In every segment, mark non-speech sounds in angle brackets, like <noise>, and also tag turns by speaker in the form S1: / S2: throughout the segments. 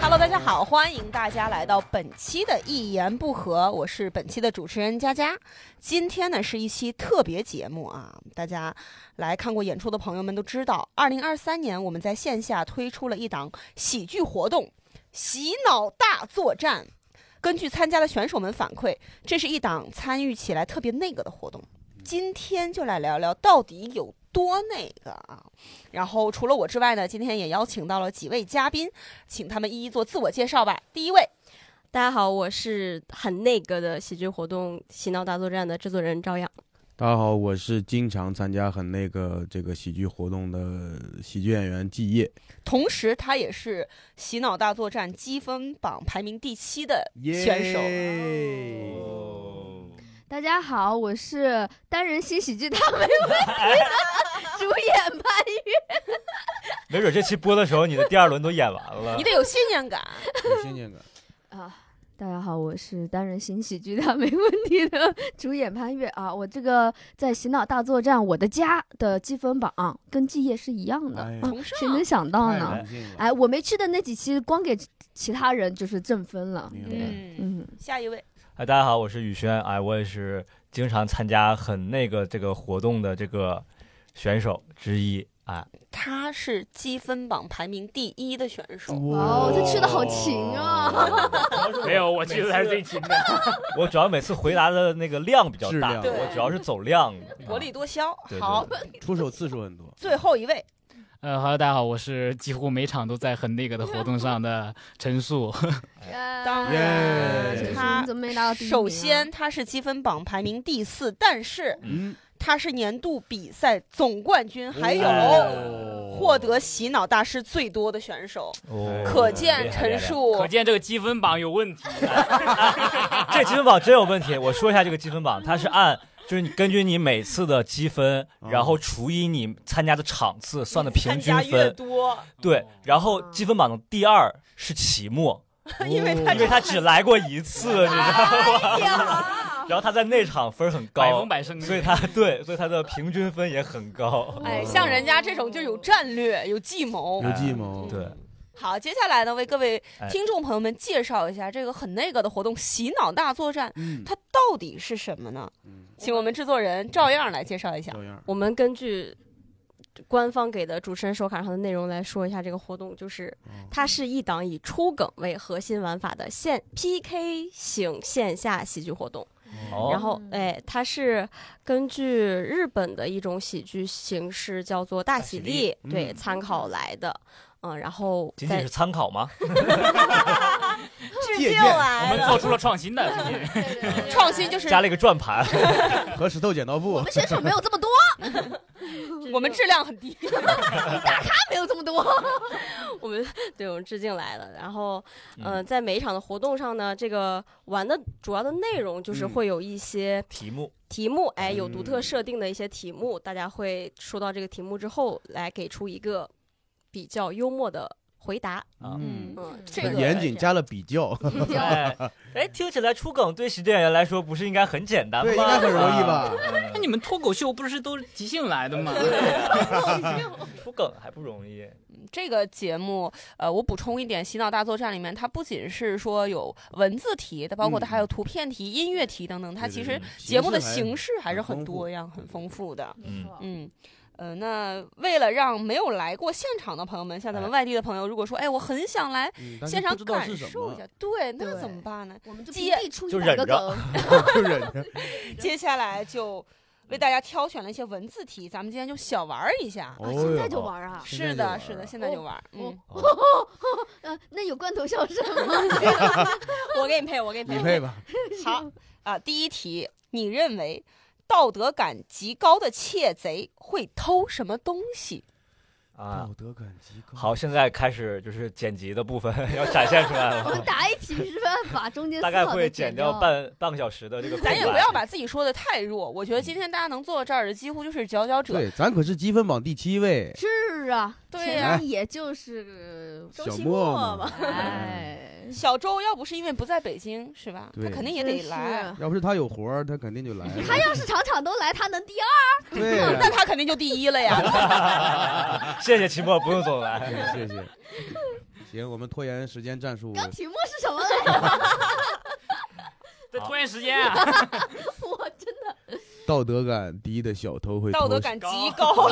S1: Hello，大家好，欢迎大家来到本期的《一言不合》，我是本期的主持人佳佳。今天呢是一期特别节目啊，大家来看过演出的朋友们都知道，二零二三年我们在线下推出了一档喜剧活动——洗脑大作战。根据参加的选手们反馈，这是一档参与起来特别那个的活动。今天就来聊聊到底有多那个啊！然后除了我之外呢，今天也邀请到了几位嘉宾，请他们一一做自我介绍吧。第一位，
S2: 大家好，我是很那个的喜剧活动《洗脑大作战》的制作人赵阳。
S3: 大家好，我是经常参加很那个这个喜剧活动的喜剧演员季业。
S1: 同时他也是《洗脑大作战》积分榜排名第七的选手。哦
S3: 手，
S4: 大家好，我是单人新喜剧大没问题的主演潘越。
S5: 没准这期播的时候，你的第二轮都演完
S1: <laughs>
S5: 了
S1: 你。得有信念感，
S3: 有新鲜感。
S4: 啊，大家好，我是单人新喜剧大没问题的主演潘越啊。我这个在《洗脑大作战》我的家的积分榜、跟季夜是一样的，
S3: 哎呀
S4: 啊
S1: 同上
S4: 谁能想到
S3: 太
S4: 呢？
S3: 荣幸了
S4: 哎，我没去的那几期，光给其他人就是挣分了。
S3: 明白
S1: 嗯，
S4: 嗯，
S1: 下一位，
S5: 哎，大家好，我是宇轩，哎，我也是经常参加很那个这个活动的这个选手之一，哎，
S1: 他是积分榜排名第一的选
S3: 嗯
S1: 手。
S4: 哦，他去的好勤
S1: 哦
S4: 啊！
S6: 没有，我去的才是最勤的。
S5: 我主要每次回答的那个量比较
S3: 质
S5: 大，
S3: 量
S5: 我主要是走量的，
S1: 薄利多销，
S5: 对对
S1: 好，
S3: 出手次数很多。
S1: 最后一位，
S6: 呃哈喽，大家好，我是几乎每场都在很那个的活动上的陈 <laughs> 述。
S4: 哎
S1: 当
S3: 然
S4: 陈叔
S1: 他
S4: 你怎么没拿到第一名啊
S1: 首先他是积分榜排名第四，但是
S3: 嗯，
S1: 他是年度比赛总冠军，还有
S3: 哦
S1: 获得洗脑大师最多的选手，
S5: 哦
S1: 可见
S5: 厉害
S1: 陈
S6: 可
S1: 述。
S6: 见这个积分榜有问题。
S1: <laughs>
S5: 这积分榜真有问题。我说一下这个积分榜，它是按就是你根据你每次的积分，然
S3: 嗯
S5: 后除以你参加的场次算的平
S1: 参
S5: 均
S1: 加越
S5: 分。
S1: 多，
S5: 对，然后
S3: 哦
S5: 积分榜的第二是期末，
S1: 因为他
S5: 因为他只来过一次，你知
S1: <laughs>
S5: 道吗？
S1: 啊
S4: 呀，
S5: 然后他在那场分很
S6: 百
S5: 高
S6: 分，百胜利，
S5: 所
S6: <laughs>
S5: 以他 <laughs> 对，所以他的平均分也很高。
S1: 哎，像人家这种就有战略、有计谋。
S3: 有计谋。
S5: 对，
S1: 好，接下来呢，为各位
S5: 嗯哎
S1: 听众朋友们介绍一下这个很那个的活动——洗脑大作战，
S3: 嗯，
S1: 它到底是什么呢？
S3: 嗯
S1: 请我们制作人照样来介绍一下。
S3: 照样。
S2: 嗯我们根据官方给的主持人手卡上的内容来说一下这个活动，就是它是一档以出梗为核心玩法的线 PK 型线下喜剧活动。
S5: 哦
S2: 然后，哎，它是根据日本的一种喜剧形式叫做大喜力，
S3: 嗯
S2: 对，参考来的。嗯，然后
S5: 仅仅
S2: 在
S5: 是参考吗？
S3: 借鉴
S6: 我
S2: 来
S6: 们做出了创新的最近。
S1: 创新就是
S5: 加了一个转盘，
S3: 和石头剪刀
S4: 我
S3: 布
S4: 们。选手没有这么多，
S5: <laughs>
S1: 我们质量很
S2: <laughs>
S1: 低。
S4: 没有这么多。
S2: 我们对我们致敬来了。然后，呃，
S5: 嗯
S2: 在每一场的活动上呢，这个玩的主要的内容就是
S3: 嗯
S2: 会有一些
S5: 题目
S2: 题目，哎，有独特
S3: 嗯
S2: 设定的一些题目，大家会说到这个题目之后，来给出一个比较幽默的回答。
S5: 啊。
S1: 嗯
S2: 嗯，
S1: 这
S3: 很
S1: 个
S3: 严谨，加了比较，
S5: 哎，哎，听起来出梗对喜剧演员来说不是应该很简单吗？
S3: 对，应该很容易吧？
S6: <laughs>
S1: 嗯
S6: 那你们脱口秀不是都是即兴来的吗？
S5: 啊？出梗还不容易，
S1: 嗯这个节目，呃，我补充一点，《洗脑大作战》里面它不仅是说有文字题的，包括它
S3: 嗯
S1: 还有图片题、音乐题等等，它
S3: 对对
S1: 其
S3: 对
S1: 实
S3: 嗯
S1: 节目的
S3: 形式还
S1: 形式还是
S3: 很
S1: 很
S3: 丰富
S1: 多样、很丰富的。
S5: 嗯
S1: 嗯，呃，那为了让没有来过现场的朋友们，像咱们外地的朋友，如果说，哎，我很想来
S3: 嗯但是
S1: 现场
S3: 不知道
S1: 感
S3: 是什
S1: 受一
S3: 么，
S1: 下，对，那
S4: 对
S1: 怎么办呢？
S4: 我们就
S1: 接
S4: 必出
S5: 就
S4: 一百
S5: 忍
S4: 个
S5: 着
S3: 就
S4: 梗。
S3: 忍着。
S1: 接下来就为大家挑选了一些文字题，咱们今天就小玩儿一下。
S4: 啊，
S5: 哎
S3: 哦
S4: 现在
S3: 哟
S4: 就玩啊？
S3: 现在
S1: 是
S3: 就
S1: 的，
S3: 玩
S1: 是的，
S3: 儿
S1: 现在就玩儿。嗯，
S4: 嗯、那有罐头笑
S5: <laughs>
S4: 声吗？
S2: 我给你配，
S1: <laughs>
S2: 我给你
S3: 你配 <laughs> 吧，
S1: 好啊，第一题，你认为道德感极高的窃贼会偷什么东西？
S5: 啊。
S3: 德感极高
S5: 好，现在开始就是剪辑的部分 <laughs> 要展现出
S4: <laughs>
S5: 来
S4: 我们
S5: 了，
S4: 答一题是
S5: <laughs>
S4: 吧？把中间
S5: 大
S4: 思
S5: 概
S4: 考
S5: 会
S4: 的
S5: 剪
S4: 剪
S5: 掉。半半个小时的这个空
S1: 咱
S5: 白。
S1: 也不要把自己说的太弱，我觉得今天大家能坐到这儿的几乎就是佼佼者。
S3: 对，咱可是积分榜第七位，
S4: 是啊，
S1: 对
S4: 前
S1: 呀
S4: 面也就是
S3: 小莫嘛，
S4: 哎，对，
S1: 小周要不是因为不在北京，是吧？他
S3: 对
S1: 肯定也
S4: 真
S1: 得
S4: 是
S1: 来，。
S3: <laughs> 要不是他有活儿，他肯定就来了。
S4: 他要是场场都来，他能第二？
S1: <laughs>
S3: 对呀，
S1: 嗯那他肯定就第一了呀。
S5: 谢谢秦墨，不用
S3: <laughs>
S5: 总来。
S3: 对哎谢谢。行，我们拖延时间战术，
S4: 刚题目是什么来？
S6: 这拖延时间啊，
S4: 我
S5: <laughs>
S4: 真的
S3: 道德感低的小偷会
S1: 道德
S3: 偷
S1: 感极高，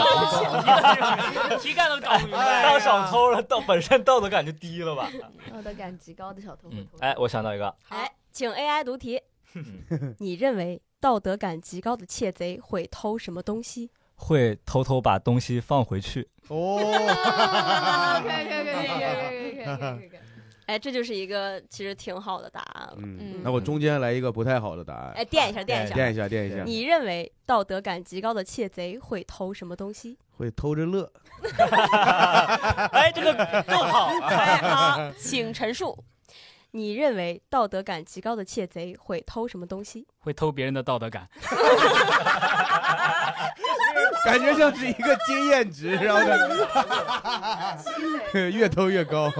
S6: 题干都搞不明白。
S5: 当小偷了，道本身道德感就低了吧？
S4: 道德感极高的小偷会
S5: 嗯
S4: 偷。，
S5: 哎，我想到一个，
S2: 哎，请 AI 读题。你认为道德感极高的窃贼会偷什么东西？
S5: 会偷偷把东西放回去。哎 <laughs>
S3: 哦，
S4: <laughs> 啊可以可以可以可以可以可以可以可以可以。
S2: 哎，这就是一个其实挺好的答案了。
S3: 嗯
S1: 嗯，
S3: 那我中间来一个不太好的答案，
S2: 哎，垫一下，垫一
S3: 垫
S2: 下。
S3: 一下，垫一下，
S2: 你认为道德感极高的窃贼会偷什么东西？
S3: 会偷着乐，
S5: 哎，这个更好。
S1: 哎好，请陈述。
S2: 你认为道德感极高的窃贼会偷什么东西？
S6: 会偷别人的道德感，
S3: 感觉像是一个经验值，然后呢， <laughs> 越偷越高。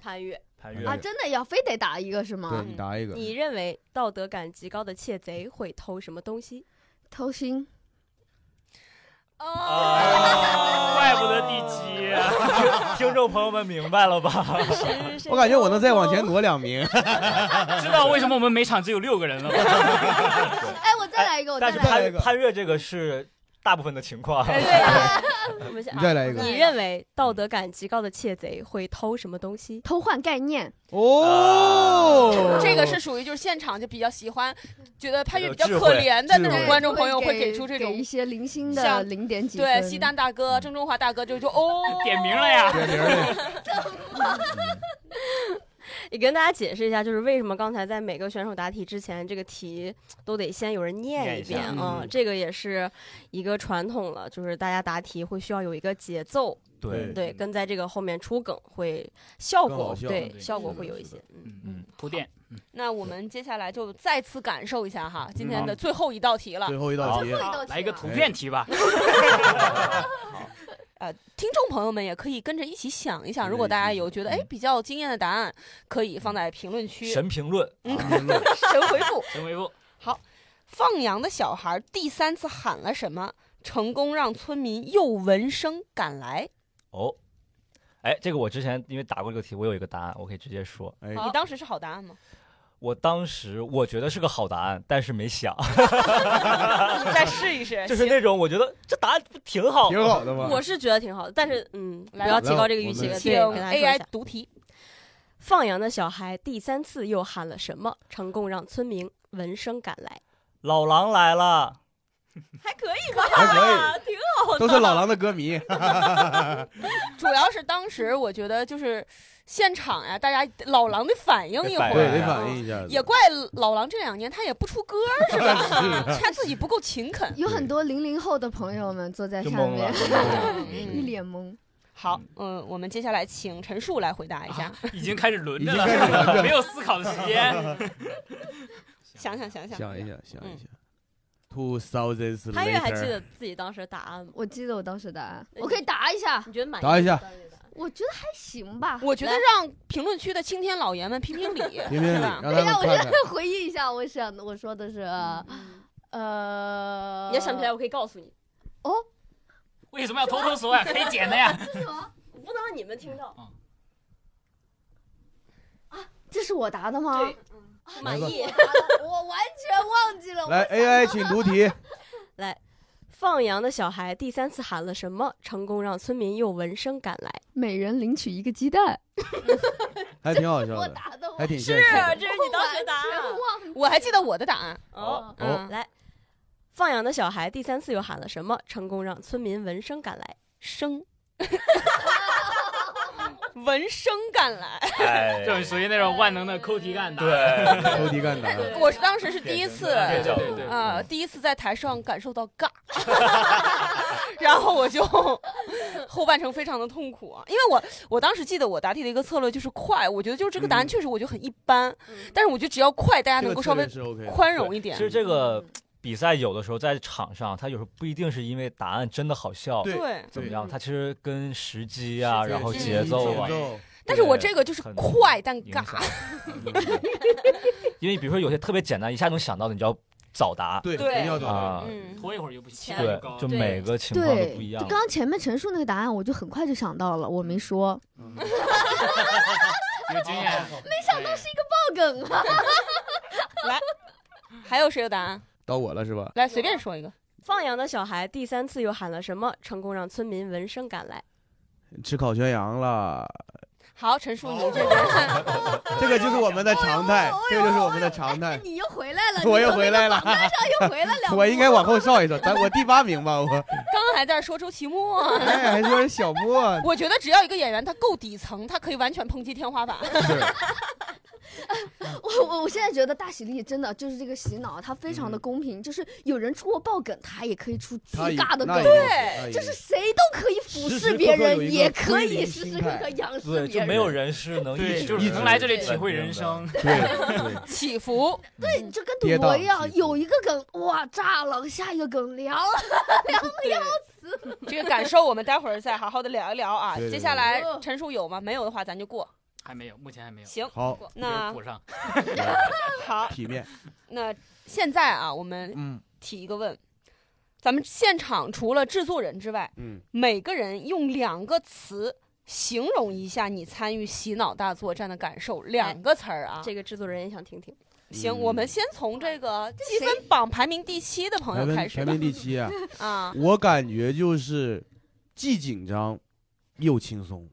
S2: 潘越，
S5: 潘越 <laughs>
S4: 啊，真的要非得打一个是
S3: 对
S4: 吗？
S3: 你答一个，
S2: 你认为道德感极高的窃贼会偷什么东西？
S4: 偷心，
S5: 怪
S1: 哦
S6: 怪不得第七啊。
S5: 听众朋友们明白了吧？
S3: 我感觉我能再往前挪两名，
S6: 哦知道为什么我们每场只有六个人了吗？
S4: 哎，我再来一个，我再
S5: 但是
S4: 来
S3: 再来一
S5: 潘
S3: 个
S5: 潘越这个是大部分的情况。
S1: 哎对啊，
S2: 我们先
S3: 你
S2: 啊
S3: 再来一
S4: 对
S3: 个。嗯
S2: 你认为道德感极高的窃贼会偷什么东西？
S4: 偷换概念，
S3: 哦，
S1: 这个是属于就是现场就比较喜欢，觉得潘越比较
S5: 有智
S1: 可
S5: 慧
S1: 怜的那
S3: 智
S1: 种
S3: 慧
S1: 观众朋友会
S4: 给
S1: 给出这
S4: 给
S1: 种
S4: 一。些零星的
S1: 像
S4: 零点几
S1: 对，
S4: 分
S1: 西单大哥、郑中华大哥就就哦，
S6: 点名了呀！
S3: 点名的，
S2: 也跟大家解释一下，就是为什么刚才在每个选手答题之前，这个题都得先有人念一遍
S5: 念
S3: 一下
S2: 啊、
S3: 嗯
S2: 这个也是一个传统了，就是大家答题会需要有一个节奏，
S3: 对
S2: 对，跟在这个后面出梗会效
S3: 更好
S2: 果
S3: 笑
S2: 对
S6: 对
S2: 效
S3: 是
S2: 果
S3: 的
S2: 会有一
S3: 是
S2: 些
S3: 的，
S2: 嗯，
S6: 嗯，铺垫，
S1: 那我们接下来就再次感受一下哈，今天
S3: 嗯
S1: 的最后一道题了。
S3: 最后一道题，
S4: 好
S6: 来一个图片题吧。
S1: 呃，听众朋友们也可以跟着一起想一想，
S3: 跟着
S1: 如果大家
S3: 一起
S1: 有觉得哎
S5: 嗯
S1: 比较惊艳的答案，可以放在评论区
S5: 神评论，
S3: 啊
S1: 神回复。
S6: 陈维布，
S1: <laughs> 放羊的小孩第三次喊了什么，成功让村民又闻声赶来？
S5: 哦，哎，这个我之前因为打过这个题，我有一个答案，我可以直接说。
S3: 哎，
S1: 你当时是好答案吗？
S5: 我当时我觉得是个好答案，但是没想，
S1: 你再试一试，
S5: <laughs> 就是那种我觉得这答案不挺
S3: <laughs>
S5: 好
S3: 挺
S5: 吗，
S3: 好的嘛。
S2: 我是觉得挺好的，但是嗯，不
S1: 来吧
S2: 要提高这个预期
S3: 我
S1: 行
S2: 了，
S1: 请
S2: 对，
S3: 们
S2: 给大家说一
S1: AI
S2: 下
S1: 读题。
S2: 放羊的小孩第三次又喊了什么，成功让村民闻声赶来，
S5: 老狼来了，
S2: 还可以吧？
S3: 还
S1: 啊
S3: 可
S2: 挺
S3: 以，都是老狼的歌迷。
S1: <laughs> 主要是当时我觉得就是现场呀，大家老狼的反应一会
S5: 哎
S3: 对，
S1: 儿
S3: 得
S1: 啊，
S3: 反应一下子。
S1: 也怪老狼这两年他也不出歌儿是吧？他自己不够勤恳。
S4: 有很多零零后的朋友们坐在
S5: 就
S4: 上
S5: 懵了
S4: <laughs> 面，。
S1: 嗯
S4: 一脸懵。
S1: 好，嗯，我们接下来请陈述来回答一下，
S6: 已经开始轮着
S3: 已经开始轮着
S6: 了，没有思考的时间。
S1: 想想想想
S3: 想一，想，想一想。Two thousand
S2: 潘越还记
S3: <laughs> later，
S2: 得自己当时答案吗？
S4: 我记得我当时答案，我可以答一下，
S2: 你觉得满意？
S3: 答一下，
S4: 我觉得还行吧。
S5: 嗯
S1: 我觉得让评论区的青天老爷们评评理，
S3: 评评理，
S1: 是吧
S3: 让他
S4: <laughs> 等一
S3: 们
S4: 下，哎我现
S3: 看看
S4: 在。回忆一下，我想我说的是，
S1: 嗯
S4: 呃，
S2: 你要想不起来，我可以告诉你，
S4: 哦，
S6: 为什么要偷偷说呀？啊可以剪的呀。
S2: 我不能让你们听到。
S3: 嗯
S4: 这是我答的吗？
S2: 对，不满意。
S4: <laughs> 我完全忘记了。
S5: 哎
S3: 来，AI，请读题。
S2: 放羊的小孩第三次喊了什么，成功让村民又闻声赶来？
S4: 每人领取一个鸡蛋。
S3: 还挺好笑的，
S4: 答的，
S3: 还挺现实的。
S2: 这是你当时答案。
S4: 忘
S1: 我还记得我的答案，
S2: 哦，
S1: 嗯，
S2: 来，放羊的小孩第三次又喊了什么，成功让村民闻声赶来？
S1: 生，嗯闻声赶来。
S5: 哎
S6: <laughs> 这种属于那种万能的抠题干答。
S5: 对，
S3: 抽题干答，
S1: 我是当时是第一次，
S6: 对对对对，
S1: 啊、第一次在台上感受到尬， <laughs> 然后我就后半程非常的痛苦啊，因为我我当时记得我答题的一个策略就是快，我觉得就是这个答案
S3: 嗯
S1: 确实我就很一般，但是我觉得只要快，大家能
S3: 这个
S1: 够
S3: 策
S1: 稍
S3: 略
S1: 微
S3: 是 OK 的。
S1: 宽容一点
S5: 其。实这个比赛有的时候在场上，它有时候不一定是因为答案真的好笑，
S3: 对
S1: 对，
S5: 怎么样，它其实跟时机啊，
S3: 对
S5: 然后
S3: 是
S5: 节奏啊
S3: 节，奏
S1: 但是我这个就是
S5: 很
S1: 快但
S5: 影
S1: 尬
S5: 响，影响因为比如说有些特别简单，一下能想到的，你就要早答
S3: 对，
S1: 对
S3: 一定要找到
S5: 啊。
S1: 嗯，
S6: 拖一会儿就不行，
S1: 对
S6: 期待
S5: 对
S6: 就高，
S5: 就
S2: 对
S5: 每个情况都
S4: 对
S5: 不一，样
S4: 就。刚刚前面陈述那个答案，我就很快就想到了，我没说，
S3: 嗯
S6: 有经验。哦没想到是一
S4: 爆梗啊！
S1: 还有谁有答案？啊
S3: 到我了是吧？
S1: 来随便说一个。
S2: 放羊的小孩第三次又喊了什么，成功让村民闻声赶来？
S3: 吃烤全羊了，
S1: 好，陈述你这个，
S3: 这个就是我们的常态
S4: 哎，
S3: 这
S4: 呦
S3: 个就是我们的常态。
S4: 你又回来
S3: <laughs>
S4: 了，
S3: 我又回来了，
S4: 又回
S3: <laughs>
S4: 来了，
S3: 我应该往后稍一稍，咱我第八名吧，我
S1: 刚还在说周奇墨。
S3: 哎还说是小莫，
S1: 我觉得只要一个演员他够底层，他可以完全抨击天花 <laughs> 板。
S4: 我我我现在觉得大喜力真的就是这个洗脑，它非常的公平，就是有人出过爆梗，他也可以出巨
S3: 嗯他
S4: <laughs>
S3: 一
S4: 尬的
S3: 那
S4: 梗
S3: 一，定
S1: 对
S3: 那一定
S4: 就是谁都可以俯
S3: 时
S4: 视
S3: 时
S4: 别
S3: 刻刻
S4: 人
S3: 有，一
S4: 也
S3: 个
S4: 可
S3: 归
S4: 以
S3: 零
S4: 时
S3: 心
S4: 时刻刻
S3: 态
S4: 仰视
S5: 对，
S4: 别
S5: 就
S4: 人。
S5: 没有人是能一
S6: 对，
S5: 直
S6: 就是
S3: 一
S6: 能
S3: 直
S6: 来这里体会人生。
S3: 对对，
S1: 起伏，
S4: 对，就跟
S3: 跌
S4: 赌
S3: 宕
S4: 博一样，
S3: 起伏
S4: 有一个梗哇炸了，下一个梗凉了。
S1: 这个感受我们待会儿再好好的聊一聊啊。
S3: 对对对
S1: 接下来陈述有吗？没有的话咱就过。
S6: 还没有，目前还没有。
S1: 行，
S3: 好
S1: 过
S6: 一会儿
S1: 那
S6: 补上，
S1: 好，
S3: 体面，
S1: 那现在啊，我们
S3: 嗯
S1: 提一个问，咱们现场除了制作人之外，
S3: 嗯，
S1: 每个人用两个词形容一下你参与洗脑大作战的感受，两个词儿啊。
S2: 这个制作人也想听听。
S1: 行，
S3: 嗯
S1: 我们先从这个积
S4: 谁
S1: 分榜排名第七的朋
S3: 排
S1: 友
S3: 名
S1: 开始
S3: 排
S1: 吧
S3: 名第七啊，
S1: 啊。
S3: 我感觉就是既紧张又轻松，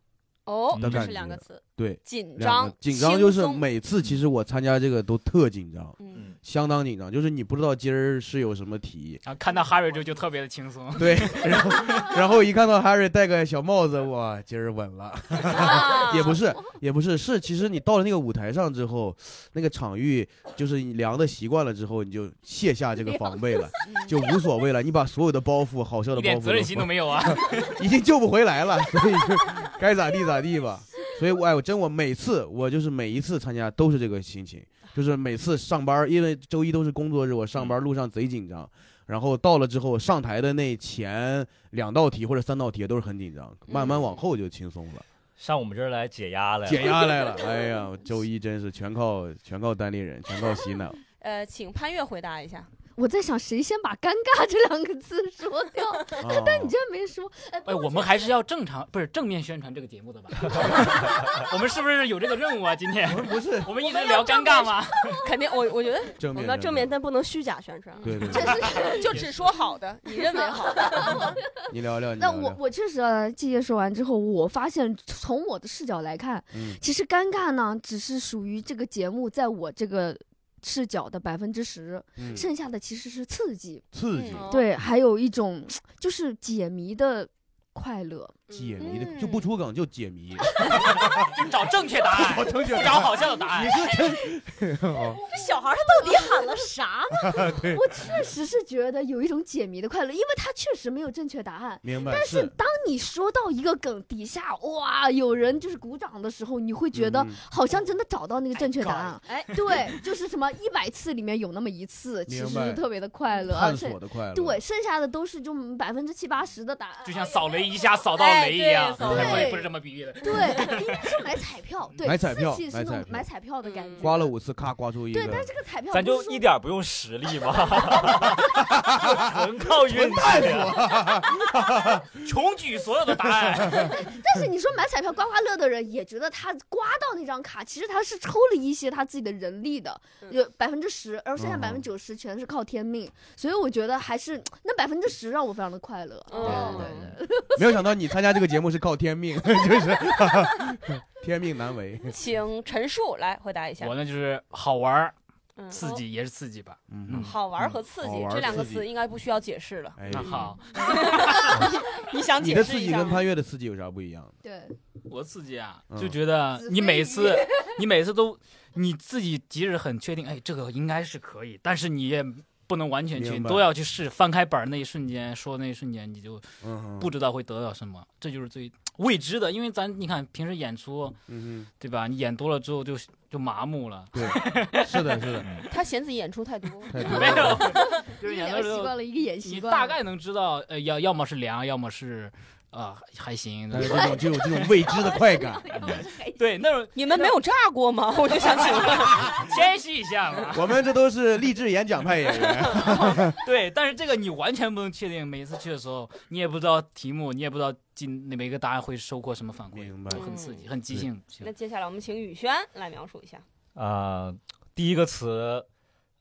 S1: 哦，
S3: 的
S2: 这
S3: 感
S2: 是两个
S3: 觉，
S2: 词，
S3: 对，
S1: 紧
S3: 嗯两个
S1: 张，
S3: 紧张
S1: 轻
S3: 就是
S1: 松
S3: 每次其实我参加这个都特紧张，
S1: 嗯，
S3: 相当紧张，就是你不知道今儿是有什么题，
S6: 然后看到哈瑞之后就特别的轻松。
S3: 对，然后然后一看到 Harry 戴个小帽子，哇，今儿稳了。
S1: 啊
S3: 嗯 <laughs> 也不是，也不是，是其实你到了那个舞台上之后，那个场域就是你量的习惯了之后，你就卸下这个防备了，就无所谓了。你把所有的包袱、好笑的包
S6: 一点
S3: 袱
S6: 责任心都没有啊！
S3: <laughs> 已经救不回来了，所以就该咋地咋地吧。所以我哎，我真我每次我就是每一次参加都是这个心情，就是每次上班，因为周一都是工作日，我上班路上贼紧张。然后到了之后，上台的那前两道题或者三道题都是很紧张，慢慢往后就轻松了。
S5: 上我们这儿来解压来
S3: 解
S5: 了。
S3: 压来了。哎呀，周一真是全靠全靠单立人，全靠洗脑。
S1: 呃，请潘越回答一下。
S4: 我在想谁先把尴尬这两个字说掉，
S3: 但
S4: 你居然没说。哎，
S6: 哎，我们还是要正常，不是正面宣传这个节目
S3: <laughs>
S6: 的吧？我们是不是有这个任务啊？今天
S3: 我们哦不是
S6: 我们一直聊尴尬吗？
S1: 肯定，我我
S3: <laughs>
S1: 觉得
S3: 正
S2: 我
S3: 面
S2: 们要
S3: 的
S2: 正 <laughs> 面，但不能虚假宣传。啊
S3: 对
S2: <laughs>
S3: 对
S4: 这
S3: 对，
S1: <laughs>
S4: 是
S1: 就只说好的，你认为好的，
S3: 你聊聊，你
S4: 那
S3: 聊
S4: 我
S3: 聊。
S4: 我确实啊，季姐说完之后，我发现从我的视角来看，
S3: 嗯
S4: 其实尴尬呢，只是属于这个节目在我这个视角的百分之十，
S3: 嗯，
S4: 剩下的其实是刺激，
S3: 刺激
S2: 哦
S1: 嗯
S4: 对，还有一种就是解谜的快乐。
S3: 解谜
S1: 嗯
S3: 的就不出梗就解谜，
S6: 找正确答案，
S3: 正确
S6: 找好笑的答案
S3: 你。是真哦
S2: 这小孩儿他到底喊了啥呢？
S3: <laughs>
S4: 我确实是觉得有一种解谜的快乐，因为它确实没有正确答案。
S3: 明白
S4: 但是当你说到一个梗底下，哇，有人就是鼓掌的时候，你会觉得
S3: 嗯
S4: 好像真的找到那个正确答案。
S2: 哎，
S4: 对，就是什么一百次里面有那么一次，其
S3: 明
S4: 实
S3: 白
S4: 是特别的快乐，而
S3: 探
S4: 且
S3: 索的快乐。
S4: 对，剩下的都是就嗯百分之七八十的答案。
S6: 就像扫雷一下扫到
S2: 哎
S6: 雷一样，嗯
S2: 对
S4: 扫雷
S6: 我也不是这么比喻的。
S4: 对，应该是买
S3: <laughs>
S4: 彩票，对，
S3: 买彩票
S4: 刺激是
S3: 买
S4: 那种
S3: 彩票
S4: 买彩票的感
S2: 嗯
S4: 觉。
S3: 刮了五次，咔刮出一个
S4: 对，，但是这 <laughs> 个彩票
S5: 咱
S4: 不
S5: 就是一
S4: 说
S5: 点儿不用实力吗？纯靠运气，
S6: 穷举所有的答案，
S4: 但是你说买彩票刮刮乐的人也觉得他刮到那张卡，其实他是抽了一些他自己的人力的，
S2: 嗯
S4: 有百分之十，而剩下
S3: 嗯
S4: 百分之九十全是靠天命。所以我觉得还是那百分之十让我非常的快乐。
S2: 嗯
S1: 哦
S3: 对对对对 <laughs> 没有想到你参加这个节目是靠天命， <laughs> 就是天命难违。
S1: 请陈述来回答一下
S6: 我。呢就是好玩儿、
S1: 嗯
S6: 刺激，也是刺激吧。
S3: 嗯，
S1: 好玩儿和刺激
S3: 好玩儿
S1: 这两个
S3: 刺激
S1: 词应该不需要解释了。
S3: 哎，
S6: 那好，
S1: <laughs> 你想
S3: 你
S1: 解
S3: 的
S1: 释
S3: 刺
S1: 一
S3: 激
S1: 下
S3: 跟
S1: 吗？
S3: 潘越的刺激有啥不一样？
S4: 对，
S6: 我刺激啊，
S3: 嗯
S6: 就觉得
S4: 子非鱼
S6: 你每 <laughs> 次，你每次都你自己即使很确定，哎，这个应该是可以，但是你也不能完全确定，
S3: 明白
S6: 都要去试。翻开本儿那一瞬间，说那一瞬间，你就
S3: 嗯，
S6: 不，知道会得到什么，这就是最未知的。因为咱你看平时演出，
S3: 嗯
S6: 对吧？你演多了之后就就麻木了。
S3: 哼，是的，是的，
S2: 嗯
S1: 他嫌自己演出太多，
S3: 太多
S6: 没
S3: 了。
S6: 有，就是
S4: 一
S6: 演
S4: 个演
S6: 的时
S4: 习
S6: 候
S4: 惯了，一个演习
S2: <laughs>
S4: <laughs>
S6: 你
S4: 惯了。
S6: 大概能知道，呃，要要么是凉，要么是啊还行，
S3: 但是这种就有这种未知的快感。
S6: <laughs>
S4: 哎
S3: 嗯
S6: 对那种
S1: 你们没有炸过吗？我就想请问，
S6: 谦虚一下嘛。
S3: 我们这都是励志演讲派演员，
S6: 对，但是这个你完全不能确定，每次去的时候你也不知道题目，你也不知道今每个答案会收获什么反馈，
S3: <laughs> 明白？
S6: 很刺激，很即兴。
S1: 那接下来我们请宇轩来描述一下。
S5: 啊，第一个词，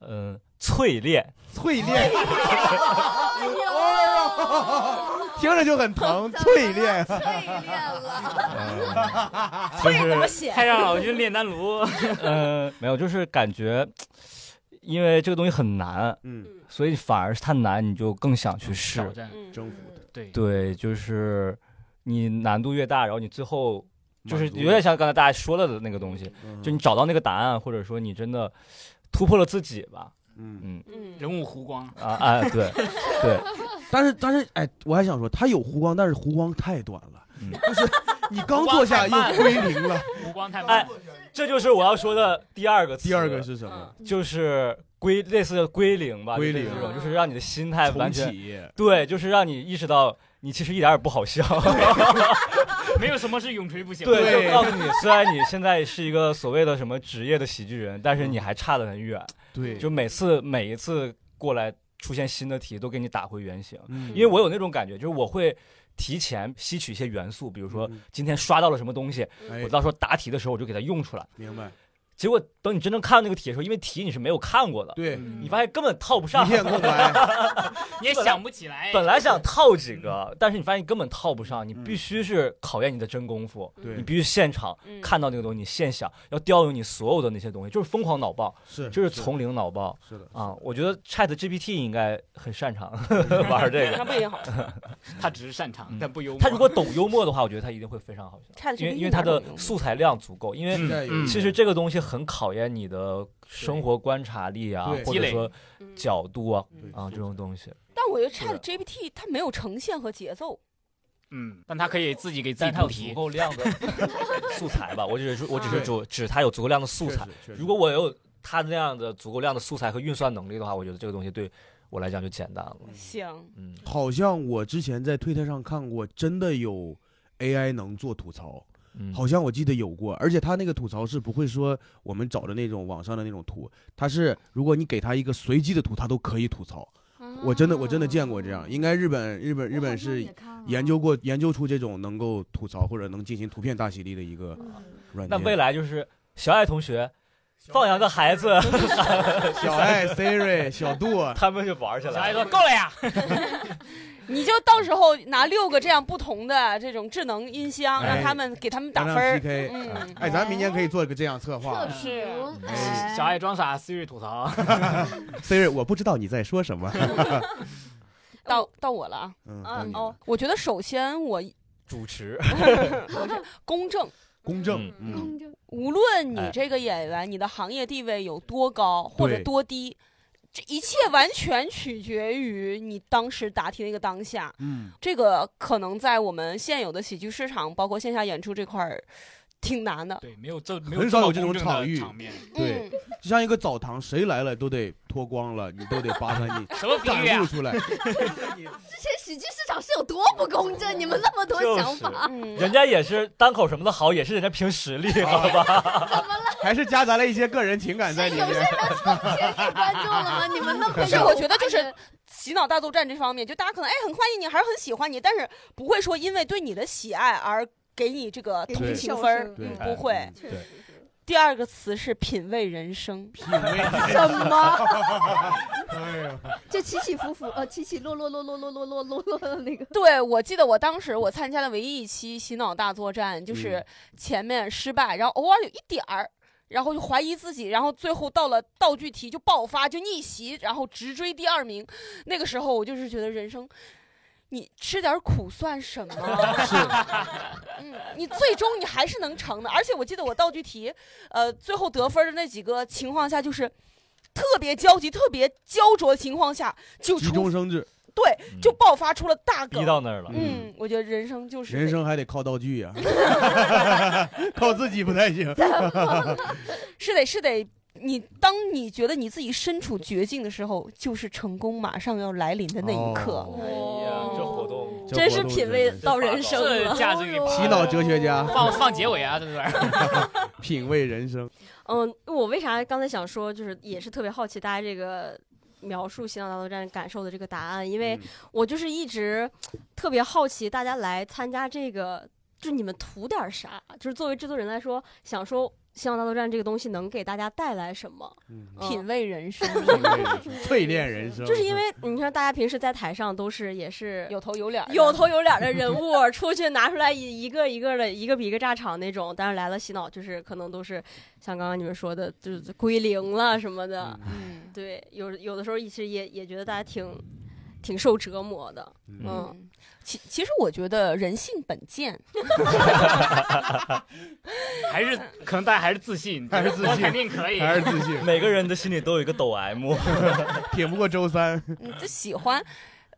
S5: 嗯，淬炼，
S3: 淬炼，哎
S2: <laughs>
S3: 听着就很疼，淬炼。
S4: 淬炼了，
S5: <laughs> 就
S2: 怎么
S5: 是
S2: 写？
S6: 太上老君炼丹炉，
S5: 嗯，没有，就是感觉，因为这个东西很难，
S3: 嗯，
S5: 所以反而是它难，你就更想去
S6: 挑
S5: 试。
S6: 战，
S1: 嗯，
S3: 征服
S6: 对，
S5: 对，就是你难度越大，然后你最后就是
S3: 满足
S5: 有点像刚才大家说了的那个东西，
S3: 嗯
S5: 就你找到那个答案，或者说你真的突破了自己 <laughs> 吧。
S3: 嗯，
S5: 嗯
S1: 嗯，
S6: 人物弧光，
S5: 啊啊，对对，
S3: 但是但是哎，我还想说，他有湖光，但是湖光太短了，
S5: 嗯
S3: 就是你刚坐下
S6: 湖光太慢
S3: 又归零 <laughs> 了。
S6: 弧光太
S5: 哎
S6: 慢，，
S5: 这就是我要说的第二个词。
S3: 第二个是什么？
S5: 就是归类似的归零吧，
S3: 归
S5: 就是
S3: 零
S5: 这种，就是让你的心态
S3: 重
S5: 哎完全
S3: 启。
S5: 对，就是让你意识到你其实一点儿也不好笑。
S6: 没有什么是永垂不朽的。
S5: <laughs> 对，
S3: 对
S5: 就告诉你，虽然你现在是一个所谓的什么职业的喜剧人，但是你还差得很远。
S3: 嗯对，
S5: 就每次每一次过来出现新的题，都给你打回原形。
S3: 嗯
S5: 因为我有那种感觉，就是我会提前吸取一些元素，比如说
S3: 嗯
S5: 今天刷到了什么东西，
S3: 哎
S5: 我到时候答题的时候我就给它用出来。
S3: 明白，
S5: 结果等你真正看到那个题的时候，因为题你是没有看过的，
S3: 对，
S6: 嗯
S5: 你发现根本套不上
S3: 一。片空白，
S6: 你也想不起来。
S5: 本来想套几个，但是你发现你根本套不上，你
S3: 嗯
S5: 必须是考验你的真功夫，你
S3: 对，
S5: 必须现场
S1: 嗯
S5: 看到那个东西，你现想要调用你所有的那些东西，就是疯狂脑爆，
S3: 嗯是
S5: 就是从零脑爆
S3: 是的，
S5: 啊！我觉得 Chat GPT 应该很擅长玩这
S1: <laughs>
S5: 个。
S1: 那不也好
S6: 他只是擅长，
S5: 嗯
S6: 但不幽默。
S5: 他如果懂幽默的话，我觉得他一定会非常好笑，因为
S1: ChatGPT
S5: 因为他的
S1: 哪懂幽默
S5: 素材量足够，因为
S3: 现在有
S6: 嗯
S5: 其实这个东西很考验你的生活观察力啊
S3: 对，
S5: 或
S6: 积
S5: 者
S6: 累
S5: 说
S1: 嗯
S5: 角度啊
S3: 对
S5: 啊这种东西。
S1: 但我觉得
S5: 是的
S1: Chat GPT 它没有呈现和节奏，
S6: 嗯，但他可以自己给自己
S5: 但它
S6: 出
S5: 有足
S6: 题。
S5: 够量的 <laughs> 素材吧，我只是说，我只是
S3: 啊
S5: 指指它有足够量的素材。，
S3: 确实
S5: 如果我有它那样的足够量的素材和运算能力的话，我觉得这个东西对我来讲就简单了。
S1: 行，
S5: 嗯，
S3: 好像我之前在推特上看过，真的有 AI 能做吐槽，
S5: 嗯
S3: 好像我记得有过，而且他那个吐槽是不会说我们找的那种网上的那种图，他是如果你给他一个随机的图，他都可以吐槽。我真的我真的见过这
S4: 哦嗯
S3: 样，应该日本日本日本是研究过研究出这种能够吐槽或者能进行图片大洗礼的一
S4: 嗯
S3: 个软
S5: 那
S3: 件。
S5: 未来就是小爱同学放羊的孩子，
S3: 小爱 Siri 小度，
S5: 他们就玩起
S6: 小
S5: 来
S6: 爱说
S5: 了。：“
S6: 够了呀，
S1: 你就到时候拿六个这样不同的这种智能音箱，
S3: 哎
S1: 让他们给他们打
S3: 咱
S1: 分
S3: 俩
S1: 儿。
S3: PK，
S1: 嗯，
S3: 哎，咱明年可以做一个这样策划
S4: 测
S6: 是嗯
S4: 评，
S3: 哎
S6: 小爱装傻，Siri 吐槽。
S3: ，Siri 我不知道你在说什么。
S1: 到到我了啊。
S3: 嗯，
S1: 啊
S3: 到你
S1: 哦，我觉得首先我
S5: 主持，
S1: 公正，
S3: 公正
S5: 嗯，
S3: 嗯，
S1: 无论你
S5: 哎
S1: 这个演员，你的行业地位有多高或者
S3: 对
S1: 多低，这一切完全取决于你当时答题那个当下。
S3: 嗯，
S1: 这个可能在我们现有的喜剧市场，包括线下演出这块儿，挺难的”。
S6: <laughs> 对，没有这没有
S3: 很少有
S6: 这
S3: 这种
S6: 么公正
S3: 场
S6: 的
S3: 域
S6: 场
S3: <laughs>
S6: 面。
S3: 对
S1: 嗯，
S3: 就像一个澡堂，谁来了都得脱光了，你都得扒他，你
S6: 什么比
S3: 展
S6: 喻啊
S3: 露？出来。
S4: 之前喜剧市场是有多不公正？你们那么多想法，
S1: 嗯
S5: 人家也是单口什么的好，也是人家凭
S4: <laughs>
S5: 实力，好吧？
S3: 还是夹杂了一些个人情感在
S4: 是
S3: 里
S4: <laughs> 有些
S3: 面。
S4: 人付钱给观众了吗？你们那么
S1: 但是我觉得就是洗脑大作战这方面，就大家可能哎很欢迎你，还是很喜欢你，但是不会说因为对你的喜爱而给你这个同情分儿。
S3: 对
S1: 不会，
S4: 嗯确
S5: 对
S4: 实是
S1: 第二个词是品味人生，
S4: 什么？就起起伏伏，呃，起起落落落落落落落落落的那个，
S1: 对，我记得我当时我参加的唯一一期洗脑大作战，就是前面失败，然后偶尔有一点儿，然后就怀疑自己，然后最后到了道具题就爆发，就逆袭，然后直追第二名。那个时候我就是觉得人生。你吃点苦算什么？ <laughs> 嗯，你最终你还是能成的。而且我记得我道具题，呃，最后得分的那几个情况下，就是特别焦急、特别焦灼的情况下，就
S3: 急
S1: 出
S3: 中生智，
S1: 对，
S5: 嗯
S1: 就爆发出了大梗
S5: 逼。到那儿了。
S1: 嗯，我觉得人生就是
S3: 人
S1: 这
S3: 生还得靠道具呀、啊靠自己不太行。
S1: 是得是得，你当你觉得你自己身处绝境的时候，就是成功马上要来临的那一刻。
S3: 哦
S5: 哎呀，这活动
S4: 哦
S3: 这
S2: 真
S3: 活
S2: 是
S3: 动
S2: 品味
S3: 真是
S2: 到人生
S6: 这
S2: 了。
S6: 价值给
S3: 洗脑哲学家，
S6: 放放结尾啊，
S3: <laughs>
S6: 这是
S3: 品味人生。
S2: 嗯，我为啥刚才想说，就是也是特别好奇大家这个描述洗脑大作战感受的这个答案，因为
S3: 嗯
S2: 我就是一直特别好奇，大家来参加这个，就是你们图点儿啥？就是作为制作人来说，想说洗脑大作战这个东西能给大家带来什么？
S3: 嗯
S4: 哦
S2: 嗯
S1: 品味人生，
S3: 品味人生淬炼人生，
S2: 就是因为你看，大家平时在台上都是也是
S1: 有头有脸儿的，
S2: 有头有脸的人物出去拿出来一一个一个的，一个比一个炸场那种。但是来了洗脑，就是可能都是像刚刚你们说的，就是归零了什么的。
S3: 嗯
S1: 嗯，
S2: 对，有有的时候其实也也觉得大家挺挺受折磨的。 <laughs>
S3: 嗯
S2: 嗯
S1: 嗯，其其实我觉得人性本贱，
S6: 还是可能大家还是自信，
S3: 还是自信
S6: 我肯定可以。
S3: 还是自信，
S5: 每个人的心里都有一个抖
S3: <laughs>
S5: M，
S3: 挺不过周三。
S1: 嗯，就喜欢，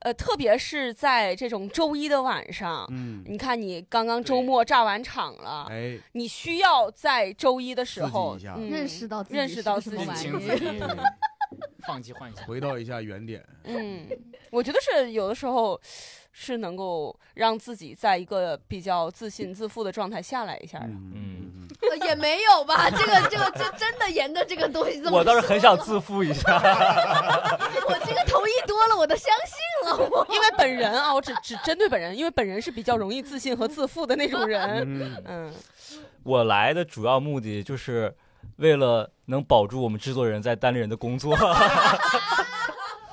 S1: 呃，特别是在这种周一的晚上，
S3: 嗯，
S1: 你看你刚刚周末炸完场了，
S3: <laughs> 哎，
S1: 你需要在周一的时
S3: 刺激
S1: 候
S3: 一下
S1: 嗯
S4: 认识到自己
S1: 认识到
S4: 是
S1: 自
S4: 什
S1: 己
S4: 么
S6: 认
S4: 玩
S6: 清
S4: 意
S3: <laughs>
S6: 自
S4: 儿。
S6: 己，放弃幻想。
S3: 回到一下原点，
S1: 嗯，我觉得是有的时候是能够让自己在一个比较自信自负的状态下来一下的。
S5: 嗯，
S4: 呃也没有吧，这个这个这真的沿着这个东西这么说，啊
S5: 我倒是很想自负一下。
S4: 我这个同意多了，我都相信了我。
S1: 因为本人啊，我只只针对本人，因为本人是比较容易自信和自负的那种人。
S3: 嗯，
S1: 嗯，
S5: 我来的主要目的就是为了能保住我们制作人在单立人的工 <laughs> 作。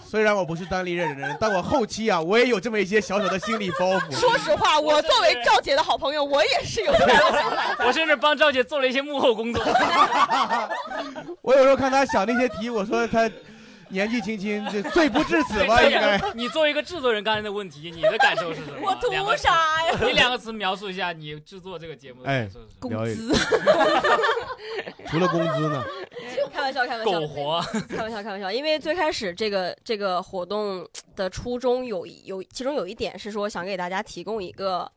S3: 虽然我不是单立人的人，但我后期啊，我也有这么一些小小的心理包袱。
S1: 说实话，我作为赵姐的好朋友，我也是有这样的想法。
S6: 我甚至帮赵姐做了一些幕后工作，
S3: 我有时候看他想那些题，我说 <laughs> 他年纪轻轻，这罪不至死 <laughs> 吧，
S6: 赵
S3: 应
S6: 姐
S3: 该。
S6: 你作为一个制作人，刚才的问题，你的感受是什么？
S2: 我图
S6: 两个词？
S2: 啥呀？
S6: 你两个词描述一下你制作这个节目
S3: 哎
S6: 的感受是什么？
S1: 工
S3: 聊一
S1: 资，
S3: <laughs> 除了工资呢？
S2: 开玩笑，开玩笑，
S6: 苟活，
S2: 开玩笑，开玩笑。因为最开始这个这个活动的初衷有一有，其中有一点是说想给大家提供一个，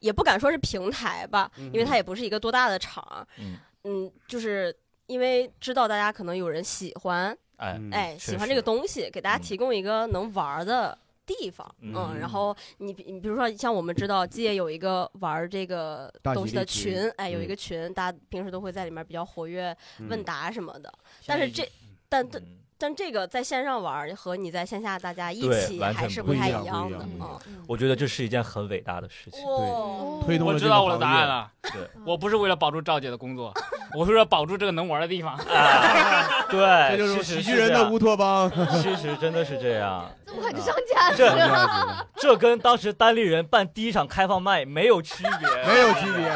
S2: 也不敢说是平台吧，因为它也不是一个多大的场儿。
S5: 嗯
S2: 嗯，就是因为知道大家可能有人喜欢，
S5: 哎，
S3: 嗯
S2: 哎，
S5: 确
S2: 喜欢这个
S5: 实
S2: 东西，给大家
S5: 嗯
S2: 提供一个能玩儿的地方。嗯，
S5: 嗯
S2: 然后你比你比如说像我们知道基业有一个玩儿这个
S3: 大
S2: 东
S3: 喜
S2: 西的
S3: 地群
S2: 群，哎，有一
S3: 嗯
S2: 个群，大家平时都会在里面比较活跃，问答什么的。但
S6: 现在
S2: 是
S6: 已经
S2: 这。但但
S5: 嗯
S2: 但这个在线上玩儿和你在线下大家一
S5: 对
S2: 起
S5: 完全
S2: 还是
S5: 不
S3: 一
S2: 太
S3: 样不
S2: 样
S3: 一
S2: 的
S3: 样不一
S2: 嗯
S3: 样
S5: 我觉得这是一件很伟大的事情。
S2: 哇，
S3: 推动
S6: 我
S3: 了这
S6: 知
S3: 个
S6: 道我
S3: 行
S6: 的
S3: 业
S6: 答案。了，
S5: 对
S6: 我不是为了保住赵姐的工作，我是为了保住这个能玩的地方。
S3: <laughs>
S5: 对，
S3: 这就是
S5: 事实
S3: 喜剧人的乌托邦。 <laughs>
S5: 这 <laughs> 样，事实真的是这样。
S4: 这么快就上架
S5: 这
S4: 了，
S5: 这跟当时单立人办第一场开放麦没有区别，
S3: <laughs> 没有区别。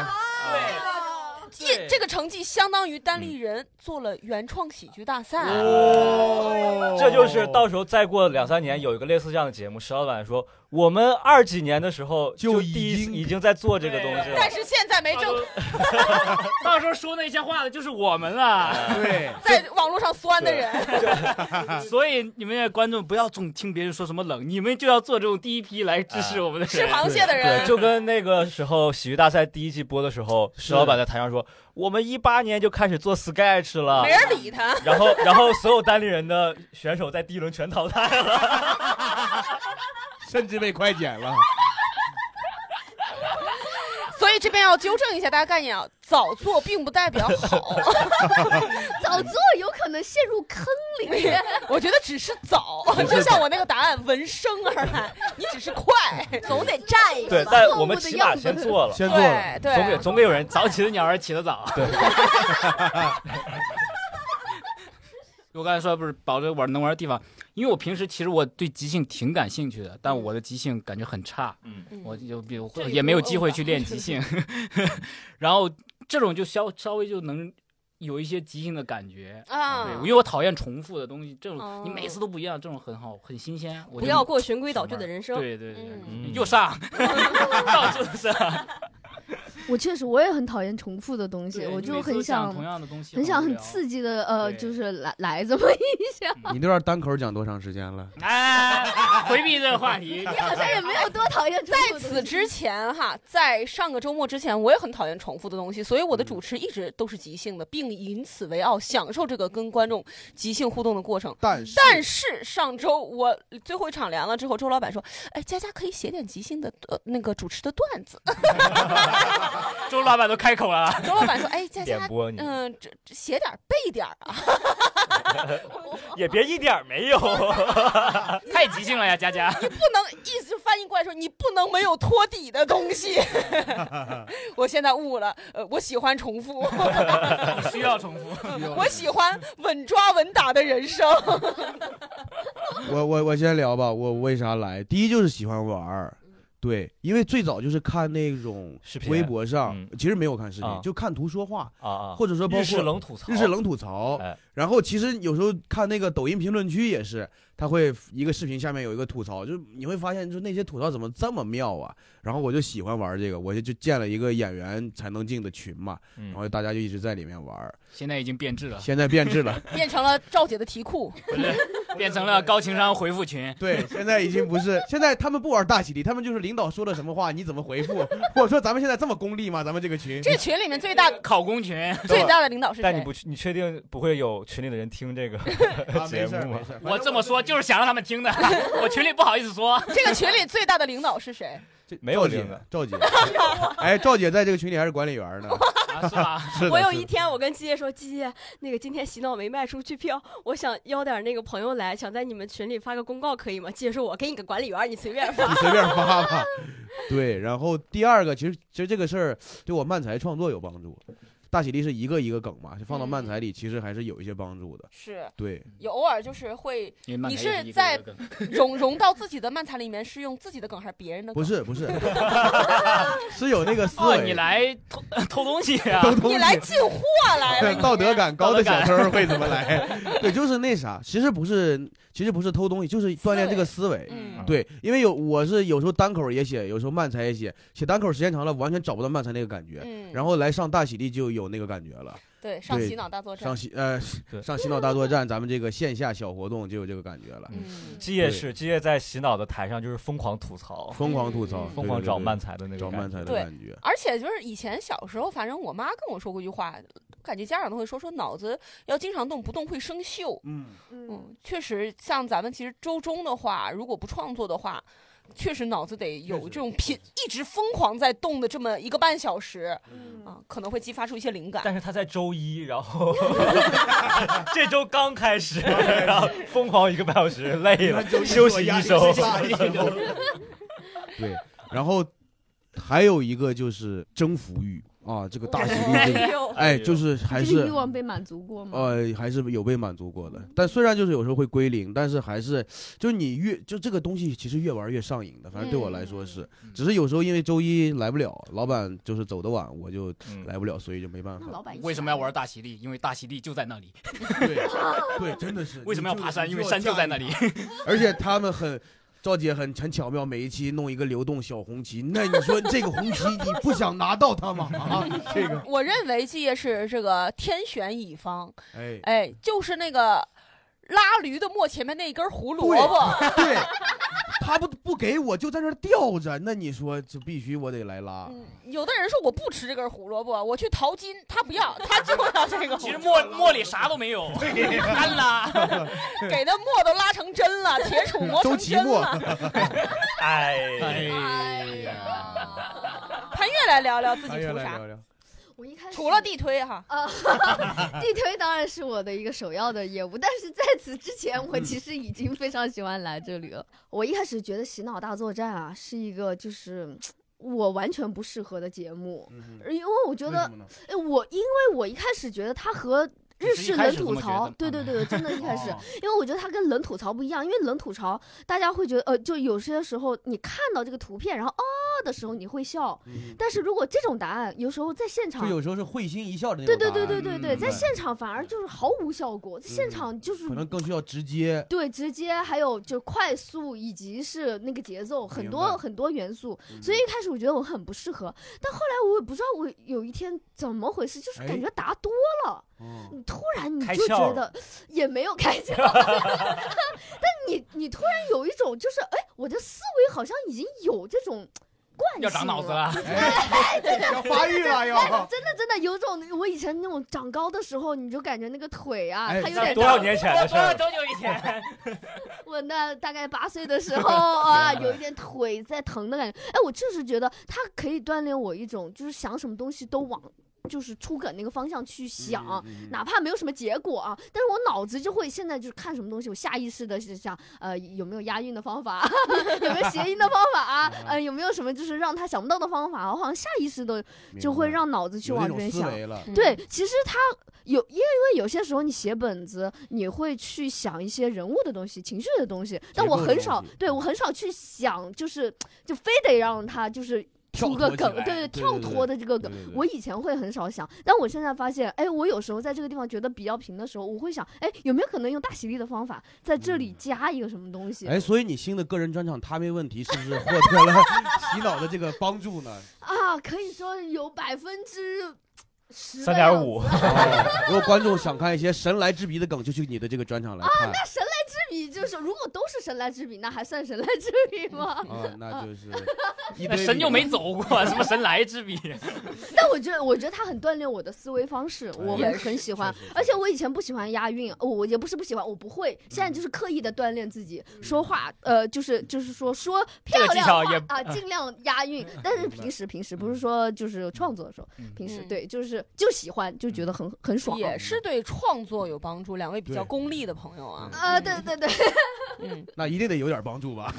S1: 这这个成绩相当于单立人做了原创喜剧大赛。
S3: 哦
S5: 这就是到时候再过两三年有一个类似这样的节目，石老板说我们二几年的时候
S3: 就已
S5: 第一次
S3: 经
S5: 已经在做这个东西
S1: 但
S5: 了。
S1: 是现在没
S6: 到时
S1: 正
S6: 候到时候说那些话的就是我们了，
S3: 对，
S1: 在网络上酸的人，
S6: 所以你们也观众不要总听别人说什么冷，你们就要做这种第一批来支
S3: 啊
S6: 持我们的
S1: 吃
S6: 人。
S1: 螃蟹的
S5: 对， <laughs>
S1: 人，
S5: 就跟那个时候喜剧大赛第一季播的时候，石老板在台上说，我们一八年就开始做 sketch 了
S1: 没，人理他。 <laughs>
S5: 然后然后所有单立人的选手在第一轮全淘汰了。
S3: 甚至被快剪了。
S1: 所以这边要纠正一下大家概念啊，早做并不代表 <laughs> 好，
S4: 早做有可能陷入坑里面。
S1: 我觉得只是早，就像我那个答案闻声而来，你只是快，总得
S4: 占一
S5: 对，但我们起码先做了，
S3: 先做了，
S1: 对
S5: 总给
S1: 对，
S5: 总给有人
S6: 早起的鸟儿起得早。
S5: 对。
S6: <laughs> 我刚才说不是保证玩能玩的地方，因为我平时其实我对即兴挺感兴趣的，但我的即兴感觉很差，
S5: 嗯
S1: 嗯
S6: 我就比如
S1: 这也
S6: 也没有
S1: 不用
S6: 机会
S1: 吧
S6: 去练即兴，然后这种就稍稍微就能有一些即兴的感觉。对，
S1: 啊
S6: 因，为我讨厌重复的东西，这种你
S1: 哦
S6: 每次都不一样，这种很好，很新鲜。我
S2: 不
S6: 就
S2: 要过循规蹈矩的人生。
S6: 对对对，
S1: 嗯
S6: 又上，到处都上，
S4: <laughs> 我确实我也很讨厌重复的东西，
S6: 对
S4: 我
S6: 你
S4: 就
S6: 每次
S4: 很
S6: 都讲
S4: 想
S6: 同样的东西，
S4: 很想
S6: 无
S4: 很
S6: 聊
S4: 刺激的呃，
S6: 对 <laughs>
S4: 就是来来这么一下。
S3: 你那段单口讲多长时间了？
S6: 哎，回避这个话题。
S4: 你好像也没有多讨厌。在
S1: 在此之前哈，在上个周末之前，我也很讨厌重复的东西，所以我的主持一直都是即兴的，并以此为傲，享受这个跟观众即兴互动的过程。
S3: 但是
S1: 但是上周我最后一场凉了之后，周老板说：“哎，佳佳可以写点即兴的呃那个主持的段子。
S6: 周老板都开口了，”
S1: 周老板说：“哎，佳
S5: 点
S1: 佳，
S5: 播你，
S1: 嗯、这这写点儿背点儿啊。
S5: 也别一点儿没 <laughs> 有。
S6: 太即兴了呀，佳佳。
S1: 不能意思翻译过来说，你不能没有托底的东
S3: <laughs>
S1: 西。我现在悟了，呃，我喜欢重复，
S6: <laughs>
S1: <laughs>
S6: 需要重复。
S1: 我喜欢稳抓稳打的人生。
S3: 我我我先聊吧，我为啥来？第一就是喜欢玩儿，对，因为最早就是看那种
S5: 视频
S3: 微博上，
S5: 嗯
S3: 其实没有看视频，
S5: 啊
S3: 就看图说话，
S5: 啊啊！
S3: 或者说包
S5: 日式
S3: 括
S5: 冷吐槽，
S3: 日式冷吐槽。
S5: 哎
S3: 然后其实有时候看那个抖音评论区也是，他会一个视频下面有一个吐槽，就你会发现，就那些吐槽怎么这么妙啊？然后我就喜欢玩这个，我就就建了一个演员才能进的群嘛，然
S5: 嗯，啊
S3: 后大家就一直在里面玩儿。
S6: 现在已经变质了，
S3: 现在变质
S5: <laughs>
S3: 了，
S1: 变成了赵姐的题库，
S6: 不是变成了高情商回复群。
S3: 对，现在已经不是，现在他们不玩大喜力，他们就是领导说了什么话，你怎么回复？ <laughs> 我说咱们现在这么功利吗？咱们这个群，
S1: 这群里面最大
S6: <laughs> 考公群，
S1: 最大的领导是
S5: 但你
S1: 谁？
S5: 不，你确定不会有群里的人听这个 <laughs>
S3: 啊，
S5: 节
S3: 没事儿
S5: 目吗
S3: 没？事儿，
S6: 我这么说就是想让他们听的，我群里不好意思说。
S1: 这个群里最大的领导是谁？
S3: 这
S5: 没有
S3: 赵
S5: 领
S6: 啊
S3: 姐
S5: 的，
S3: 赵姐，哎，赵姐在这个群里还是管理员呢，
S6: 啊，是吧？
S3: <laughs> 是的，
S2: 我有
S3: 是
S2: 一
S3: 的
S2: 天，我跟季姐说：“季姐，那个今天洗脑没卖出去票，我想邀点那个朋友来，想在你们群里发个公告，可以吗？”季姐说：“我给你个管理员，你随便发。
S3: 你随便发吧。对，然后第二个，其实其实这个事儿对我漫才创作有帮助。大喜力是一个一个梗嘛，就放到漫才
S1: 嗯
S3: 里，其实还是有一些帮助的。
S1: <laughs> 是
S3: 对，
S1: 有偶尔就是会
S6: 你
S1: 是在融融到自己的漫才里面，是用自己的梗还是别人的梗？
S3: 不，是不是， <laughs> 是有那个思
S6: 哦，
S3: 维，
S6: 你来偷偷东西啊？
S3: 沟通
S1: 你来进货来了，你
S3: <laughs> 道德感高的小偷儿会怎么来？ <laughs> 对，就是那啥，其实不是，其实不是偷东西，就是锻炼这个思维。
S1: 嗯，
S3: 对，因为有我是有时候单口也写，有时候漫才也写，写单口时间长了，完全找不到漫才那个感觉。
S1: 嗯，
S3: 然后来上大喜力就有那个感觉了，
S1: 对上
S3: 对
S1: 洗脑大作战
S3: 上，喜呃
S5: <laughs> 对
S3: 上洗脑大作战，咱们这个线下小活动就有这个感觉了，
S1: 嗯，
S5: 基业是基业在洗脑的台上就是疯狂吐槽，
S3: 疯狂吐槽，
S1: 嗯
S5: 疯狂
S3: 对
S5: 找漫，
S3: 对
S5: 才的那
S3: 对对找
S5: 个
S3: 漫
S5: 感觉。
S3: 才的
S1: 对
S3: 感觉。
S1: 而且就是以前小时候，反正我妈跟我说过一句话，感觉家长都会说说脑子要经常动，不动会生锈。
S3: 嗯，
S1: 嗯，确实，像咱们其实周中的话，如果不创作的话，确实脑子得有
S3: 确实
S1: 这种频一直疯狂在动的这么一个半小时
S4: 嗯，
S1: 啊，可能会激发出一些灵感。
S5: 但是他在周一，然后这周刚开始，然后疯狂一个半小时，累了， <laughs> 休息一周。
S3: <laughs>
S1: <laughs>
S3: 对，然后还有一个就是征服欲啊，这个大
S1: 哦 <laughs>
S3: 喜力就，
S2: 呦，
S3: 哎，就是还
S4: 这个
S3: 是
S4: 欲望被满足
S6: 嗯
S4: 过吗？
S3: 呃，还是有被满足过的。但虽然就是有时候会归零，但是还是就是你越就这个东西，其实越玩越上瘾的。反正对我来说是，
S6: 嗯
S3: 只是有时候因为周一来不了，老板就是走得晚，我就
S5: 嗯
S3: 来不了，所以就没办 <laughs>
S4: 那
S3: 法。
S4: 老板一起
S6: 为什么要
S4: 来
S6: 玩大喜力？因为大喜力就在那里。
S3: 对对，真的是。
S6: <laughs> 为什么要爬山？因为山就在那里。。 <laughs>
S3: <laughs> 而且他们很。赵姐很很巧妙，每一期弄一个流动小红旗。那你说这个红旗，你不想拿到它吗？ <laughs> 啊，这个，
S1: 我认为季夜是这个天选乙方，
S3: 哎， <laughs>
S1: 哎，就是那个拉驴的磨前面那一根胡萝卜，
S3: 对，他不不给我就在这儿吊着，那你说这必须我得来拉。
S1: 嗯，有的人说我不吃这根胡萝卜，我去淘金，他不要，他就要这个胡
S6: <laughs> 其 <laughs> 实
S1: 萝
S6: 茉茉莉啥都没有， <laughs> 干 <laughs> 啦。
S1: 卜， <laughs> 给那磨都拉成针了，铁杵磨成
S3: 嗯周奇
S1: 针
S3: 墨
S1: 了。
S5: 哎，
S6: 哎
S1: 潘越来聊
S3: 哎
S1: 聊自己图啥，
S3: 聊聊。
S4: <laughs> 我一开始
S1: 除了地推哈，
S4: 啊， <laughs> 地推当然是我的一个首要的业务，但是在此之前，我其实已经非常喜欢来这里了。我一开始觉得《洗脑大作战》啊是一个就是。我完全不适合的节目，
S3: 嗯
S4: 因为我觉得，哎，我因为我一开始觉得它和日式冷吐槽，对对对，真的，一开始，
S3: 哦
S4: 因为我觉得它跟冷吐槽不一样，因为冷吐槽大家会觉得，呃，就有些时候你看到这个图片，然后哦，的时候你会笑，
S3: 嗯
S4: 但是如果这种答案有时候在现场
S3: 就，有时候是会心一笑的那
S4: 对
S3: 种答
S4: 对
S3: 案。
S4: 对对对对，
S6: 嗯
S4: 在
S3: 对
S4: 现场反而就是毫无效果，在现场就是
S3: 可能更需要直接。
S4: 对，直接还有就快速，以及是那个节奏，很
S3: 明
S4: 多
S3: 白
S4: 很多元素。
S3: 嗯
S4: 所以一开始我觉得我很不适合，但后来我也不知道我有一天怎么回事，就是
S3: 哎
S4: 感觉答多了，
S3: 嗯，
S4: 你突然你
S5: 开
S4: 就
S5: 窍
S4: 觉
S5: 了
S4: 得也没有开窍，但你你突然有一种就是哎，我的思维好像已经有这种惯性
S6: 要长脑子了，
S3: 哎 <laughs> 要发育了 <laughs> 要。嗯
S4: 真的真的有种，我以前那种长高的时候，你就感觉那个腿啊，
S3: 哎
S4: 它有
S3: 那
S5: 那
S4: 点
S5: 多
S4: 大
S5: 少年前的事儿？
S6: 多久以前？
S4: 我那大概八岁的时候啊，有一点腿在疼的感觉。哎，我就是觉得它可以锻炼我一种，就是想什么东西都往就是出梗那个方向去想。
S3: 嗯
S4: 哪怕没有什么结果啊，但是我脑子就会现在就是看什么东西，我下意识的是想，呃，有没有押韵的方法啊， <laughs> 有没有谐音的方法啊，
S3: 嗯
S4: 呃，有没有什么就是让他想不到的方法啊，我好像下意识的就会让脑子去
S3: 有那
S4: 往这
S3: 种
S4: 边
S3: 思
S4: 想。
S3: 维了。
S4: 对，其实他有，因为有些时候你写本子，你会去想一些人物的东西、情绪的东西，但
S3: 结
S4: 我
S3: 构的
S4: 很
S3: 东
S4: 少
S3: 西，嗯
S4: 对我很少去想，就是就非得让他就是。
S3: 跳
S4: 出个
S3: 脱起
S4: 梗，
S3: 来
S4: 对
S3: 对
S4: 跳
S3: 对对
S4: 脱的这个梗
S3: 对对，对
S4: 我以前会很少想，但我现在发现，哎，我有时候在这个地方觉得比较平的时候，我会想，哎，有没有可能用大喜力的方法在这里
S3: 嗯
S4: 加一个什么东西？
S3: 哎，所以你新的个人专场《他没问题》是不是获得了 <laughs> 洗脑的这个帮助呢？
S4: 啊，可以说有百分之十的
S5: 三点
S4: 样
S5: 五
S4: 子，
S3: <laughs> 哦如果观众想看一些神来之笔的梗，就去你的这个专场来看。
S4: 神来之笔就是，如果都是神来之笔，那还算神来之笔吗？
S3: 啊，那 <laughs> 就是一
S6: 那
S3: 堆
S6: 神就没走过，什么神来之笔？
S4: 但我觉得，我觉得他很锻炼我的思维方式，我
S3: 哎也
S4: 很很喜欢
S3: 确实。
S4: 而且我以前不喜欢押韵，哦我也不是不喜欢，我不会。现在
S3: 嗯
S4: 就是刻意的锻炼自己说话，呃，就是就是说说漂
S6: 这个技
S4: 亮
S6: 巧
S4: 话
S6: 也
S3: <laughs>
S4: 啊，尽量押韵。
S3: 嗯
S4: <laughs> 但是平时平时不是说就是创作的时候，
S6: 嗯
S4: 平时
S1: 嗯
S4: 对就是就喜欢，就
S3: 嗯
S4: 觉得很很爽。啊
S1: 也是对创作有帮助。两位比较
S3: 对
S1: 功利的朋友啊，
S4: 啊，对对对，
S1: 嗯，
S3: 那一定得有点帮助 <laughs> 吧？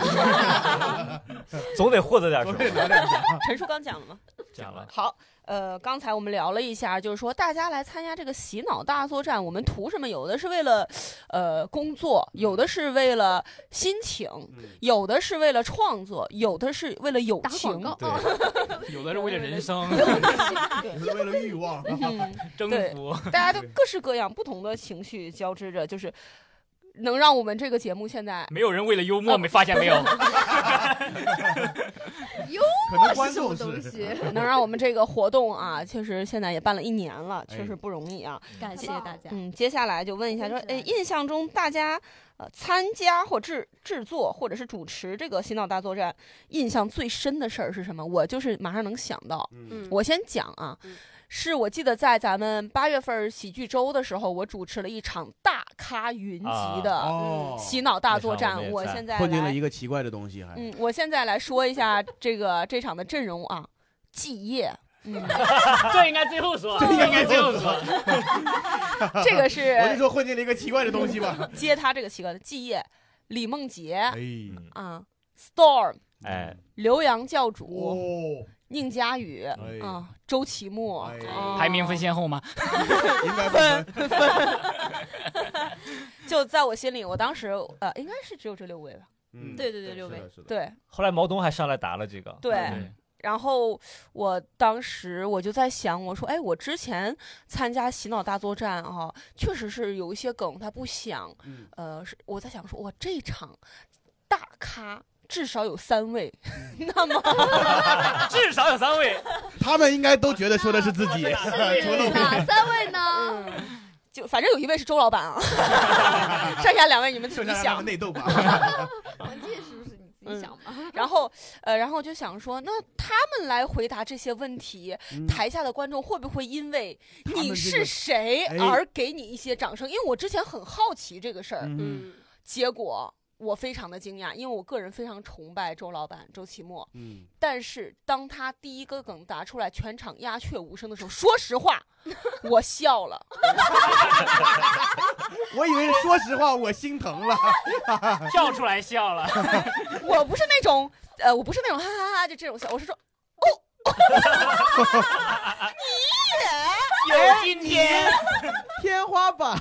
S5: 总得获得点什么。
S1: 嗯陈叔刚讲了吗？
S5: 讲了，
S1: 好，呃，刚才我们聊了一下，就是说大家来参加这个洗脑大作战，我们图什么？有的是为了，呃，工作；有的是为了心情；
S3: 嗯
S1: 有的是为了创作；有的是为了友
S4: 打广
S1: 情。
S4: 告
S3: 对
S4: 哦， <laughs>
S6: 有的是为了人生
S3: 你是为了欲望，
S1: 嗯，
S6: 征
S1: 对
S6: 服，
S5: <laughs>
S1: 大家都各式各样、不同的情绪交织着，就是能让我们这个节目现在
S6: 没有人为了幽默，没发现没有？
S3: 可能
S4: 是
S3: 观
S4: 什么
S3: 众
S4: 东
S3: 是 <laughs>
S4: 西？
S1: 能让我们这个活动啊，确实现在也办了一年了，
S3: 哎
S1: 确实不容易啊。
S2: 感
S4: 谢大
S2: 家
S1: 嗯，接下来就问一下，
S4: 真
S1: 说，
S4: 是啊
S1: 哎，
S4: 爱
S1: 印象中大家呃参加或制制作或者是主持这个洗脑大作战，印象最深的事儿是什么？我就是马上能想到，
S3: 嗯
S1: 我先讲啊
S2: 嗯，
S1: 是我记得在咱们八月份喜剧周的时候，我主持了一场大咖云集
S5: 啊
S1: 的
S3: 哦，
S1: 洗脑大作
S5: 那场
S1: 战，
S5: 我们也
S1: 我
S5: 在
S1: 现在
S3: 混进了
S1: 来
S3: 一，个奇怪的东西，还
S1: 嗯，我现在来说一下这个这场的阵容啊，季夜。嗯，
S6: <laughs> 这应该最后 <laughs> 说，这应该最后说。
S1: 这个是
S3: 我就说混进了一个奇怪的东西吧。
S1: 接他这个奇怪的季夜，李梦洁
S3: 哎，
S5: 嗯，
S1: 啊，Storm，
S3: <laughs>
S5: 哎，
S1: 刘洋教主，
S3: 哦，
S1: 宁佳宇
S3: 哎
S1: 啊，周奇墨
S3: 哎，
S1: 啊
S6: 排名分先后吗？
S3: 应该不分，
S1: 就在我心里，我当时呃，应该是只有这六位吧，
S3: 嗯
S2: 对对对六位
S3: 是的是的
S1: 对
S5: 后来毛东还上来答了这个，
S1: 对
S5: 嗯，
S1: 然后我当时我就在想，我说，哎，我之前参加洗脑大作战啊，确实是有一些梗他不想，
S3: 嗯
S1: 呃，是我在想说，哇，这场大咖至少有三位，
S3: 嗯
S1: <laughs> 那么
S6: 至少有三位，
S3: 他们应该都觉得说的是自己， <laughs> 除了我。
S4: 哪三位呢？
S1: 嗯， <laughs> 就反正有一位是周老板
S3: <laughs>
S1: 啊，剩下两位你们自
S3: 剩
S1: 己
S3: 下让他
S1: 想
S3: 们。内斗吧。
S4: <laughs> 王静是不是你自己想吧？
S1: 然后，呃，然后就想说，那他们来回答这些问题，
S3: 嗯
S1: 台下的观众会不会因为
S3: 们
S1: 你
S3: 这
S1: 是
S3: 个
S1: 谁
S3: 哎
S1: 而给你一些掌声？因为我之前很好奇这个事儿，
S3: 嗯
S2: 嗯，
S1: 结果我非常的惊讶，因为我个人非常崇拜周老板周奇墨，
S3: 嗯，
S1: 但是当他第一个梗答出来，全场鸦雀无声的时候，说实话，我笑了。
S3: 我以为是说实话，我心疼了。
S6: <laughs> 跳出来笑 <laughs> 了。
S1: 我不是那种，呃，我不是那种哈哈哈哈就这种笑，我是说，
S6: 有今天，
S3: 天花板，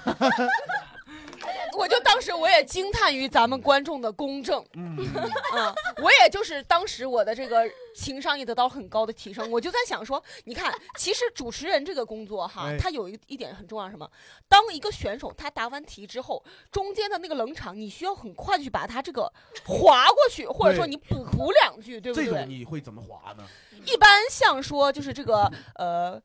S1: 我就当时我也惊叹于咱们观众的公正，
S3: 嗯，
S1: 嗯，我也就是当时我的这个情商也得到很高的提升。我就在想说，你看，其实主持人这个工作哈
S3: 哎，
S1: 它有一一点很重要，什么？当一个选手他答完题之后，中间的那个冷场，你需要很快地去把他这个划过去，或者说
S3: 对
S1: 你补补两句，对不
S3: 这
S1: 对
S3: 种？你会怎么划呢？
S1: 一般像说就是这个呃。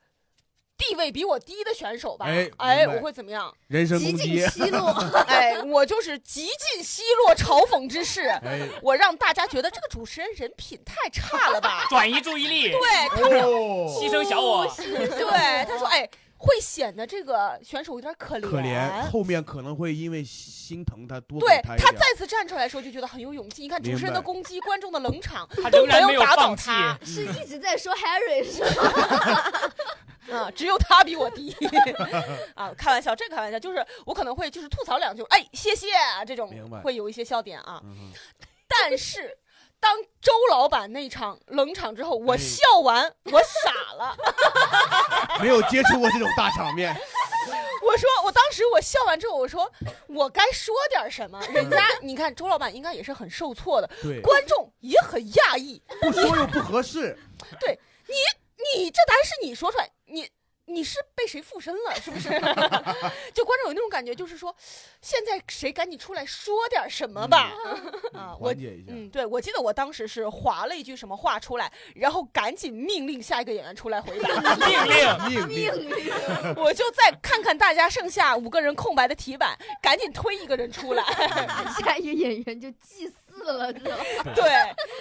S1: 地位比我低的选手吧，
S3: 哎
S1: 哎，
S3: 明白
S1: 我会怎么样？ <laughs>
S3: 人身
S4: 极
S3: 攻
S4: 尽
S3: 击，<laughs>
S4: 奚落。
S1: 哎，我就是极尽奚落、嘲讽之势，
S3: 哎，
S1: 我让大家觉得这个主持人人品太差了
S6: <laughs>
S1: 吧？
S6: 转移注意力，
S1: 对， <laughs>
S3: 哦，
S6: 牺牲小我，
S1: 对，他说，哎，会显得这个选手有点可怜。
S3: 可怜，后面可能会因为心疼他多
S1: 对
S3: 给他一
S1: 他
S3: 点
S1: 再次站出来的时候，就觉得很有勇气。你看主持人的
S3: 明白
S1: 攻击，观众的冷场，
S6: 他
S1: 都
S6: 仍
S1: 没
S6: 然
S1: 有
S6: 没有
S1: 打倒
S6: 放弃。
S1: 他
S4: 是一直在说 Harry 是吗？
S1: 嗯，只有他比我低。啊，开玩笑，这个开玩笑，就是我可能会就是吐槽两句，哎，谢谢啊，这种
S3: 明白
S1: 会有一些笑点啊。
S3: 嗯哼
S1: 但是当周老板那场冷场之后，我
S3: 哎
S1: 笑完，我傻了。 <laughs>
S3: 没有接触过这种大场面，
S1: 我说，我当时我笑完之后，我说我该说点什么？人家你看，周老板应该也是很受挫的，
S3: 对，
S1: 观众也很讶异。
S3: 不说又不合适，
S1: 你这答案是你说出来，你你是被谁附身了？是不 <laughs> 是？就观众有那种感觉，就是说，现在谁赶紧出来说点什么吧？啊，我
S3: 缓。解一下。
S1: 嗯，对，我记得我当时是划了一句什么话出来，然后赶紧命令下一个演员出来回答。 <laughs>
S6: 命令，
S3: 命
S4: 命
S3: 令，
S4: 令。
S1: 我就再看看大家剩下五个人空白的题板，赶紧推一个人出来。
S4: <laughs> 下一个演员就祭祀了，知道吗？
S1: 对，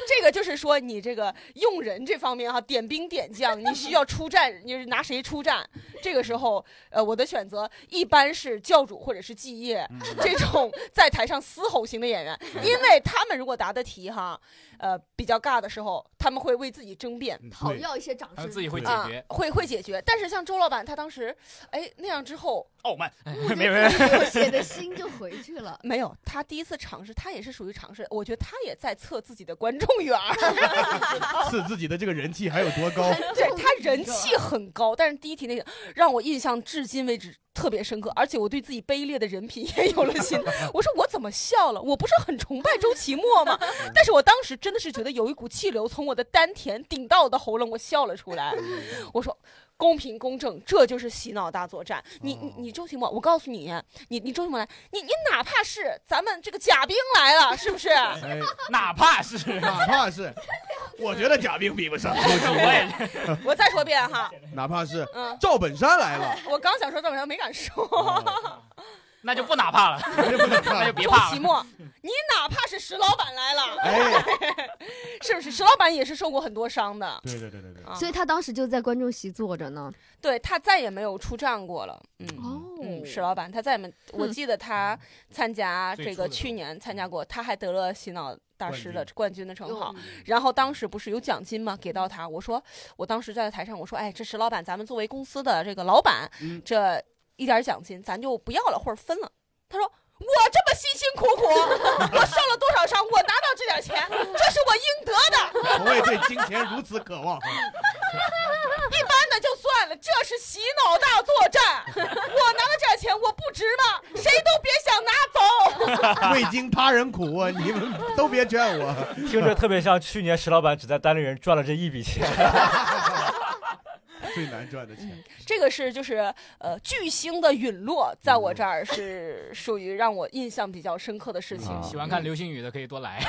S1: 这个就是说你这个用人这方面哈，点兵点将，你需要出战，你是拿谁出战？这个时候，呃，我的选择一般是教主或者是继业
S3: 嗯
S1: 这种在台上嘶吼型的演员，因为他们如果答的题哈，呃，比较尬的时候，他们会为自己争辩。
S3: 嗯
S4: 讨要一些掌
S6: 他
S4: 声。
S6: 自己会解
S1: 啊
S6: 决，。
S1: 会会解决，但是像周老板他当时，哎那样之后。
S6: 傲慢，哎
S4: 我
S6: 没
S4: 觉得
S6: 有没
S4: 自己有血的心就回去了
S1: 没有，他第一次尝试，他也是属于尝试，我觉得他也在测自己的观众缘儿。
S3: 是自己的这个人气还有多高？
S1: 对他人气很高，但是第一题那个让我印象至今为止特别深刻，而且我对自己卑劣的人品 <laughs> 也有了新。我说我怎么笑了？我不是很崇拜周奇墨吗？但是我当时真的是觉得有一股气流从我的丹田顶到我的喉咙，我笑了出来。
S3: 嗯
S1: 我说。公平公正，这就是洗脑大作战。你你你周奇墨，我告诉你，你你周奇墨来，你你哪怕是咱们这个甲兵来了，是不是？
S3: 哎，
S6: 哪怕是
S3: 哪怕是，我觉得贾冰比不上周
S6: 我
S3: 奇
S6: 也 <laughs> 是
S1: 我再说一遍哈，
S3: 墨，哪怕是
S1: 嗯，
S3: 赵本山
S1: <laughs>
S3: 来了，哦
S1: 我刚想说赵本山没敢说。
S6: 那就不哪怕了，那就别
S1: 周
S6: <laughs> 怕
S1: 奇
S6: 了。
S1: 墨，你哪怕是石老板来了，
S6: <laughs>
S3: 哎，
S1: 是不是？石老板也是受过很多伤的，
S3: 对对对
S1: <laughs>
S3: 对对，
S1: 啊、
S4: 所以他当时就在观众席坐着呢。
S1: 对他再也没有出战过了。嗯，
S4: 哦，
S1: 嗯，石老板他再也没，我记得他参加
S6: 最
S1: 这
S6: 初的
S1: 个
S6: 时候
S1: 去年参加过，他还得了洗脑大师的冠军的称号
S4: 哟。，
S1: 然后当时不是有奖金吗？给到他，我说，我当时在台上我说，哎，这石老板，咱们作为公司的这个老板，
S3: 嗯
S1: 这一点奖金咱就不要了或者分了。他说。我这么辛辛苦苦，我受了多少伤，我拿到这点钱，这是我应得的。
S3: 从未对金钱如此渴望。
S1: 一般的就算了，这是洗脑大作战。我拿到这点钱，我不值吗？谁都别想拿走。
S3: 未经他人苦啊！你们都别劝我。
S5: 听着特别像去年石老板只在单立人赚了这一笔钱。
S3: 最难赚的钱，
S1: 这个是就是呃巨星的陨落，在我这儿是属于让我印象比较深刻的事情。
S5: 啊
S6: 喜欢看流星雨的可以多来，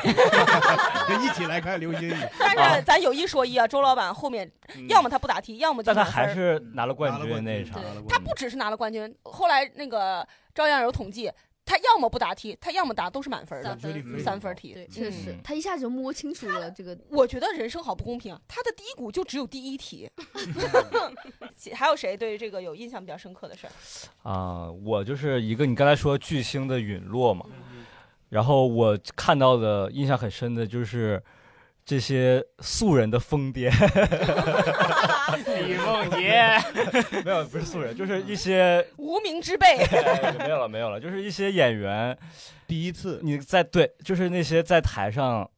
S3: 就一起来看流星雨，
S1: 但是咱有一说一啊，周老板后面要么他不答题，要么就
S5: 嗯但他
S1: 满分
S5: 还
S1: 儿
S5: 是拿了 <laughs> 冠军那一
S3: 拿
S5: 场。
S3: 了冠军
S1: 他不只是拿了冠军，后来那个照样有统计，他要么不答题，他要么答都是满分
S3: 拿了
S1: 的
S3: 冠军
S6: 分
S3: 非常
S1: 三分
S3: 高
S1: 题
S4: 对，。确实
S5: 嗯，
S4: 他一下子就摸清楚了这个。
S1: 我觉得人生好不公平啊！他的低谷就只有第一
S5: <laughs>
S1: 题。还有谁对这个有印象比较深刻的事儿？
S5: 啊、我就是一个你刚才说巨星的陨落嘛，然后我看到的印象很深的就是这些素人的疯癫，
S6: <laughs> 李梦洁，
S5: 没有不是
S3: 嗯
S5: 素人， <laughs> 就是一些、
S1: 无名之辈
S5: 哎 <laughs> 没有了没有了，就是一些演员
S3: <laughs> 第一次
S5: 你在对，就是那些在台上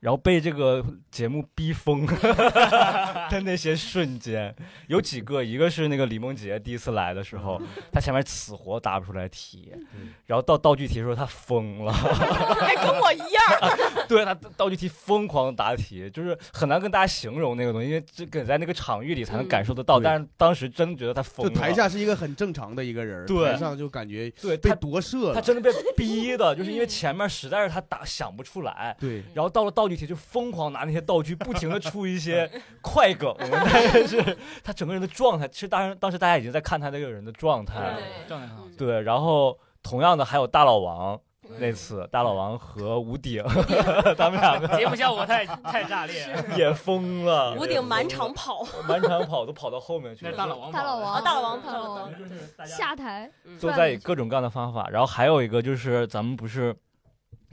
S5: 然后被这个节目逼疯 <laughs> 的那些瞬间，有几个，一个是那个李梦洁第一次来的时
S3: 嗯
S5: 候，她前面死活答不出来题，然后到道具题的时候她
S1: <laughs>
S5: 疯了，
S1: 哎，跟我一样，
S5: <laughs> 对她道具题疯狂答题，就是很难跟大家形容那个东西，因为只给在那个场域里才能感受得到，
S3: 嗯对
S5: 但是当时真觉得她疯
S3: 就
S5: 了，
S3: 台下是一个很正常的一个人儿，
S5: 对
S3: 台上就感觉
S5: 对
S3: 被
S5: 她
S3: 夺舍
S5: 她
S3: 了，
S5: 真
S3: <laughs>
S5: 的被逼的，就是
S1: 嗯
S5: 因为前面实在是她答想不出来，
S3: 对，
S5: 然后到了道具题就疯狂拿那些道具，不停的出一些快梗，但是他整个人的状态，其实当时当时大家已经在看他这个人的状态了，
S2: 对
S6: 状态很好。
S5: 对。然后同样的还有大老王那次，大老王和吴鼎，他们两个
S6: <laughs> 节目效果太太炸裂了，
S5: 也疯了，
S2: 屋顶满场跑，
S5: 满场跑都跑到后面去
S6: 那
S5: 了，
S6: 是大老王跑的，
S4: 大老王，
S2: 大老王
S4: 大老王下台，
S5: 都在以各种各样的方法。然后还有一个就是咱们不是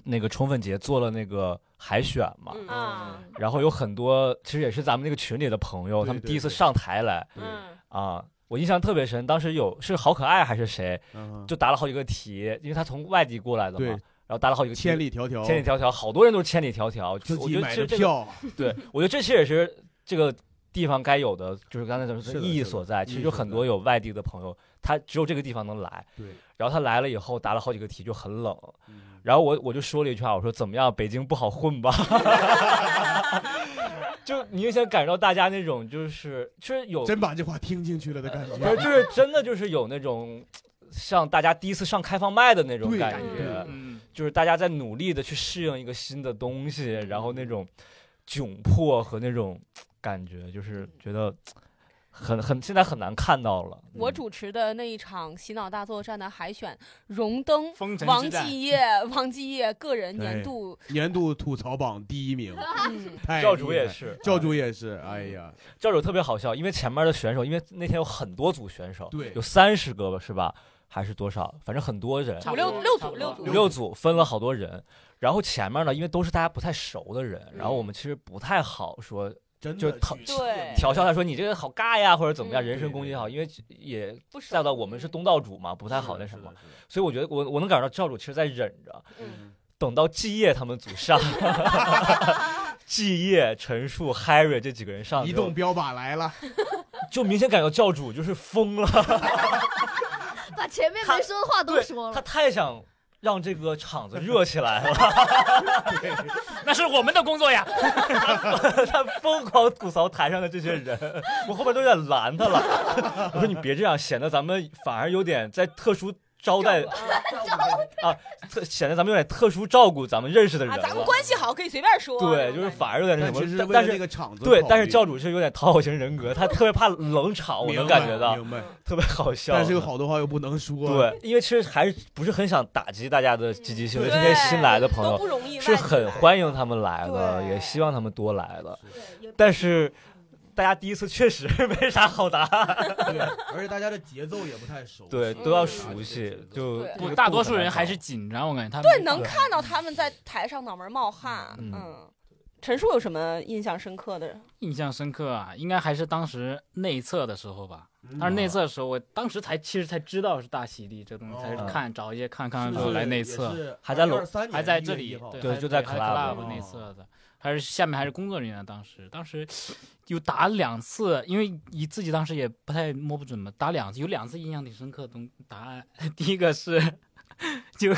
S5: 那个宠粉节做了那个海选嘛，
S2: 嗯
S1: 啊
S5: 然后有很多其实也是咱们那个群里的朋友，
S3: 对
S5: 他们
S3: 对
S5: 第一次
S3: 对
S5: 上台来
S3: 对
S2: 嗯，
S5: 啊，我印象特别深。当时有是好可爱还是谁，
S3: 嗯
S5: 就答了好几个题，因为他从外地过来的嘛，
S3: 对
S5: 然后答了好几个题
S3: 千。里迢迢，
S5: 千里迢迢，好多人都是千里迢迢。
S3: 自
S5: 我
S3: 己
S5: 觉得
S3: 买
S5: 其
S3: 的
S5: 实这个， <laughs>
S3: 票，
S5: 对我觉得这其实也是这个地方该有的，就是刚才咱们
S3: 是
S5: 说
S3: 的
S5: 意义
S3: 是的
S5: 所在。
S3: 意
S5: 其
S3: 义
S5: 实有
S3: 所
S5: 很
S3: 在
S5: 多有外地的朋友，他只有这个地方能来。
S3: 对，
S5: 然后他来了以后，答了好几个题，就很冷。然后我我就说了一句话，我说怎么样，北京不好混吧？ <laughs> 就你也想感受到大家那种就是就是有
S3: 真把这话听进去了的感
S5: <laughs> 不是，
S3: 觉，
S5: 就是真的就是有那种像大家第一次上开放麦的那种
S3: 对
S5: 感
S3: 对
S5: 觉，
S6: 嗯，
S5: 就是大家在努力的去适应一个新的东西，
S3: 嗯
S5: 然后那种窘迫和那种感觉，就是觉得很很现在很难看到了。
S1: 我
S5: 嗯
S1: 主持的那一场洗脑大作战的海选，荣登
S6: 风尘
S1: 王
S6: 之战
S1: 继业，王继业个人
S3: 哎
S1: 年度，
S3: 年度吐槽榜第一名，
S1: 嗯，
S3: 太
S5: 教主也
S3: 厉害，
S5: 是，
S3: 哎教
S5: 啊
S3: 主也是，哎呀，
S5: 教主特别好笑，因为前面的选手，因为那天有很多组选手，
S3: 对
S5: 哦有三十个吧，是吧？还是多少？反正很多人，
S6: 差
S1: 五
S6: 不
S1: 六
S6: 多
S1: 六
S6: 差
S1: 组
S6: 不
S1: 六
S6: 多
S1: 组
S5: 五六组分了好多人。然后前面呢，因为都是大家不太熟的人，然后我们其实不太好说
S3: 真
S5: 就
S3: 的
S5: 讨
S3: 举
S1: 对
S5: 调笑他说你这个好尬呀，或者怎么样，
S1: 哎嗯
S5: 人身攻击也好，因为也
S1: 不熟
S5: 再到我们是东道主嘛，不太好那什么，，所以我觉得我我能感受到教主其实在忍着，
S1: 嗯
S5: 等到季业他们组上， <laughs> 季业、陈数、Harry 这几个人上之后，
S3: 移动标靶来了，
S5: 就明显感觉教主就是疯了，
S4: 把前面没说的话都
S5: 对
S4: 说
S5: 他
S4: 了，
S5: 太想让这个场子热起来了，
S6: <laughs> 那是我们的工作呀。
S5: <laughs> 他疯狂吐槽台上的这些人，我后面都有点拦他了， <laughs> 我说你别这样，显得咱们反而有点在特殊招待， <laughs> 啊特显得咱们有点特殊照顾咱们认识的人
S1: 啊，
S5: 了。
S1: 咱们关系好，可以随便说。
S5: 对，就是反而有点那
S3: 但
S5: 什
S3: 其实
S5: 么，
S3: 为
S5: 但
S3: 了那
S5: 是
S3: 个场子考虑，
S5: 对，但是教主是有点讨好型人格，他特别怕冷场，我能
S3: 明白
S5: 感觉到，
S3: 明白，
S5: 特别好笑。
S3: 但是有好多话又不能说，，
S5: 对，因为其实还是不是很想打击大家的积极性的，
S1: 对
S5: 今天新来的朋
S1: 都
S5: 友
S1: 不容易，
S5: 是很欢迎他们来的，
S1: 对
S5: 也希望他们多来的，但是。大家第一次确实没啥好答
S1: <laughs>
S5: 案，
S3: 对，而且大家的节奏也不太熟，
S5: 对，
S1: 嗯
S5: 都要熟悉，就
S1: 对
S5: 这
S6: 不，
S5: 个
S6: 大
S5: 步
S6: 多
S5: 很
S6: 数
S5: 难
S6: 人还
S5: 找
S6: 是紧张，我感觉他们
S1: 对，能看到他们在台上脑门冒汗。
S5: 嗯
S1: 嗯，陈述有什么印象深刻的？
S6: 印象深刻啊，应该还是当时内测的时候吧。当时内测的时候，我当时才其实才知道是大喜地这东西，才
S3: 哦
S6: 看找一些看
S5: 嗯
S6: 看之后来内测，
S5: 还在楼
S3: 三，
S6: 还在这里，
S5: 对
S6: 还
S5: 就在
S6: 还在
S5: club 哦
S6: club 内测的，还是下面还是工作人员。当时当时有打两次，因为你自己当时也不太摸不准嘛，打两次有两次印象挺深刻的东答案。 <laughs> 第一个是就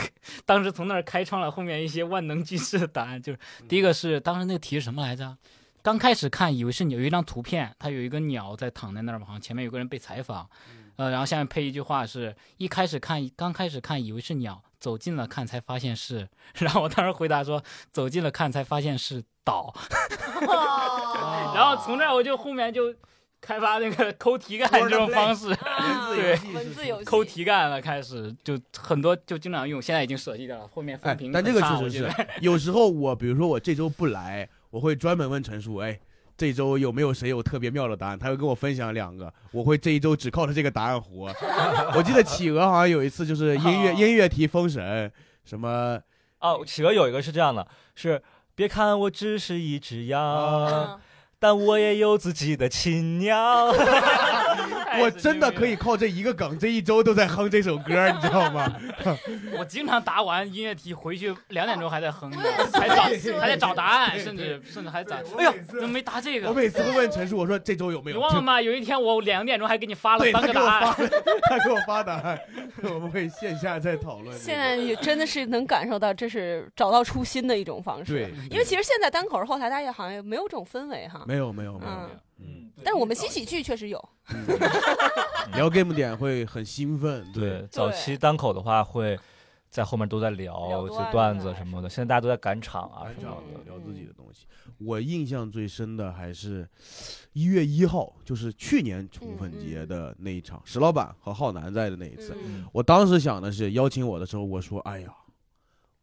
S6: 当时从那儿开创了后面一些万能句式的答案，就是第一个是当时那个题是什么来着？刚开始看以为是有一张图片，它有一个鸟在躺在那儿嘛，好像前面有个人被采访，呃，然后下面配一句话是一开始看刚开始看以为是鸟，走近了看才发现是， <laughs> 然后我当时回答说走近了看才发现是岛，
S3: 哦
S6: <laughs> 然后从这儿我就后面就开发那个抠题干这种方式，
S1: <laughs> 啊
S6: 对
S1: 文字游戏，
S6: 抠题干了开始就很多就经常用，现在已经舍弃掉了，后面分
S3: 哎
S6: 屏，
S3: 但这
S6: 很
S3: 个
S6: 差
S3: 确
S6: 我
S3: 实
S6: 觉得
S3: 是，有时候我比如说我这周不来，我会专门问陈叔，哎，这周有没有谁有特别妙的答案？他会跟我分享两个，我会这一周只靠着这个答案活。我记得企鹅好像有一次就是音乐
S6: 哦
S3: 音乐题封神，什么
S5: 哦，企鹅有一个是这样的，是别看我只是一只羊，
S3: 啊
S1: 嗯， <laughs>
S5: 但我也有自己的亲娘。太
S3: 我
S5: 神
S3: 真的
S5: 经
S3: 可以
S5: 病
S3: 靠这一个梗，这一周都在哼这首歌，你知道吗？
S6: <laughs> 我经常答完音乐题回去两点钟还在哼呢
S4: 我也，是
S6: 还
S4: 我也是
S6: 找
S4: 我
S6: 还在
S4: 也
S6: 找
S4: 是
S6: 答案，
S3: 对
S6: 甚至甚至还找，
S3: 哦对我
S6: 哎呦
S3: 每，次
S6: 怎么没答这
S3: 我
S6: 个？
S3: 每次都问陈叔，我说这周有没
S6: 你
S3: 有？
S6: 忘了吗？有一天我两点钟还给你发了
S3: 对
S6: 三
S3: 他给
S6: 个答
S3: 我
S6: 案
S3: 发，了，他给我发答案， <laughs> 我们可以线下再讨论这个。
S1: 现在也真的是能感受到，这是找到初心的一种方式。
S3: 对，
S1: 因为其实现在单口后台大家好像也没有这种氛围哈，
S3: 没有没有没有，
S1: 嗯，
S5: 嗯，对
S1: 但是我们新喜剧确实有，
S3: 嗯聊 game 点会很兴奋，
S5: 对，早期单口的话会在后面都在聊
S1: 聊
S5: 这
S1: 段
S5: 段
S1: 子
S5: 子
S1: 啊
S5: 什么的，现在大家都在赶场啊
S3: 班
S5: 什么
S3: 长
S5: 的。
S3: 聊自己的东西。我印象最深的还是一月一号，就是去年宠物粉节的那一场，石老板和浩南在的那一次。
S1: 嗯
S3: 我当时想的是，邀请我的时候，我说：“哎呀，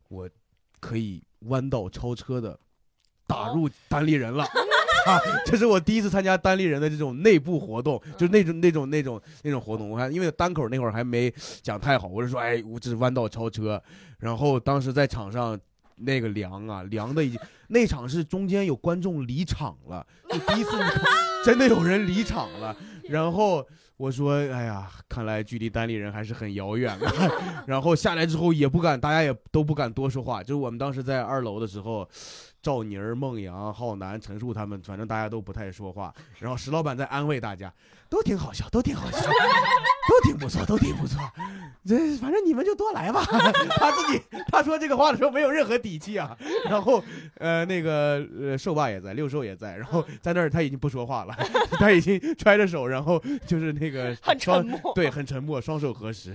S3: 我可以弯道超车的打入单立人了。 <laughs> 啊，这是我第一次参加单立人的这种内部活动，就是那种那种那种那种活动。我还因为单口那会儿还没讲太好，我就说，哎，我这是弯道超车。然后当时在场上，那个凉啊，凉的已经，那场是中间有观众离场了，就第一次真的有人离场了。然后我说，哎呀，看来距离单立人还是很遥远的。
S1: <laughs>
S3: 然后下来之后也不敢，大家也都不敢多说话。就是我们当时在二楼的时候，赵妮儿、孟阳、浩南、陈述他们，反正大家都不太说话。然后石老板在安慰大家，都挺好笑，都挺好笑， <laughs> 都挺不错，都挺不错。这反正你们就多来吧。 <laughs> 他自己他说这个话的时候没有任何底气啊。然后呃，那个呃，瘦爸也在，六兽也在。然
S1: 嗯
S3: 后在那儿他已经不说话了， <laughs> 他已经揣着手，然后就是那个
S1: 很沉
S3: 双
S1: 默，
S3: 对，很沉默，双手合十，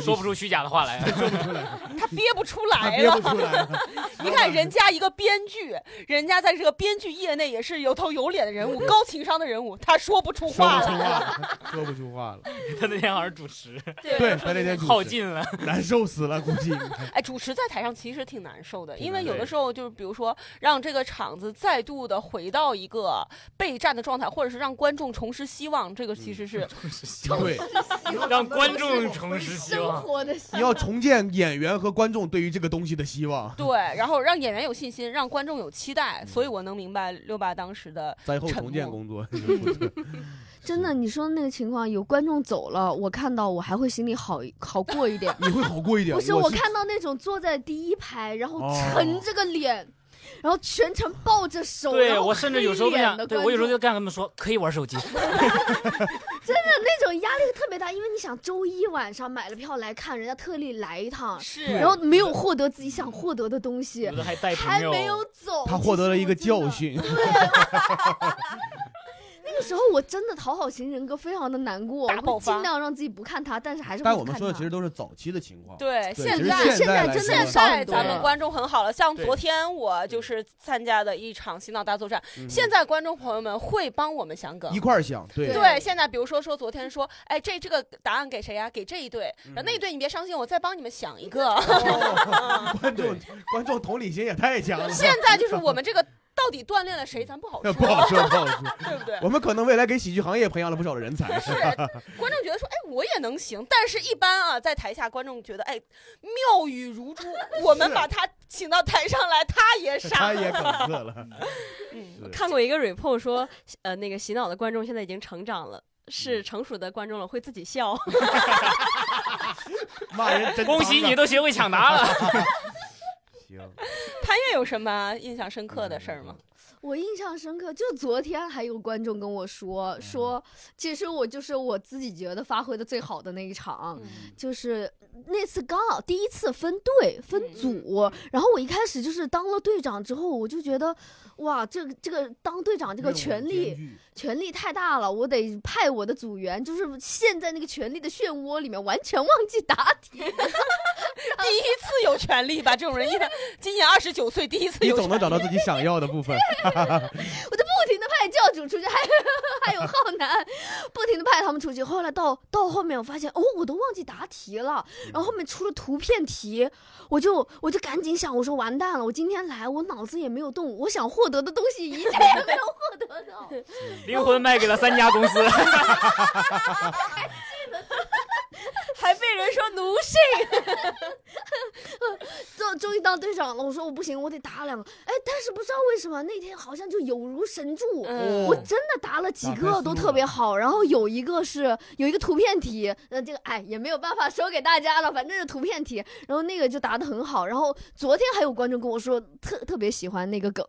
S6: 说不出虚假的话
S3: <laughs>
S6: 来。
S1: 他憋不出
S3: 他
S1: 来
S3: 憋
S1: 了
S3: 不。出来了。
S1: 你看人家一个编剧，人家在这个编剧业内也是有头有脸的
S3: <laughs>
S1: 人物，高情商的人物，他说不出
S3: 说
S1: 话
S3: 不出
S1: 来。 <laughs>
S3: 话了，说不出话了。
S6: 他那天好像是主持，
S3: 对，他那天主持
S6: 耗
S3: <laughs>
S6: 尽了。
S3: 难受死了，估
S4: <laughs>
S3: 计。
S1: 哎，主持在台上其实挺难受的，
S3: 挺
S1: 因为
S3: 难
S1: 有
S5: 受
S1: 的时候就是比如说让这个场子再度的回到一个备战的状态，或者是让观众重拾希望，这个其实是
S4: <laughs>
S3: 对，
S6: 让观众重拾希
S4: 生
S6: 望。
S4: 活的希
S3: 你要重建演员和观众对于这个东西的希望。
S1: 对，然后让演员有信心，让观众有期待，所以我能明白六爸当时的
S3: 灾后
S1: 沉
S3: 重建
S1: 默
S3: 工 <laughs> 作，。
S4: 真的，你说的那个情况，有观众走了，我看到我还会心里好好过一点
S3: 你会好过一点。
S4: 不是，
S3: 我
S4: 我看到那种坐在第一排，然后
S3: 哦
S4: 沉着个脸，然后全程抱着手，
S6: 对
S4: 然后
S6: 我甚至有时候
S4: 黑
S6: 不
S4: 脸
S6: 想，
S4: 的
S6: 对
S4: 观
S6: 我有时候
S4: 众
S6: 就干他们说可以玩手机，
S4: 那种压力特别大，因为你想周一晚上买了票来看，人家特地来一趟，
S1: 是
S4: 然后没有获得自己想获得的东西
S6: 有，的还带朋
S4: 还
S6: 友。
S4: 没有走，
S3: 他获得了一个教
S4: 其实我真的。
S3: 训，
S4: 那个时候我真的讨好型人格非常的难过，
S1: 大
S4: 我
S1: 爆
S4: 会
S1: 发
S4: 尽量让自己不看他，但是还是会
S3: 但
S4: 看
S3: 我
S4: 他。
S3: 们说的其实都是早期的情况。
S1: 对
S3: 对
S1: 现
S3: 其实
S1: 在。
S4: 现在
S3: 来
S4: 真
S3: 说
S4: 的
S1: 现
S4: 是
S1: 在
S4: 多
S1: 咱们
S4: 了
S1: 观众很好了，像
S6: 对
S1: 昨天我就是参加的一场洗脑大作战，
S3: 嗯
S1: 现在观众朋友们会帮我们想梗
S3: 一。块儿想，对
S4: 对
S1: 对，现在比如说说昨天说，哎，这这个答案给谁呀、给这一对，
S3: 嗯
S1: 然后那一对你别伤心，我再帮你们想一个。
S3: 哦 <laughs> 观众观众同理心也太强了。
S1: <laughs> 现在就是我们这个到底锻炼了谁，咱不好
S3: 那
S1: 说，
S3: 嗯不好说，不好
S4: <laughs>
S3: 说。
S1: 对不对？
S3: 我们可能未来给喜剧行业培养了不少人才。
S1: 是观众觉得说，哎，我也能行，但是一般啊，在台下观众觉得，哎，妙语如
S3: <laughs>
S1: 珠，我们把他请到台上来，他也傻
S3: 他。也梗塞了，
S1: 嗯，
S3: 是
S2: 看过一个 report 说，呃，那个洗脑的观众现在已经成长了，是成熟的观众了，会自己笑。
S3: 骂人真。
S6: 恭喜你！都学会抢
S4: <laughs>
S6: 答了。
S3: 行，
S1: 潘越有什么印象深刻的事儿吗？
S4: 我印象深刻，就昨天还有观众跟我说说，其实我就是我自己觉得发挥的最好的那一场，
S1: 嗯
S4: 就是那次刚好第一次分队分组，然后我一开始就是当了队长之后，我就觉得哇，这个这个当队长这个权力权力太大了，我得派我的组员，就是陷在那个权力的漩涡里面，完全忘记 <laughs> 答题。
S1: 第一次有权利吧，这种人一般今年二十九岁，第一次
S3: 你
S1: <laughs> 有
S3: 总
S1: 权
S3: 能找到自己想要的部分。
S4: 我就不停的派教主出去， <laughs> 还还有浩南，不停的派他们出去。后来到到后面，我发现哦，我都忘记答题了。然后后面出了图片题，我就我就赶紧想，我说完蛋了，我今天来，我脑子也没有动，我想获得的东西一件也没有获得到。
S6: 灵魂卖给了三家公司， <laughs>
S2: 还被人说奴性，
S4: 终终于当队长了，我说我不行，我得打两个。哎，但但是不知道为什么那天好像就有如神助，
S3: 哦
S2: 嗯
S4: 我真的答了几
S5: 打开思
S4: 个
S5: 路
S4: 都特别好，然后有一个是有一个图片题，那这个哎也没有办法说给大家了，反正是图片题，然后那个就答得很好，然后昨天还有观众跟我说特特别喜欢那个梗，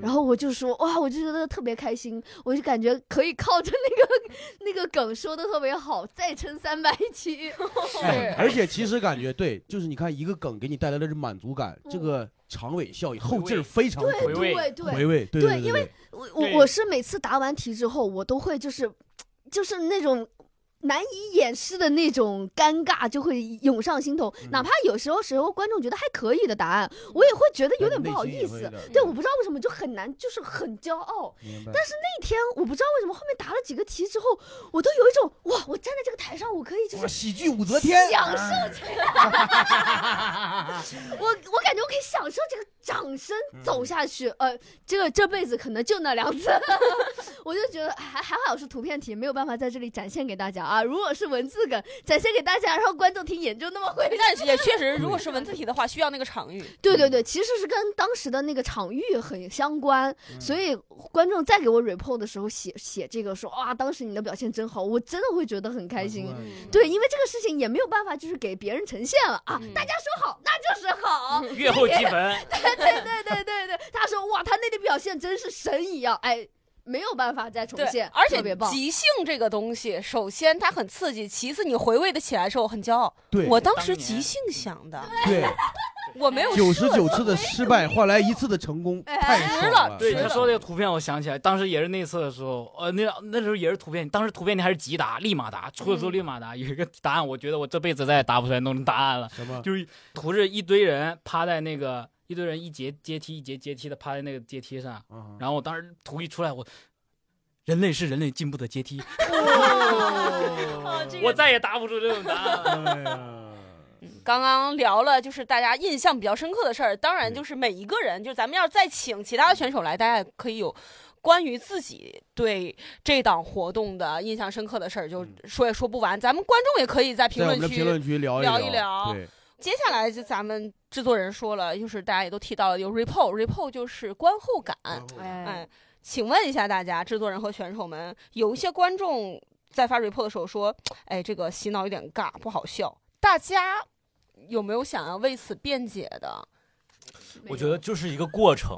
S4: 然后我就说哇，我就觉得特别开心，我就感觉可以靠着那个 <laughs> 那个梗说的特别好，再撑三百期，
S3: 哎
S1: 嗯
S4: 是，
S3: 而且其实感觉对，就是你看一个梗给你带来的是满足感，
S4: 嗯
S3: 这个长尾效应后劲儿非常
S4: 对
S6: 回味
S4: 对对，
S3: 回味，对
S4: 对
S3: 对，
S4: 因为我我
S6: 对
S4: 我是每次答完题之后，我都会就是就是那种。难以掩饰的那种尴尬就会涌上心头，哪怕有时候时候观众觉得还可以的答案，我也会觉得有点不好意思。对，我不知道为什么就很难，就是很骄傲。
S3: 但是
S4: 那天我不知道为什么后面答了几个题之后，我都有一种哇，我站在这个台上，我可以就是
S3: 喜剧武则天，
S4: <laughs> 享受这个， <laughs> 我我感觉我可以享受这个掌声走下去。呃，这个这辈子可能就那两次， <laughs> 我就觉得还还好是图片题，没有办法在这里展现给大家啊。如果是文字梗，展现给大家，然后观众听也就那么回来。
S1: 但也确实，如果是文字题的话，需要那个场域。
S4: <laughs> 对对对，其实是跟当时的那个场域很相关，所以观众再给我 report 的时候写写这个说哇，当时你的表现真好，我真的会觉得很开心。
S3: 嗯
S1: 嗯
S4: 对，因为这个事情也没有办法，就是给别人呈现了啊。
S1: 嗯
S4: 大家说好，那就
S1: <laughs>
S4: 是好。
S6: 月后积分，
S4: <laughs> 对对对对对，他说哇，他那天表现真是神一样，哎，没有办法再重
S1: 对
S4: 现，，
S1: 而
S4: 特别
S1: 且
S4: 棒。
S1: 即兴这个东西，首先它很刺激，其次你回味的起来的时候很骄傲。
S3: 对
S1: 我当时
S6: 当年
S1: 即兴想的，
S3: 对
S1: 我没有
S3: 九十九次的失败换来一次的成功，太
S1: 值
S3: 爽
S1: 了
S3: 了，
S6: 对
S1: 是
S6: 他
S1: 的
S6: 说这个图片，我想起来，当时也是那次的时候，呃，那那时候也是图片，当时图片题还是急答，立马答，出
S4: 嗯
S6: 的时候立马答，有一个答案，我觉得我这辈子再也答不出来那种答案了，
S3: 什
S5: 啊
S3: 么？
S6: 就是图是一堆人趴在那个一堆人一节阶梯一节阶梯的趴在那个阶梯上，
S3: 啊
S6: <laughs>
S5: 嗯
S6: 然后我当时图一出来，我人类是人类进步
S3: <laughs>
S6: 的阶梯，
S3: 哦
S2: 啊这个
S6: 我再也答不出这种答
S3: <laughs>
S6: 案了。
S3: 哎呀
S1: 刚刚聊了，就是大家印象比较深刻的事儿。当
S3: 嗯
S1: 然，就是每一个人，就是咱们要是再请其他的选手来，大家也可以有关于自己对这档活动的印象深刻的事儿，就
S3: 嗯
S1: 说也说不完。咱们观众也可以在评
S3: 在我
S1: 论
S3: 们的
S1: 区
S3: 评论区聊
S1: 聊一
S3: 一
S1: 聊
S3: 对，
S1: 接下来就咱们制作人说了，就是大家也都提到了有 report，report 就是观后感。哎，请问一下大家，制作人和选手们，有一些观众在发 report 的时候说，哎，这个洗脑有点尬，不好笑。大家有没有想要为此辩解的？
S5: 我觉得就是一个过程，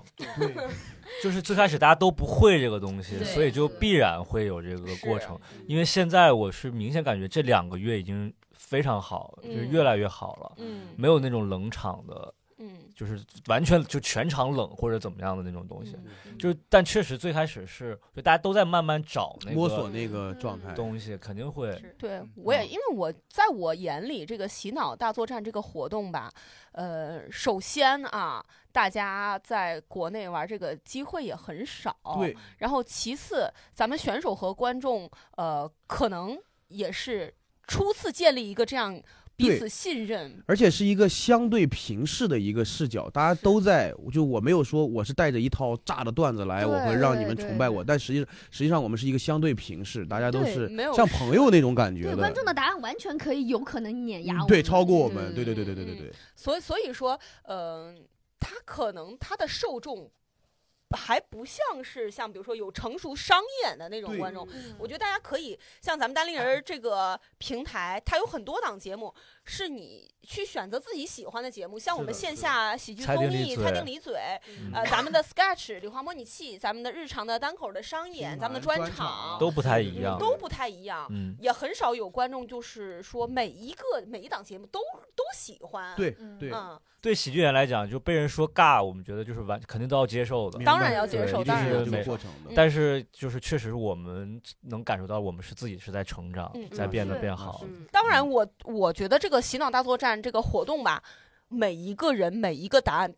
S5: 就是最开始大家都不会这个东西，
S4: 对
S5: 所以就必然会有这个过程。因为现在我是明显感觉这两个月已经非常好，
S1: 嗯
S5: 就是越来越好了，
S1: 嗯
S5: 没有那种冷场的，
S1: 嗯
S5: 就是完全就全场冷或者怎么样的那种东西。
S1: 嗯
S5: 就是但确实最开始是就大家都在慢慢找那
S3: 摸索
S5: 个
S3: 那个状态，
S5: 东西，肯定会
S2: 是
S1: 对
S6: 嗯，
S1: 我也因为我在我眼里，这个洗脑大作战这个活动吧，呃，首先啊，大家在国内玩这个机会也很少，
S3: 对，
S1: 然后其次，咱们选手和观众，呃，可能也是初次建立一个这样彼
S3: 对
S1: 此信任。
S3: 而且是一个相对平视的一个视角，大家都在，就我没有说我是带着一套炸的段子来，
S4: 对
S3: 我会让你
S4: 对
S3: 们
S4: 对
S3: 崇拜我，但实际上实际上我们是一个相对平视，大家都
S4: 对
S3: 是
S1: 没有
S3: 像朋友那种感觉
S4: 对
S3: 的
S4: 观，众的答案完全可以有可能碾压
S3: 嗯
S4: 我们，
S3: 对，超过我
S4: 嗯
S3: 们，对对对对对对
S1: 嗯
S3: 对，
S1: 所以，所以说，嗯、他可能他的受众还不像是像比如说有成熟商演的那种
S3: 对
S1: 观众。
S4: 嗯
S1: 我觉得大家可以像咱们单立人儿这个平台，它有很多档节目是你去选择自己喜欢的节目，像我
S3: 是
S1: 们
S3: 的
S1: 线
S3: 是的
S1: 下喜剧
S5: 猜
S1: 综
S5: 定
S1: 艺
S5: 你
S1: 《
S5: 嘴
S1: 猜定你嘴》，
S3: 嗯
S1: 呃，咱们的 sketch、旅行模拟器，咱们的日常的单口的商演，咱们的专场
S5: 都不太一样
S1: 都不太一样，
S5: 嗯。
S1: 也很少有观众就是说每一个每一档节目都都喜欢。
S3: 对
S4: 嗯
S3: 对，
S1: 嗯，
S5: 对喜剧演员来讲，就被人说尬，我们觉得就是完肯定都要接受的
S3: 明。白
S1: 当嗯然要接
S5: 对
S1: 受，
S3: 一定
S1: 当
S3: 是
S1: 然要
S5: 有
S3: 有
S1: 接
S3: 这
S5: 没
S3: 个
S1: 受。
S3: 过程的，
S5: 但是就是确实是我们能感受到，我们是自己是在成长，
S1: 嗯
S5: 在变得
S4: 是
S5: 变好。
S1: 当然我，我觉得这个洗脑大作战这个活动吧，每一个人每一个答案，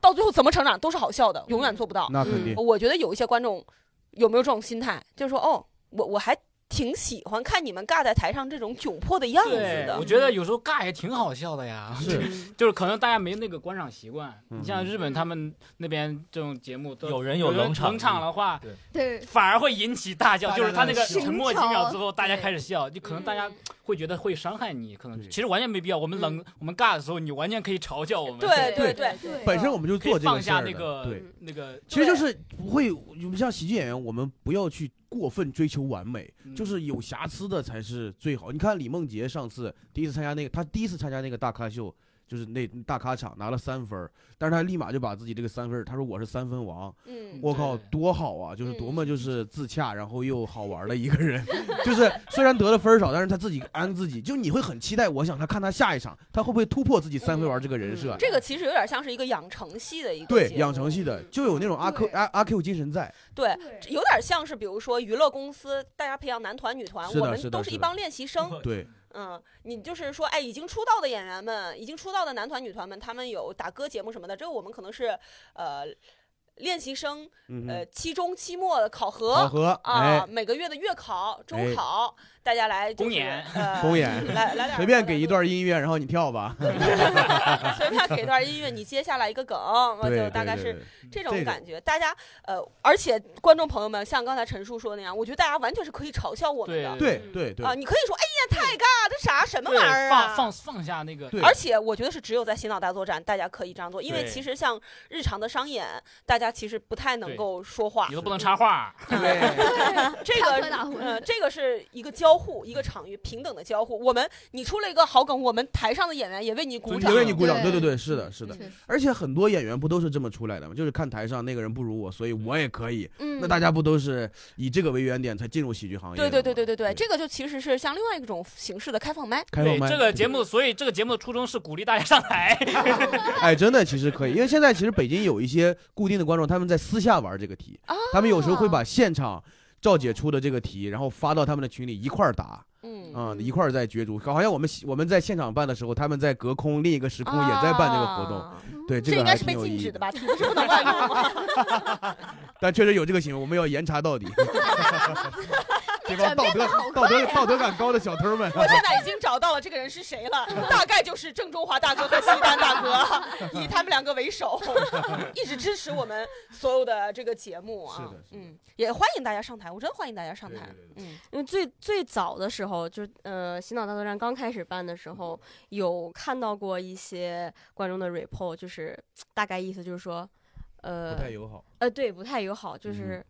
S1: 到最后怎么成长都是好笑的，永远做不到。
S3: 那肯定，
S1: 我觉得有一些观众有没有这种心态，就是说，哦，我我还挺喜欢看你们尬在台上这种窘迫的样子
S6: 对，
S1: 的
S6: 我。觉得有时候尬也挺好笑的呀。 <laughs>
S3: 是
S6: 就是可能大家没那个观赏习惯。你像
S3: 嗯
S6: 日本他们那边这种节目都
S5: 有人有冷场嗯
S6: 冷场的话，
S4: 对
S6: 反而会引起大
S3: 大
S6: 笑，
S3: 家
S6: 就是他那个
S3: 在笑
S6: 沉默几秒之后，大家开始笑，就可能大家会觉得会伤害你，可能
S3: 对
S6: 其实完全没必要。我们冷、我们尬的时候，你完全可以嘲笑我们，
S1: 对
S2: 对
S1: 对
S4: 对
S3: 本身我们就
S6: 可以
S3: 做这
S6: 放
S3: 个事
S6: 下
S3: 儿
S6: 那
S3: 的，
S6: 个
S3: 对，
S6: 那个
S3: 其实就是不会，我们像喜剧演员，我们不要去过分追求完美，
S6: 嗯
S3: 就是有瑕疵的才是最好。你看李梦洁上次第一次参加那个，她第一次参加那个大咖秀，就是那大咖场拿了三分儿，但是她立马就把自己这个三分儿，她说我是三分王，
S1: 嗯
S3: 我靠，
S6: 对
S3: 多好啊！就是
S1: 嗯
S3: 多么就是自洽，然后又好玩的一个人。 <laughs> 就是虽然得了分儿少，但是他自己安自己，就你会很期待。我想他看他下一场，他会不会突破自己三分玩这个人设？
S1: 这个其实有点像是一个养成系的一嗯个
S3: 对
S1: 节目
S3: 养成系的，就有那种阿 Q 阿阿 Q 精神在。
S1: 对。有点像是，比如说娱乐公司，大家培养男团、女团，
S3: 是的
S1: 我
S3: 是
S1: 们
S3: 的
S1: 都
S3: 是
S1: 是一
S3: 的
S1: 帮练习生，
S3: <laughs> 对，
S1: 嗯，你就是说，哎，已经出道的演员们，已经出道的男团、女团们，他们有打歌节目什么的，这个我们可能是呃练习生
S3: 嗯
S1: 呃
S3: 哼，
S1: 期中、期末的考核
S3: 考核
S1: 啊、
S3: 哎，
S1: 每个月的月考、周
S3: 哎
S1: 考，大家来、就是、
S6: 公演
S1: 呃、
S3: 公演
S1: 来来点
S3: 随便给一段音乐，然后你跳吧。
S1: 随便给一段音乐，你接下来一个
S3: <laughs>
S1: 梗，我就
S3: 对，对
S1: 大概
S3: 对
S1: 是
S3: 对
S1: 这种
S3: 这种
S1: 感觉。大家呃，而且观众朋友们，像刚才陈叔说那样，我觉得大家完全是可以嘲笑我们的。
S3: 对对对
S1: 啊，你可以说，哎呀，太尬，这啥什么玩意儿
S6: 对，
S1: 啊？
S6: 放放放下那个
S3: 对
S1: 而且我觉得是只有在洗脑大作战，大家可以这样做，因为
S6: 对
S1: 其实像日常的商演，大家其实不太能
S6: 对
S1: 够说话
S6: 你。都不能插话，
S3: 对，
S1: 这
S4: 插科打
S1: 个，
S4: 诨
S1: 呃，这个是一个交互，一个场域平等的交互。我们你出了一个好梗，我们台上的演员也为你鼓掌
S3: 也。为你鼓掌。对
S4: 对
S3: 对对，是
S1: 嗯
S3: 的，是的。
S4: 确实
S3: 而且很多演员不都是这么出来的吗？就是看台上那个人不如我，所以我也可以。
S1: 嗯
S3: 那大家不都是以这个为原点才进入喜剧行业的
S1: 对
S3: 吗？
S1: 对对对对对，这个就其实是像另外一种形式的开放麦。
S3: 开放
S6: 对
S3: 麦
S6: 这个节目，所以这个节目的初衷是鼓励大家上台，
S3: 哎，真的其实可以，因为现在其实北京有一些固定的观众，他们在私下玩这个题，
S1: 哦
S3: 他们有时候会把现场赵姐出的这个题，然后发到他们的群里一块儿答，
S1: 嗯
S3: 啊、一块儿在角逐。好像我们我们在现场办的时候，他们在隔空另一个时空啊也在办这个活动，
S1: 啊
S3: 对
S1: 这
S3: 个
S1: 应该
S3: 还
S1: 是
S3: 挺
S1: 被
S3: 有
S1: 禁
S3: 意义
S1: 止的？吧？体不是不能乱用吗？
S3: 但确实有这个行为，我们要严查
S2: <laughs>
S3: 到底。这帮道德道德道德感高的小偷们，
S1: 我现在已经找到了这个人是谁了，大概就是郑中华大哥和西单大哥，
S3: <laughs>
S1: 以他们两个为首，一直支持我们所有的这个节目啊。
S3: 是的是的
S1: 嗯，也欢迎大家上台，我真欢迎大家上台。
S3: 对对
S1: 嗯，
S2: 因为最最早的时候，就是呃，洗脑大作战刚开始办的时候，有看到过一些观众的 report，就是大概意思就是说，呃
S3: 不，太友嗯好。
S2: 呃，对，不太友好，就是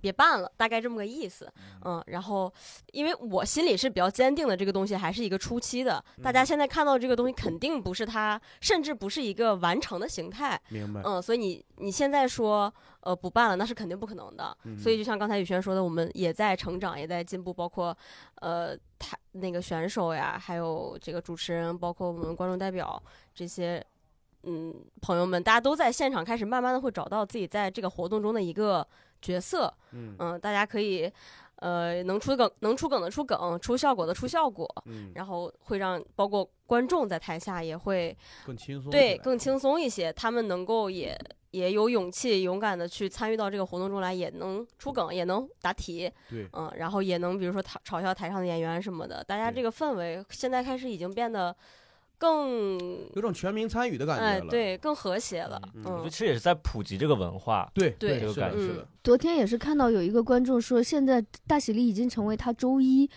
S2: 别办了，大概这么个意思。嗯，然后因为我心里是比较坚定的，这个东西还是一个初期的，大家
S3: 嗯
S2: 现在看到这个东西肯定不是它，甚至不是一个完成的形态。
S3: 明白。
S2: 嗯，所以你你现在说呃不办了，那是肯定不可能的。
S3: 嗯
S2: 所以就像刚才宇轩说的，我们也在成长，也在进步，包括呃他那个选手呀，还有这个主持人，包括我们观众代表这些。嗯，朋友们，大家都在现场开始慢慢的会找到自己在这个活动中的一个角色。
S3: 嗯
S2: 嗯、大家可以，呃，能出梗能出梗的出梗，出效果的出效果，
S3: 嗯，
S2: 然后会让包括观众在台下也会
S3: 更轻松
S2: 对，更轻松一些。他们能够也也有勇气、勇敢的去参与到这个活动中来，也能出梗，也能答题，
S3: 对
S2: 嗯，然后也能比如说嘲嘲笑台上的演员什么的。大家
S3: 对
S2: 这个氛围现在开始已经变得更，
S3: 有种全民参与的感
S2: 哎，
S3: 觉了。
S2: 对，更和谐了，
S3: 嗯
S5: 我觉得
S2: 嗯
S5: 其实也是在普及这个文化。
S3: 对
S2: 对
S3: 这个
S5: 是
S3: 感
S5: 的
S3: 觉
S2: 嗯
S3: 的。
S4: 昨天也是看到有一个观众说，现在大喜力已经成为他周一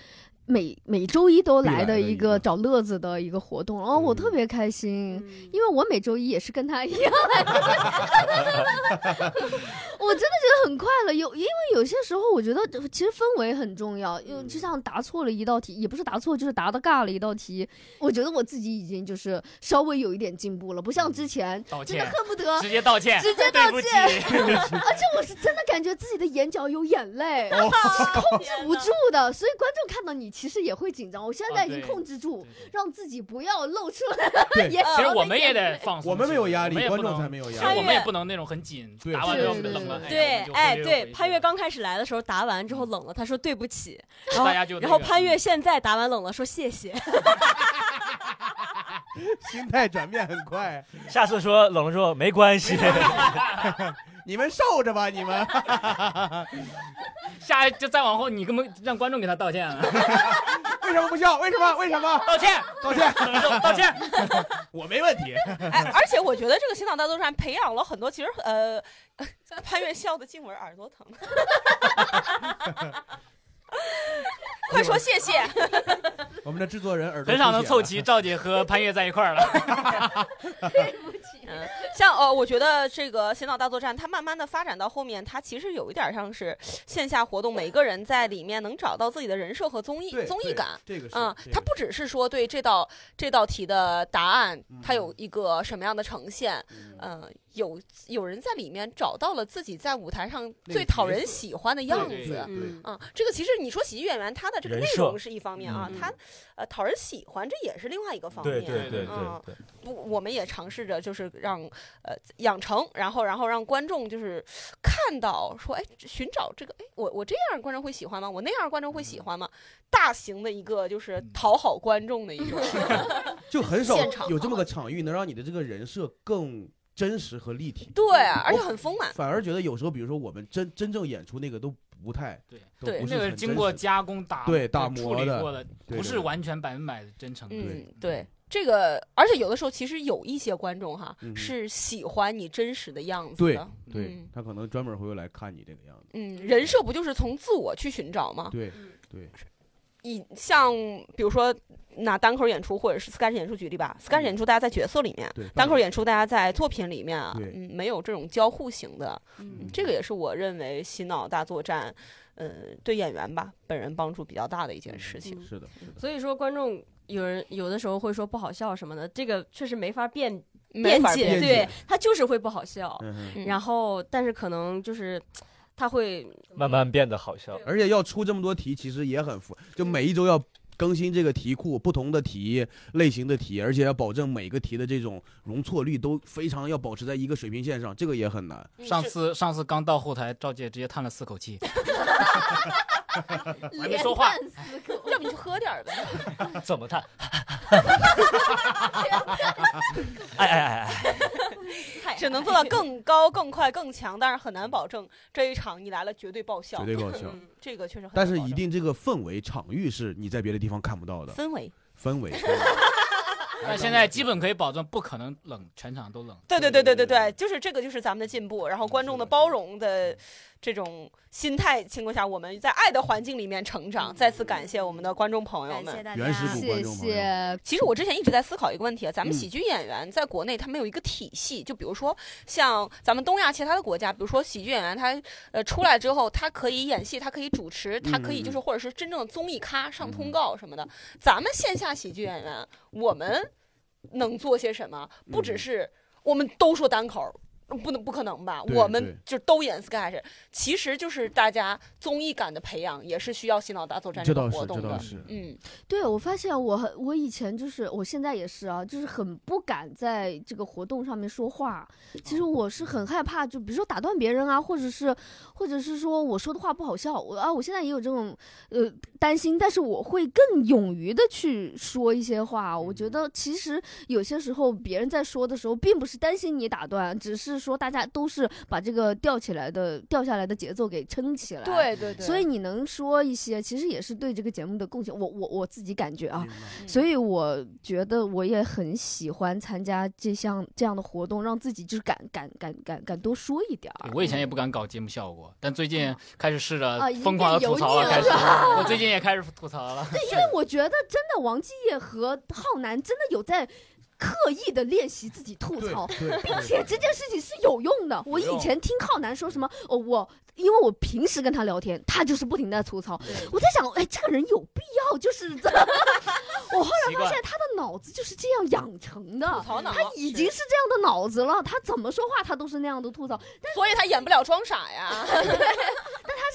S4: 每每周一都来的一
S3: 必来的一个
S4: 个找乐子的一个活动，哦，我
S3: 嗯
S4: 特别开心，
S2: 嗯
S4: 因为我每周一也是跟他一样 <laughs> 来的，我真的觉得很快乐。有因为有些时候，我觉得其实氛围很重要，因为就像答错了一道题，也不是答错，就是答的尬了一道题。我觉得我自己已经就是稍微有一点进步了，不像之前
S6: 道
S4: 真的
S6: 歉，
S4: 恨不得
S6: 直接道歉，
S4: 直接道
S6: 对不起， <laughs>
S4: 而且我是真的感觉自己的眼角有眼泪，
S3: 哦
S4: 控制不住的，所以观众看到你其实也会紧张。我现在已经
S6: 啊对
S4: 控制住，
S6: 对对
S4: 让自己不要露出来
S3: 对
S4: <laughs>
S2: 哎
S4: 眼
S6: 其
S4: 角
S6: 实
S4: 的
S6: 我们也
S4: 眼
S6: 得
S4: 泪。
S6: 放松，
S3: 我们没有压
S6: 我们
S3: 力，
S6: 也不
S3: 观众
S6: 能
S3: 才没有
S6: 其
S3: 压
S6: 实
S3: 力。
S6: 我们也不能那种很紧，
S3: 对
S6: 打完之后
S4: 对
S6: 冷了，哎
S2: 对，
S6: 哎，
S2: 哎，
S6: 我们就
S2: 对，潘越，
S6: 我们就回去了
S2: 刚开始来的时候答完之后冷了，他说对不起，然后
S6: 大家就
S2: 然后
S6: 那个嗯
S2: 潘越现在答完冷了说谢谢，
S3: 心态转变很快，
S5: 下次说冷了之后没关系，
S3: 你们受着吧，你们。
S6: 下就再往后，你根本让观众给他道歉了， <laughs>
S3: 为什么不笑？为什么？为什么？
S6: 道歉，
S3: 道
S6: <laughs>
S3: 歉，<laughs>
S6: 道歉，
S3: 我没问题。
S1: 哎，而且我觉得这个洗脑大作战培养了很多，其实呃，潘越笑的静文耳朵疼。 <laughs>
S3: 哎
S1: 快说谢谢！
S3: 我们的制作人耳朵
S6: 很少
S3: 出
S6: 能
S3: 血
S6: 凑
S3: 了。
S6: 齐赵姐和潘越在一块儿了。
S1: 嗯，像呃，我觉得这个洗脑大作战，它慢慢的发展到后面，它其实有一点像是线下活动，每个人在里面能找到自己的人设和综艺
S3: 对
S1: 综艺
S3: 对
S1: 感。
S3: 这个是
S1: 嗯，
S3: 这
S1: 它
S3: 个
S1: 不只是说对这道这道题的答案，它
S3: 嗯
S1: 有一个什么样的呈现，
S3: 是
S2: 呃
S1: 嗯，有有人在里面找到了自己在舞台上
S3: 那个
S1: 最讨
S3: 角
S1: 人
S3: 色
S1: 喜欢的
S6: 对
S1: 样
S6: 对
S1: 子。
S2: 嗯，
S1: 嗯，这个其实你说喜剧演员他的这个
S5: 人
S1: 内
S5: 设
S1: 容是一方面啊，
S2: 嗯
S1: 他呃讨人喜欢这也是另外一个方面。
S5: 对对对对
S1: 嗯
S5: 对，
S1: 不，我们也尝试着就是让呃养成，然后然后让观众就是看到说，哎，寻找这个，哎，我我这样观众会喜欢吗？我那样观众
S3: 嗯
S1: 会喜欢吗？大型的一个就是讨好观众的一
S3: <laughs>
S1: 个
S3: 就很少
S1: 现场
S3: 有这么个场域能让你的这个人设更真实和立体。
S1: 对，啊而且很丰
S3: <laughs>
S1: 满。
S3: 反而觉得有时候，比如说我们真真正演出那个都不太
S6: 对，
S3: 都
S1: 对
S3: 不是
S6: 那个
S3: 很
S6: 经
S3: 真
S6: 过
S3: 实
S6: 加工打
S3: 对打
S6: 处
S3: 磨
S6: 理
S3: 的
S6: 过的，
S3: 对
S6: 不
S3: 对
S6: 是
S3: 对
S6: 完全百分百真诚的。
S1: 嗯，对。这个，而且有的时候其实有一些观众哈、
S3: 嗯哼
S1: 是喜欢你真实的样子
S3: 对
S1: 的，
S3: 对
S1: 嗯，
S3: 他可能专门会来看你这个样子。
S1: 嗯，人设不就是从自我去寻找吗？
S3: 对
S2: 嗯
S3: 对，
S1: 以像比如说拿单口演出或者是 sketch 演出举例吧，sketch
S3: 嗯
S1: 演出大家在角色里面，
S3: 对
S1: 单口演出大家在作品里面啊，
S3: 对
S1: 嗯，没有这种交互型的，
S3: 嗯
S1: 这个也是我认为洗脑大作战，呃，对演员吧本人帮助比较大的一件事情。
S3: 嗯
S1: 嗯
S3: 是的，是的
S2: 所以说观众有人有的时候会说不好笑什么的，这个确实没法辩
S3: 嗯
S1: 没法
S2: 解，
S1: 辩
S3: 解
S2: 对他就是会不好笑，
S3: 嗯哼。
S1: 嗯
S2: 然后但是可能就是他会
S5: 慢慢变得好笑。
S3: 而且要出这么多题，其实也很复，就每一周要更新这个题库，不同的题类型的题，而且要保证每个题的这种容错率都非常要保持在一个水平线上，这个也很难。
S1: 嗯
S6: 上次上次刚到后台，赵姐直接叹了四
S4: <laughs>
S6: 口气。 <laughs> 还没
S4: 连
S6: 说话
S4: 叹
S3: <laughs>
S4: 四口，
S1: 要不你去喝点儿呗，
S5: <laughs> 怎么看？哎哎哎
S1: <laughs>
S5: 哎！
S1: 只能做到更高、更快、更强，但是很难保证这一场你来了绝对爆笑。
S3: 绝
S1: <laughs>
S3: 对搞笑
S1: 嗯这个确实很难
S3: 但是
S1: 保
S3: 一
S1: 证
S3: 定这个氛围场域是你在别的地方看不到的
S1: 氛围。
S3: 氛围。
S6: 但现在基本可以保证，不可能冷，全场都冷。
S1: 对对对对对对，
S3: 对嗯
S1: 就是这个，就是咱们的进步。然后观众的
S3: 是的
S1: 包容的这种心态情况下，我们在爱的环境里面成长。再次感嗯谢我们的观众朋友
S2: 感谢
S1: 们。
S2: 大家
S3: 原始股观
S4: 谢
S3: 众朋友，
S4: 谢。
S1: 其实我之前一直在思考一个问题啊，咱们
S3: 嗯
S1: 喜剧演员在国内他没有一个体系，就比如说像咱们东亚其他的国家，比如说喜剧演员他呃出来之后，他可以演戏，他可以主持，他可
S3: 嗯
S1: 以就是或者是真正的综艺咖上通告什么的。咱们线下喜剧演员，我们能做些什么？不只
S3: 嗯
S1: 是我们都说单口儿。不能，不可能吧？
S3: 对
S1: 我
S3: 对
S1: 们就都演 sketch，其实就是大家综艺感的培养，也是需要洗脑大作战
S3: 这
S1: 个
S3: 倒
S1: 活
S3: 是，
S1: 动
S3: 这
S1: 的
S3: 倒。是。
S1: 嗯，
S4: 对，我发现我很，我以前就是，我现在也是啊，就是很不敢在这个活动上面说话。其实我是很害怕，就比如说打断别人啊，或者是，或者是说我说的话不好笑，我啊，我现在也有这种呃担心，但是我会更勇于的去说一些话。我觉得其实有些时候别人在说的时候，并不是担心你打断，只是说大家都是把这个吊起来的掉下来的节奏给撑起来。。
S1: 对对对。
S4: 所以你能说一些，其实也是对这个节目的贡献。我我我自己感觉啊，
S1: 嗯
S4: 所以我觉得我也很喜欢参加这项这样的活动，让自己就是敢敢敢敢敢多说一点儿。
S6: 我以前也不敢搞节目效果，但最近开始试着
S4: 啊已经
S6: 疯狂的吐槽了。
S4: 变
S6: 开
S4: 油腻
S6: 始，
S4: 了
S6: 我最近也开始吐槽了。
S4: 因为我觉得真的王继业和浩南真的有在刻意的练习自己 <laughs> 吐
S3: 对 <laughs>
S4: 槽， <laughs>
S3: 对
S4: 并且这件事情是有用的。我以前听浩南说什么，哦，我因为我平时跟他聊天，他就是不停地在吐槽。我在想，哎，这个人有必要就是 <laughs> 我后来
S6: 习
S4: 发
S6: 惯
S4: 现他的脑子就是这样养
S1: 吐
S4: 成的。
S1: 槽脑，
S4: 他已经是这样的脑子了，他怎么说话他都是那样的吐槽，
S1: 所以他演不了装傻呀。
S4: 他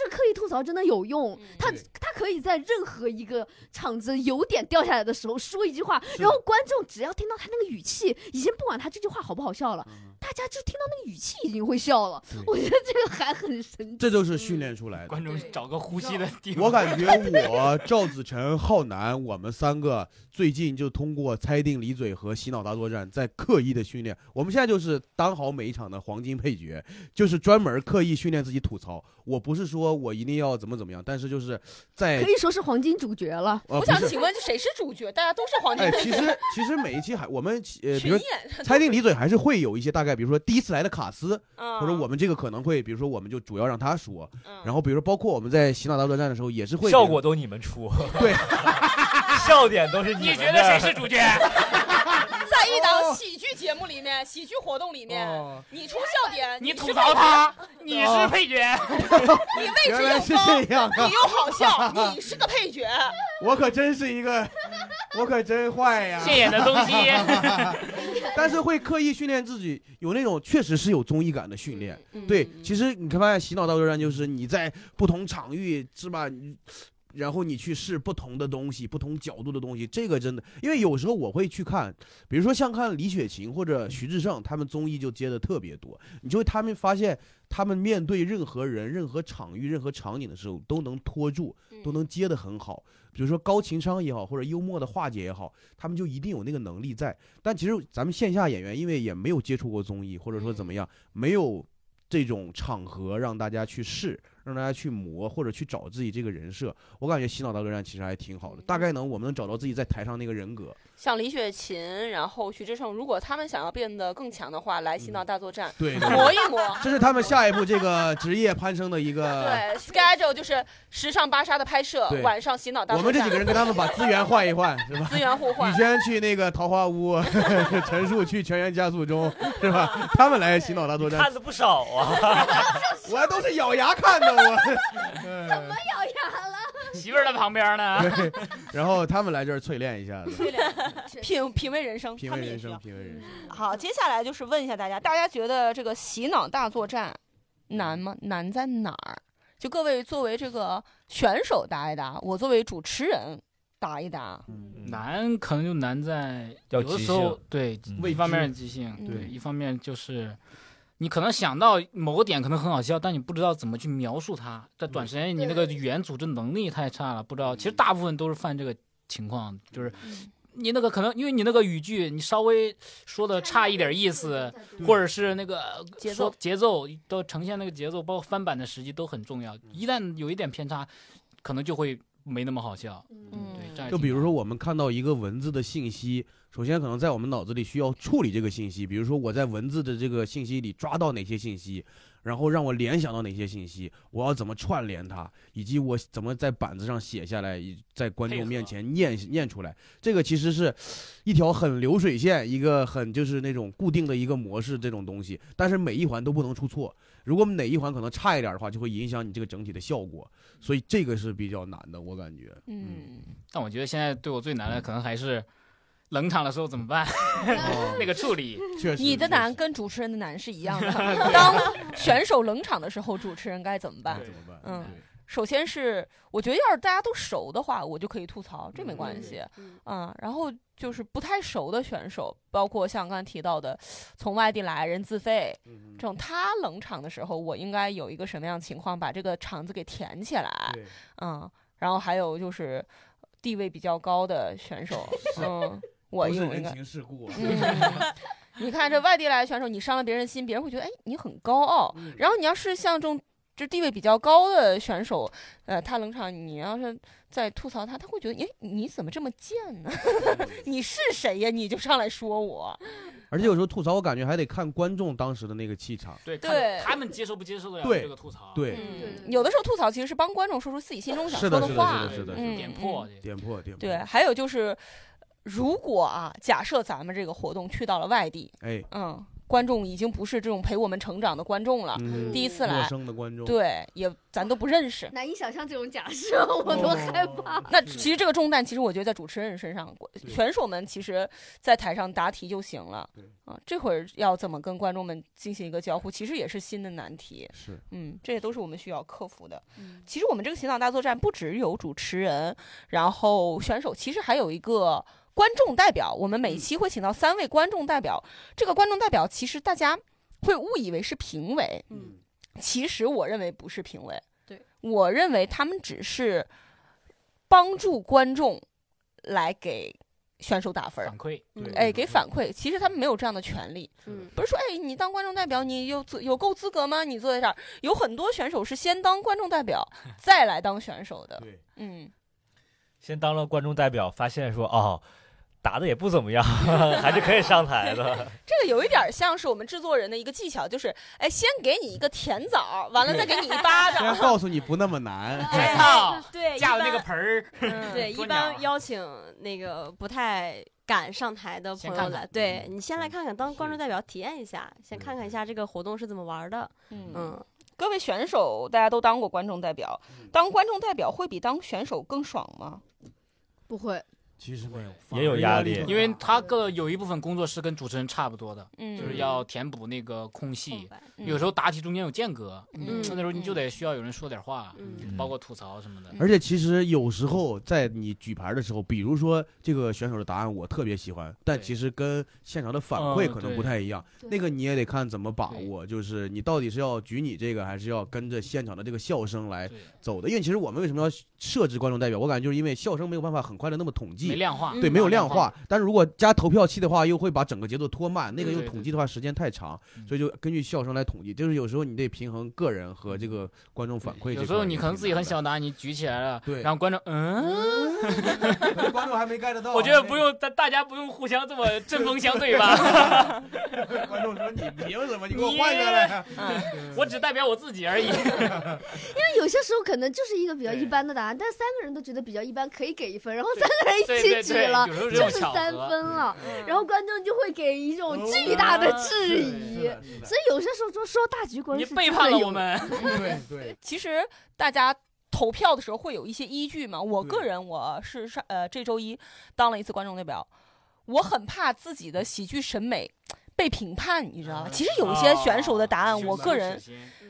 S4: 这刻意吐槽真的有
S1: 嗯
S4: 用，他
S3: 对
S4: 他可以在任何一个场子有点掉下来的时候说一句话，
S3: 的
S4: 然后观众只要听到他那个语气，已经不管他这句话好不好笑了，
S3: 嗯
S4: 大家就听到那个语气已经会笑了
S3: 对。
S4: 我觉得这个还很神奇。
S3: 这就是训练出来的。
S4: 嗯
S6: 观众找个呼吸的地方。
S3: 我感觉我赵子晨、浩南，我们三个最近就通过猜定离嘴和洗脑大作战，在刻意的训练。我们现在就是当好每一场的黄金配角，就是专门刻意训练自己吐槽。我不是说我一定要怎么怎么样，但是就是在
S4: 可以说是黄金主角了，
S3: 呃
S1: <laughs> 我
S3: 不
S1: 想
S3: 是
S1: 请问谁是主角？大家都是黄金
S3: 哎，其实其实每一期还我们呃，比
S1: 群
S3: 如说
S1: 演，
S3: 猜定离嘴还是啊会有一些大概，比如说第一次来的卡斯，
S1: <laughs> 嗯
S3: 或者我，们这个可能会，比如说我们就主要让他说，
S1: 嗯
S3: 然后比如说包括我们在洗脑大作战的时候也是会
S5: <laughs> 效果都你们出，
S3: 对
S5: 效笑点都是
S6: 你
S5: 们
S6: 觉得谁
S5: 的
S6: 是主角？
S1: 在一档喜剧节目里面，喜剧活动里面，
S3: 哦
S1: 你出笑点，
S6: 你
S1: 是
S6: 吐槽他，你是配角。
S3: 哦
S1: 配，你位
S3: 原
S1: 置
S3: 来是
S1: 又高，
S3: 这样啊
S1: 你！又
S3: <laughs>
S1: 好笑，你是个配角。
S3: 我可真是一个，我可真坏呀！
S6: 现眼的东西，
S3: 但是会刻意训练自己，有那种确实是有综艺感的训练。
S1: 嗯
S3: 对，其实你看发现洗脑大作战就是你在不同场域是吧？你然后你去试不同的东西，不同角度的东西，这个真的，因为有时候我会去看，比如说像看李雪琴或者徐志胜，他们综艺就接的特别多，你就会他们发现，他们面对任何人、任何场域、任何场景的时候，都能拖住，
S1: 嗯
S3: 都能接得很好。比如说高情商也好，或者幽默的化解也好，他们就一定有那个能力在。但其实咱们线下演员，因为也没有接触过综艺，或者说怎么样，没有这种场合让大家去试，让大家去磨，或者去找自己这个人设。我感觉洗脑大作战其实还挺好的，大概能我们能找到自己在台上那个人格。
S1: 像李雪琴，然后徐志胜，如果他们想要变得更强的话，来洗脑大作战，
S3: 嗯 <laughs> 对，呃
S1: 磨一磨。
S3: 这是他们下一步这个职业攀升的一
S1: <laughs>
S3: 个。
S1: 对，schedule 就是时尚芭莎的拍摄
S3: 对，
S1: 晚上洗脑大
S3: 我
S1: 作战。
S3: 们这几个人跟他们把资源换一换，是吧？
S1: 资源互换
S3: 雨。轩去那个桃花坞， <laughs> 陈述去全员加速中，是吧？他们来洗脑大作战，
S5: 看的不少啊。
S3: 我都是咬牙看的我。嗯
S4: 咬牙了，
S6: 媳妇儿在旁边呢。
S3: 然后他们来这儿淬炼一下子， <laughs>
S1: 品品味人生，
S3: 品
S1: 他
S3: 味
S1: 们也
S3: 人
S1: 需要
S3: 生，。品味人生。
S1: 好，接下来就是问一下大家，大家觉得这个洗脑大作战难吗？难在哪儿？就各位作为这个选手答一答，我作为主持人答一答。
S3: 嗯
S6: 难可能就难在
S5: 要
S6: 有的
S5: 即
S6: 时候
S5: 兴
S6: 对
S5: 嗯
S3: 未
S6: 一方
S3: 知
S6: 面是即兴，
S1: 嗯
S6: 对，一方面就是你可能想到某个点可能很好笑，但你不知道怎么去描述它，在短时间你那个语言组织能力太差了，不知道。其实大部分都是犯这个情况，就是
S1: 嗯
S6: 你那个可能因为你那个语句你稍微说的差一点意思，或者是那个
S1: 节
S6: 说
S1: 奏
S6: 节奏都呈现那个节奏，包括翻版的时机都很重要。一旦有一点偏差，可能就会没那么好笑。
S1: 嗯
S6: 对，这样
S3: 就
S6: 挺
S3: 比如
S6: 难
S3: 说我们看到一个文字的信息，首先可能在我们脑子里需要处理这个信息，比如说我在文字的这个信息里抓到哪些信息，然后让我联想到哪些信息，我要怎么串联它，以及我怎么在板子上写下来，以在观众面前念念出来。这个其实是一条很流水线，一个很就是那种固定的一个模式这种东西，但是每一环都不能出错。如果哪一环可能差一点的话，就会影响你这个整体的效果，所以这个是比较难的，我感觉。
S1: 嗯，
S6: 但我觉得现在对我最难的可能还是冷场的时候怎么办， <laughs> <laughs> 那个处理。
S3: <laughs> 确实，
S1: 你的
S3: 确实
S1: 难跟主持人的难是一
S3: <laughs>
S1: 样的。当选手冷场的时候，主持人该怎么办
S3: 那？怎么办？
S1: 嗯
S3: 对，
S1: 首先是我觉得要是大家都熟的话，我就可以吐槽，这没关系
S2: 嗯
S1: 啊。然后就是不太熟的选手，包括像刚才提到的从外地来人自费
S3: 嗯
S6: 嗯
S1: 这种，他冷场的时候，我应该有一个什么样的情况把这个场子给填起来？
S3: 对，
S1: 嗯，然后还有就是地位比较高的选
S3: <laughs>
S1: 手，嗯，我
S3: 都
S1: 应
S3: 是
S1: 我应
S3: 人
S1: 该。
S3: 情世故啊，
S1: 嗯，你看这外地来的选手，你伤了别人的心，别人会觉得哎你很高傲。
S3: 嗯
S1: 然后你要是像这种就地位比较高的选手，呃，他冷场，你要是再吐槽他，他会觉得哎你怎么这么贱呢？ <laughs>
S3: 嗯
S1: 你是谁呀？你就上来说我，
S3: 而且有时候吐槽，我感觉还得看观众当时的那个气场。
S6: 对，
S1: 看对
S6: 他们接受不接受得了
S3: 对
S6: 这个吐槽，，
S3: 对，
S1: 嗯，有的时候吐槽其实是帮观众说出自己心中想
S3: 是
S1: 说
S3: 的是的
S1: 话
S3: 是的。是的
S1: 嗯
S6: 点破这个。
S3: 点破点破。
S1: 对，，啊还有就是，如果啊，假设咱们这个活动去到了外地，
S3: 哎，
S1: 嗯，观众已经不是这种陪我们成长的观众了，
S3: 嗯
S1: 啊第一次
S3: 陌
S1: 来，
S3: 生的观众，
S1: 对，也咱都不认识。
S3: 嗯
S4: 难以想象这种假设，我都害怕。
S1: 那其实这个重担，其实我觉得在主持人身上，选手们其实，在台上答题就行了
S3: 对。
S1: 啊，这会儿要怎么跟观众们进行一个交互，其实也是新的难题。 <laughs>
S3: 是
S1: 嗯，这些都是我们需要克服的。其实我们这个洗脑大作战不只有主持人，然后选手，其实还有一个观众代表。我们每期会请到三位观众代表，这个观众代表其实大家会误以为是评委，
S2: 嗯
S1: 其实我认为不是评委，
S2: 对，
S1: 我认为他们只是帮助观众来给选手打分儿
S6: 反。馈，
S3: 对
S1: 哎，给反馈，其实他们没有这样的权利。
S2: 嗯
S1: 不是说，哎，你当观众代表，你有资有够资格吗？你坐在这儿，有很多选手是先当观众代
S6: <laughs>
S1: 表，再来当选手的。
S3: 对，
S1: 嗯，
S5: 先当了观众代表，发现说哦，答的也不怎么样， <laughs> 还是可以上台的。
S1: 这个有一点像是我们制作人的一个技巧，就是哎，先给你一个甜枣，完了再给你一巴
S3: 虽
S1: 掌。
S3: 然
S6: <laughs>
S3: 告诉你不那么难，哎
S6: 知道
S2: 对，一
S6: 架的那
S2: 般
S6: 个盆儿，
S1: 嗯
S2: 对，
S6: 鸵
S2: 一般
S6: 鸟
S2: 邀请那个不太敢上台的
S6: 先
S2: 朋友
S6: 看看
S2: 来，对
S3: 嗯
S2: 你先来看看，当观众
S3: 是
S2: 代表体验一下，先看看一下这个活动是怎么玩的。
S1: 嗯，
S2: 嗯，
S1: 各位选手，大家都当过观众代表，
S6: 嗯
S1: 当观众代表会比当选手更爽吗？
S4: 不会，
S3: 其实没有，
S5: 也有压力
S6: 因
S3: 嗯啊
S6: 为他个有一部分工作是跟主持人差不多的，
S1: 嗯，
S6: 就是要填补那个空隙。
S1: 嗯
S6: 有时候答题中间有间隔，
S1: 嗯
S6: 那时候你
S1: 嗯
S6: 就得需要有人说点话，
S2: 嗯
S6: 包括吐槽什么的。
S3: 而且其实有时候在你举牌的时候，比如说这个选手的答案我特别喜欢，但
S6: 对
S3: 其实跟现场的反
S6: 嗯
S3: 馈可能
S6: 对
S3: 不太一样，那个你也得看怎么把
S6: 对
S3: 握，就是你到底是要举你这个，还是要跟着现场的这个笑声来
S6: 对，
S3: 走的。因为其实我们为什么要设置观众代表，我感觉就是因为笑声没有办法很快的那么统
S6: 没
S3: 计。
S6: 量化，
S3: 对，
S2: 嗯
S3: 没有
S6: 量
S3: 量
S6: 化
S3: 化，但是如果加投票器的话，又会把整个节奏拖慢。那个
S6: 嗯
S3: 用
S6: 对
S3: 统
S6: 对
S3: 计的话，时间太长，
S6: 嗯
S3: 所以就根据笑声来统计。就是有时候你得平衡个人和这个观众反馈。
S6: 有时候你可能自己很，小拿，你举起来了，
S3: 对
S6: 然后观众嗯，
S3: <laughs> 观众还没 get 到啊
S6: 我觉得不用，大大家不用互相
S3: <laughs>
S6: 这么针锋相对吧，
S3: 观众说：“你凭什么？你
S6: 给我换下来！
S1: 嗯
S6: 我只代表我自己而已。
S4: 但 <laughs> 有些时候可能就是一个比较
S6: 对
S4: 一般的答案，但三个人都觉得比较一般，可以给一分，然后三个人
S6: 对
S4: 一
S6: 对
S4: 起举
S6: 对，
S4: 了
S6: 有，时候这
S4: 就
S6: 种
S4: 是
S6: 巧
S4: 三
S6: 合，哦
S4: 分了，
S1: 嗯
S4: 然后观众就会给一种巨大的
S3: <laughs>
S4: 质疑。所以有些时候说说大局观
S6: 你
S4: 是
S6: 背
S4: 真
S6: 叛
S4: 的
S6: 了
S4: 有
S6: 我们。 <laughs>
S3: 对对，
S1: 其实大家投票的时候会有一些依据嘛。我
S3: 对
S1: 个人我是上呃这周一当了一次观众代表，我很怕自己的喜剧审美被评判，你知道吗？其实有一些选手的答
S6: 啊
S1: 案，我个人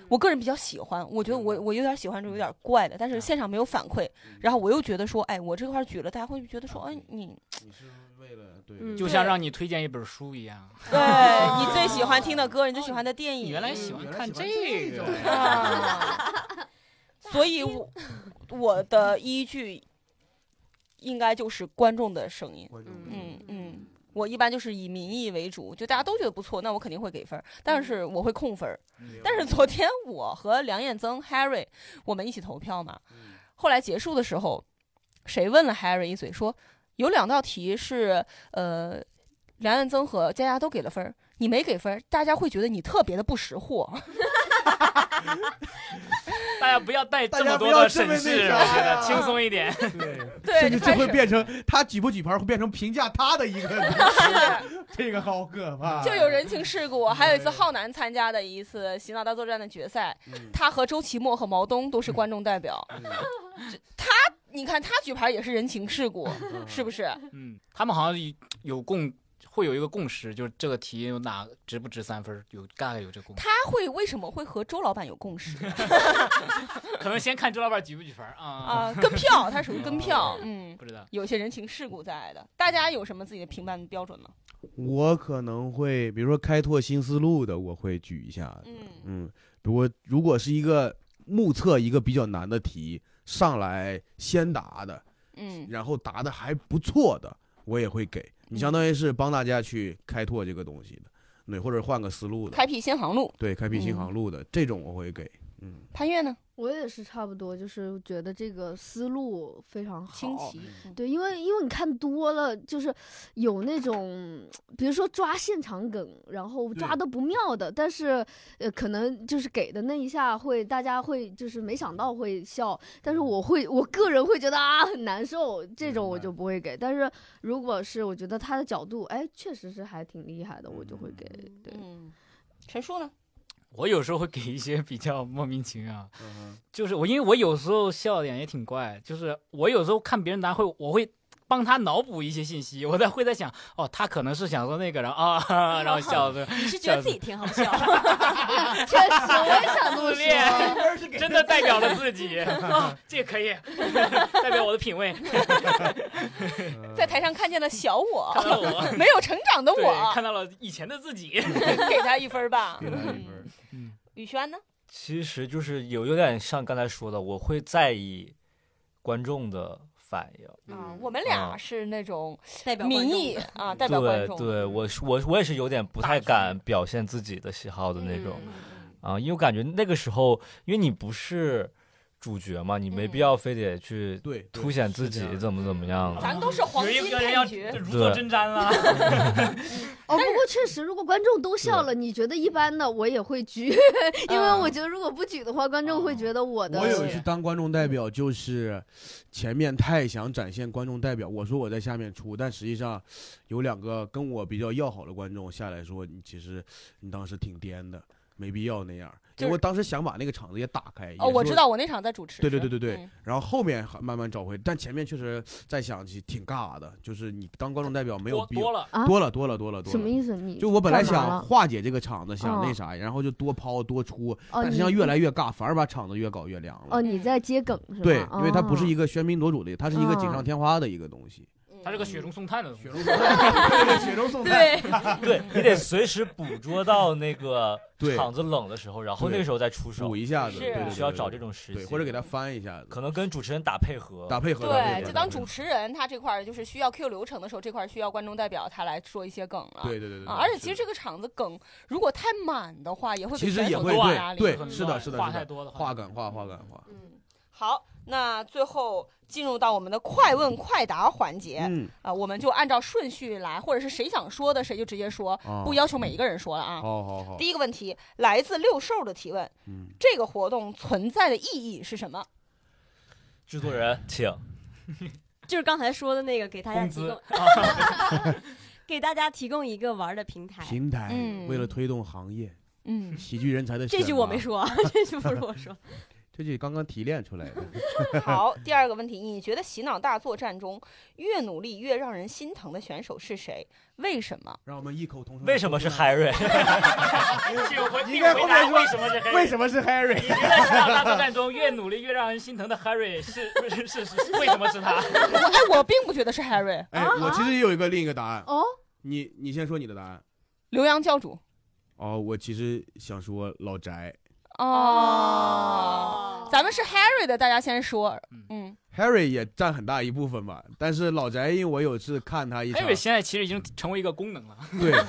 S1: 我个人比较喜欢，我觉得我我有点喜欢这种有点怪的，但是现场没有反馈，然后我又觉得说，哎，我这块举了，大家会觉得说，哎，你
S3: 你是为了对
S2: 嗯
S6: 就像让你推荐一本书一样，
S1: 对哎你最喜欢听的歌，你最喜欢的电影，
S6: 你原来喜
S1: 嗯
S6: 欢
S3: 原来
S6: 看
S3: 喜欢
S6: 这
S3: 这
S6: 个
S3: 种
S6: 呀，
S1: 啊， <laughs> 所以我我的依据应该就是观众的声音。
S3: 观
S1: 嗯嗯，我一般就是以民意为主，就大家都觉得不错，那我肯定会给分儿，但是我会控分儿。但是昨天我和梁彦增、Harry 我们一起投票嘛，
S3: 嗯
S1: 后来结束的时候，谁问了 Harry 一嘴说，有两道题是呃梁彦增和佳佳都给了分儿，你没给分儿，大家会觉得你特别的不识货。
S6: 大家不要带
S3: 大
S6: 这么
S3: 家不
S6: 多
S3: 要
S6: 的
S3: 这么
S6: 审
S3: 那
S6: 视，
S3: 啥
S6: 啊我觉
S3: 呀
S6: 得轻松一点。 <laughs>
S3: <laughs> 对，
S1: <laughs> 对，
S3: 甚至
S1: 就
S3: 这
S1: 开
S3: 会
S1: 始
S3: 变成他举不举牌，会变成评价他的
S1: <laughs>
S3: 一个，这个好可怕。
S1: 就有人情世故，还有一次浩南参加的一次洗脑大作战的决赛， <laughs>
S3: 嗯，
S1: 他和周奇墨和毛东都是观众代表。
S3: 嗯
S1: 你看他举牌也是人情世故，是不是？
S6: 嗯，他们好像有共会有一个共识，就是这个题有哪值不值三分，有大概有这个共识。
S1: 他会为什么会和周老板有共识
S3: <laughs>
S6: 可能先看周老板举不举牌啊
S1: 啊？跟票，他属于跟票，嗯，
S6: 不知道。
S1: 有些人情世故在的。大家有什么自己的评判标准吗？
S3: 嗯我可能会，比如说开拓新思路的，我会举一下。
S1: 嗯
S3: 嗯，如果如果是一个目测一个比较难的题上来先答的，
S1: 嗯
S3: 然后答的还不错的，我也会给你，相当于是帮大家去开拓这个东西的，对，或者换个思路的，
S1: 开辟新航路，
S3: 对，开辟新
S1: 嗯
S3: 航路的这种我会给，嗯，
S1: 潘越呢？
S4: 我也是差不多，就是觉得这个思路非常
S1: 清
S4: 好。
S1: 奇，嗯
S4: 对，因为因为你看多了，就是有那种，比如说抓现场梗，然后抓
S3: 对
S4: 的不妙的，但是呃，可能就是给的那一下会，大家会就是没想到会笑，但是我会，我个人会觉得啊很难受，这种
S3: 嗯
S4: 我
S3: 明白
S4: 就不会给。但是如果是我觉得他的角度，哎，确实是还挺厉害的，我就会给。对，
S1: 嗯，陈述呢？
S6: 我有时候会给一些比较莫名其妙，
S3: 嗯
S6: 就是我因为我有时候笑点也挺怪，就是我有时候看别人答会，我会。帮他脑补一些信息，我在会在想，哦，他可能是想说那个，然后啊， <laughs> 然后笑
S1: <laughs>
S6: 的，
S2: 你是觉得自己挺好笑，
S6: <laughs>
S4: 确实我也想这么
S6: 自恋
S4: 说。
S6: 真的代表了自己，哦，这可以，代表我的品味，
S1: <laughs> <laughs> 在台上看见了小我
S6: 看，到了我，
S1: 没有成长的
S6: 对，
S1: 我，
S6: 看到了以前的自己，
S1: 给他一分儿 <laughs> 吧。
S3: 给他一分儿
S1: 嗯。
S6: 嗯，
S1: 宇轩呢？
S5: 其实就是有有点像刚才说的，我会在意观众的反应。
S1: 啊，我们俩
S5: 啊
S1: 是那种
S2: 嗯代表观
S1: 民
S2: 众
S1: 意
S2: 的
S1: 啊，代表观
S5: 对
S1: 众。
S5: 对，我是我我也是有点不太敢表现
S1: 嗯
S5: 自己的喜好的那种、啊，因为我感觉那个时候，因为你不是。主角嘛，你没
S1: 嗯
S5: 必要非得去
S3: 对，对
S5: 凸显自
S3: 是这
S5: 己
S3: 样嗯
S5: 怎么怎么样。
S1: 咱都是黄
S6: 有
S1: 金
S6: 一个人要
S1: 配角
S6: 这。如坐针毡了。
S4: <laughs> 哦，不过确实，如果观众都笑了，你觉得一般的，我也会
S3: <laughs>
S4: 举，因为我觉得如果不举的话，观众会觉得我的
S3: 哦我有一
S6: 是
S3: 次当观众代表，就是前面太想展现观众代表，我说我在下面出，但实际上有两个跟我比较要好的观众下来说，你其实你当时挺颠的，没必要那样。
S1: 就是
S3: 因为我当时想把那个场子也打开。
S1: 哦，
S3: 也
S1: 我
S3: 是
S1: 知。道，我那场在主持。
S3: 对对对对对
S1: 嗯，
S3: 然后后面还慢慢找回，但前面确实再想起挺尬的，就是你当观众代表没有
S6: 多
S3: 必要
S6: 多了，
S4: 啊
S3: 多了多了多了多了。
S4: 什么意思？你
S3: 就我本来
S4: 干嘛
S3: 想
S4: 了
S3: 化解这个场子，想那
S4: 嗯
S3: 啥，然后就多抛多出，
S4: 哦，
S3: 但实
S4: 你
S3: 际上越来越尬，反而把场子越搞越凉了。
S4: 哦，你在接梗是吧？
S3: 对，因为它不是
S4: 哦
S3: 一个喧宾夺主的，它是一个锦上添花的一个东西。
S1: 嗯
S6: 他是个雪中送炭的东西。
S3: 中送炭，
S1: <laughs>
S3: 雪中送炭，
S2: 对，
S5: 对你得随时捕捉到那个
S3: <laughs> 对
S5: 场子冷的时候，然后
S3: 对
S5: 那个时候再出手
S3: 补，一下子，
S1: 是
S3: 对对对
S5: 需要找这
S3: 对
S5: 种时机，
S3: 对，或者给它翻一下
S5: 可
S3: 子，
S5: 能跟主持人打配合，
S3: 打配合。打配合
S1: 对，就当主。持人，他这块儿就是需要 Q 流程的时候，这块儿需要观众代表他来说一些梗了。
S3: 打配合对对对对对。
S1: 啊，而且其
S3: 是
S1: 实这个场子梗如果太满的话，也会给
S3: 其实
S1: 选
S3: 也
S1: 手
S3: 会
S1: 造成压
S3: 对
S1: 力。
S3: 对，
S6: 很
S3: 是
S6: 乱
S3: 的，是的，
S6: 话
S3: 是的
S6: 太多了，
S3: 话
S6: 太
S3: 感话话感话。
S4: 哦
S1: 嗯，好，那最后进入到我们的快问快答环节啊、
S3: 嗯，
S1: 我们就按照顺序来，或者是谁想说的谁就直接说，
S3: 啊
S1: 不要求每一个人说了啊。
S3: 好好好，
S1: 第一个问题来自六兽的提问：
S3: 嗯，
S1: 这个活动存在的意义是什么？
S5: 制作人请
S2: 就是刚才说的那个，给大家
S6: 工
S2: 提
S6: 资啊
S2: 供， <laughs> 给大家提供一个玩儿的平台。
S3: 平台
S1: 嗯
S3: 为了推动行业 <laughs>
S1: 嗯，
S3: 喜剧人才的
S2: 这句
S3: 选
S2: 我
S3: 拔
S2: 没，说啊， <laughs> 这句不是我说。
S3: 这句刚刚提炼出来的。
S1: 好。第二个问题，你觉得洗脑大作战中越努力越让人心疼的选手是谁？为什么？
S3: 让我们异口同声。
S5: 为什么
S1: 嗯
S5: 是？Harry？
S6: 请回
S3: 应该后面
S5: <laughs>
S3: 说
S6: 为什么是黑？
S3: 为什么是 Harry？
S6: 你觉得洗脑大作战中越努力越让人心疼的 Harry 是是是是为什么是他？
S1: 我 <laughs> 哎，我并不觉得是 Harry，
S3: 哎，我其实也有一个另一个答案，
S4: 哦，
S3: 你你先说你的答案。
S1: 刘洋教主
S3: 哦，我其实想说老宅
S1: 哦。咱们是 Harry 的，大家先说
S6: 嗯。
S1: 嗯，
S3: ，Harry 也占很大一部分吧。但是老宅，因为我有次看他一场，
S6: Harry 现在其实已经成为一个功能了，
S5: <laughs>
S3: 对，呃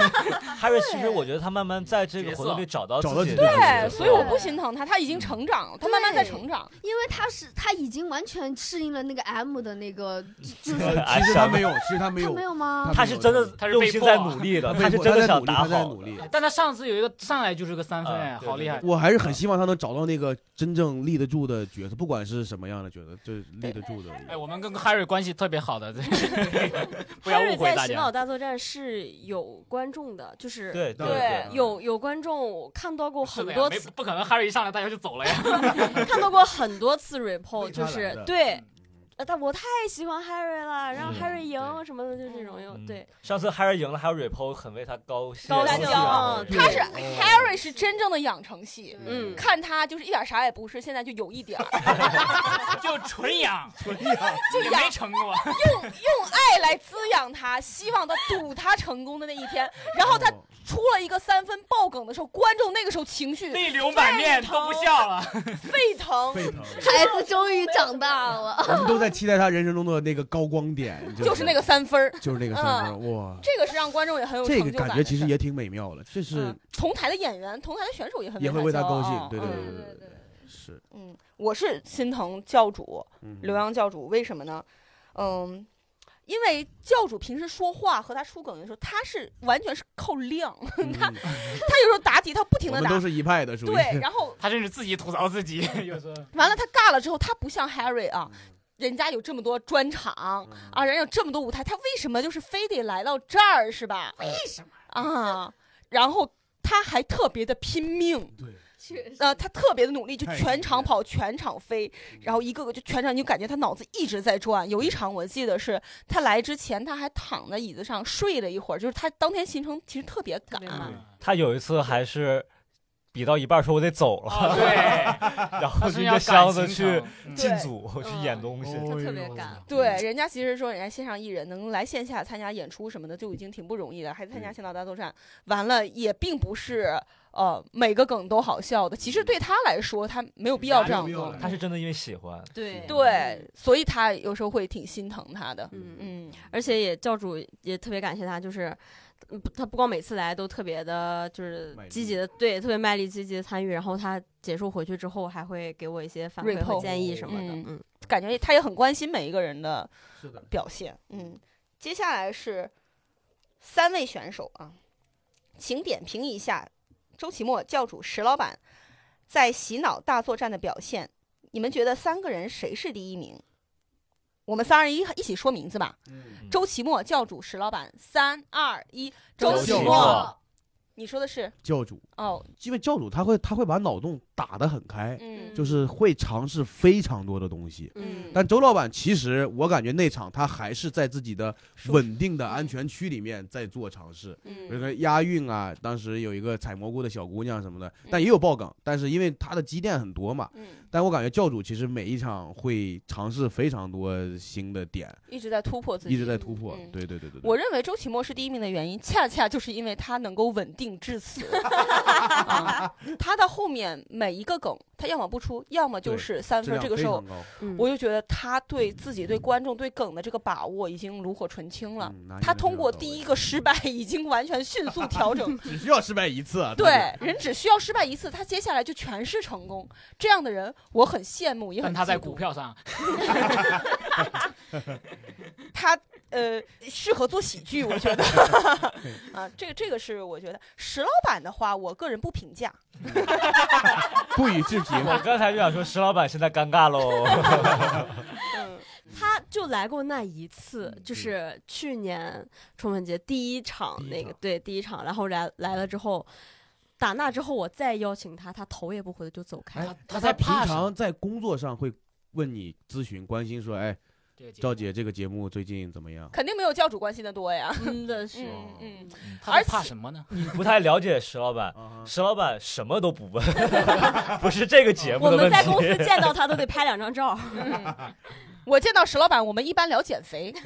S5: Harry 其实我觉得他慢慢在这个活动里找到
S3: 角色找到自己
S5: 己
S3: 的
S1: 对，
S5: 的
S1: 所以我不心疼他，他已经成长了，他慢慢在成长。
S4: 因为他是他已经完全适应了那个 M 的那个，
S3: <laughs>
S4: 就是
S3: 呃其实他没有，其实他没
S4: 他
S3: 有
S4: 没，有吗？
S5: 啊他是真的
S6: 他是
S5: 用
S6: 被
S5: 心
S6: 迫
S5: 在
S6: 啊
S5: 努力的，
S3: 被
S5: 他是
S3: 迫
S5: 真的
S3: 在
S5: 想
S3: 努力
S5: 打
S3: 他在
S5: 好
S3: 努
S5: 的。
S3: 力。
S6: 但他上次有一个上来就是个三分，哎
S5: 啊，对
S6: 好厉害！
S3: 我还是很希望他能找到那个真正立得住的角色，不管是什么样的角色，就是立得住的。
S6: 哎，我们跟 Harry 关系特别好的，对不要
S2: Harry
S6: 误会
S2: 在
S6: 大
S2: 洗脑
S6: 家。
S2: 大作战是有观众的，就是
S5: 对
S3: 当
S5: 对
S3: 然，
S2: 有有观众我看到过
S6: 是
S2: 很
S6: 的呀
S2: 多，
S6: 没
S2: 次，
S6: 不可能 Harry 一上来大家就走了呀。
S2: <laughs> 看到过很多次 report，
S3: 为他
S2: 就
S3: 来
S2: 是
S3: 的
S2: 对，呃但我太喜欢 Harry 了，让
S5: 嗯
S2: Harry 赢
S6: 嗯对
S2: 什么的，就这种又
S5: 嗯
S2: 对。
S5: 上次 Harry 赢了，还有 Repo 很为他高兴，
S2: 高
S1: 兴
S5: 啊
S2: 对
S1: 他是
S3: 哦
S1: Harry 是真正的养成系，
S2: 嗯
S1: 看他就是一点啥也不是，现在就有一点儿，
S6: <laughs> 就纯养， <laughs>
S1: 就
S6: 也
S1: 养
S6: 没成过。
S1: 爱来滋养他，希望他赌他成功的那一天。然后他出了一个三分爆梗的时候，观众那个时候情绪
S6: 泪流满面都不笑了。
S1: 沸腾，
S3: 沸腾，
S4: <laughs> 孩子终于长大了，
S3: 我们都在期待他人生中的那个高光点，
S1: 就是那个，三分儿，
S3: 就是那个三分，哇，
S1: 这个是让观众也很有成
S3: 这
S1: 就
S3: 个
S1: 感的
S3: 感
S1: 事儿。
S3: 觉其实也挺美妙的，这是
S1: 嗯同台的演员、同台的选手也很
S3: 也会为
S1: 为
S3: 他
S1: 骄
S3: 高
S1: 傲
S3: 兴，对对
S1: 嗯
S3: 对
S4: 嗯
S3: 对对，是。
S1: 嗯，我是心疼教主
S3: 嗯
S1: 刘洋教主，为什么呢？嗯，因为教主平时说话和他出梗的时候，他是完全是靠 <laughs> 量，
S3: 嗯嗯
S1: 他有时候答题他不停
S3: 我
S1: 的
S3: 们
S1: 答
S3: 都，是一派的，属 <laughs> 于
S1: 对，然后
S6: 他甚至自己吐槽自己，有时候
S1: 完了他尬了之后，他不像 Harry
S3: 嗯
S1: 啊，人家有这么多专场啊，人家有这么多舞台，他为什么就是非得来到这儿是吧？为什么啊？然后他还特别的拼命，
S3: 对，
S4: <laughs> 确实
S1: 呃，他特别的努力，就
S3: 太
S1: 全
S3: 厉
S1: 场
S3: 害
S1: 跑，全场飞，
S3: 嗯
S1: 然后一个个就全场，你就感觉他脑子一直在转。有一场我记得是他来之前，他还躺在椅子上睡了一会儿，就是他当天行程其实特别赶啊
S2: 特别，慢
S5: 他有一次还是比到一半说：“我得走了。
S6: 啊， <laughs> 对，
S5: <laughs> 然后
S6: 他
S5: 拎
S6: 是要
S5: 着箱子
S6: 赶行
S5: 去
S6: 程，
S1: 对
S6: 嗯
S5: 进组去演东西。
S2: 就特别干。
S1: 对，人家其实说人家线上艺人能来线下参加演出什么的就已经挺不容易的，还参加
S3: 嗯
S1: 线脑大作战，完了也并不是呃每个梗都好笑的。其实对他来说，他没有必要这样做。
S5: 他是真的因为喜欢，
S2: 对
S1: 对，所以他有时候会挺心疼他的。
S2: 嗯嗯，
S1: 嗯，
S2: 而且也教主也特别感谢他，就是。嗯不他不光每次来都特别的，就是
S3: 卖力
S2: 积极的，对，特别卖力、积极的参与。然后他结束回去之后，还会给我一些反馈
S1: Report
S2: 和建议什么的。
S1: 嗯
S2: 嗯，
S1: 感觉他也很关心每一个人的
S3: 是的，
S1: 表现。嗯，接下来是三位选手啊，请点评一下周奇墨教主石老板在洗脑大作战的表现。你们觉得三个人谁是第一名？我们三二一一起说名字吧。
S3: 嗯，
S1: 周奇墨教主石老板，三二一，
S3: 周
S1: 奇
S3: 奇
S1: 墨
S3: 墨。
S1: 你说的是
S3: 教主，
S1: 哦，
S3: 因为教主他会他会把脑洞打得很开，
S1: 嗯，
S3: 就是会尝试非常多的东西。
S1: 嗯
S3: 但周老板其实我感觉那场他还是在自己的
S1: 舒适
S3: 稳定的安全区里面在做尝试。比如
S1: 嗯
S3: 说押韵啊，当时有一个采蘑菇的小姑娘什么的，但也有爆梗，但是因为她的积淀很多嘛，
S1: 嗯，
S3: 但我感觉教主其实每一场会尝试非常多新的点，
S1: 一直在突破自己，
S3: 一直在突破
S1: 嗯。
S3: 对对对对对，
S1: 我认为周奇墨是第一名的原因，恰恰就是因为他能够稳定至此。啊他的后面每一个梗，他要么不出，要么就
S3: 对
S1: 是三
S3: 质
S1: 分。
S3: 量
S1: 这个
S3: 非
S1: 时候
S3: 常，高。
S2: 嗯
S1: 我就觉得他对自己、对观众、对梗的这个把握已经炉火纯青了。
S3: 嗯拿捏
S1: 他
S3: 得
S1: 通
S3: 非常
S1: 过
S3: 到
S1: 第
S3: 位。
S1: 一个失败，已经完全迅速调整
S3: <laughs> 只需要失败一次啊，
S1: 对，人只需要失败一次，他接下来就全是成功。这样的人，我很羡慕，也很
S6: 但他在
S1: 嫉妒
S6: 股票上，
S1: 他呃适合做喜剧，我觉得 <laughs> 啊，这个这个是我觉得石老板的话，我个人不评价，
S3: 不予置
S1: <laughs>
S3: 评。
S5: 我刚才就想说，石老板现在尴尬哦喽。
S1: 嗯
S2: 他就来过那一次，就是去年春分节第一场
S3: 嗯第一
S2: 那个
S3: 场，
S2: 对，第一场。然后来来了之后，打那之后我再邀请他，他头也不回的就走开了。
S3: 哎，
S6: 他
S3: 在
S6: 在
S3: 平
S6: 怕什
S3: 常
S6: 么
S3: 在工作上会问你咨询、关心说，哎，
S6: 这个节目
S3: 赵姐这个节目最近怎么样？
S1: 肯定没有教主关心的多呀。
S2: 真的是，
S1: 嗯嗯，
S6: 嗯他在
S1: 而
S6: 怕
S1: 且
S6: 什么呢？
S5: 你 <laughs> 不太了解石老板，
S3: 啊哈
S5: 石老板什么都不问， <laughs> 不是这个节目
S2: 我
S5: 的
S2: 们
S5: 问
S2: 在公司
S5: 题。
S2: 见到他都得拍两张照。
S1: 嗯我见到石老板，我们一般聊减肥。 <laughs>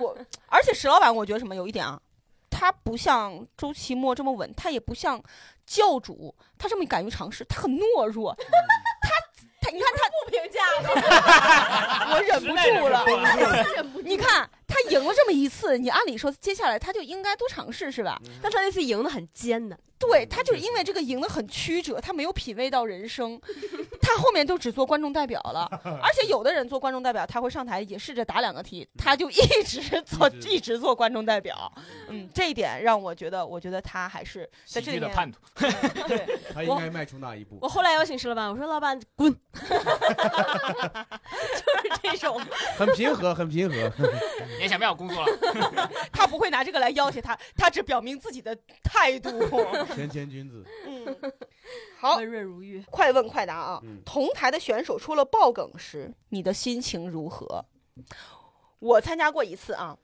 S1: 我而且石老板，我觉得什么有一点啊，他不像周奇墨这么稳，他也不像教主，他这么敢于尝试，他很懦弱。 <laughs> 他他你看他不评价， <laughs> 我忍不住了。你看他赢了这么一次，你按理说接下来他就应该多尝试是
S3: 嗯
S1: 吧？
S2: <laughs> 但他那次赢得很艰难，
S1: 对他就是因为这个赢得很曲折，他没有品味到人生， <laughs> 他后面就只做观众代表了。而且有的人做观众代表，他会上台也试着答两个题，他就一直做
S3: 一直
S1: 一直做观众代表。嗯，这一点让我觉得，我觉得他还是在
S6: 喜
S1: 这
S6: 剧
S1: 里
S6: 的
S1: 面
S6: 叛徒，
S1: 对，
S3: 他应该迈出那一步
S1: <laughs>
S2: 我。后来邀请石老板，我说老板滚，就是这种。
S3: 很平和，很平和。 <laughs>
S6: 你也想不要工作了？
S1: 他不会拿这个来要挟他，他只表明自己的态度。
S3: 谦谦
S1: <laughs>
S3: 君子，
S1: 嗯，好，
S2: 温润如玉，
S1: 快问快答啊！
S3: 嗯
S1: 同台的选手说了爆梗时，你的心情如何？我参加过一次啊，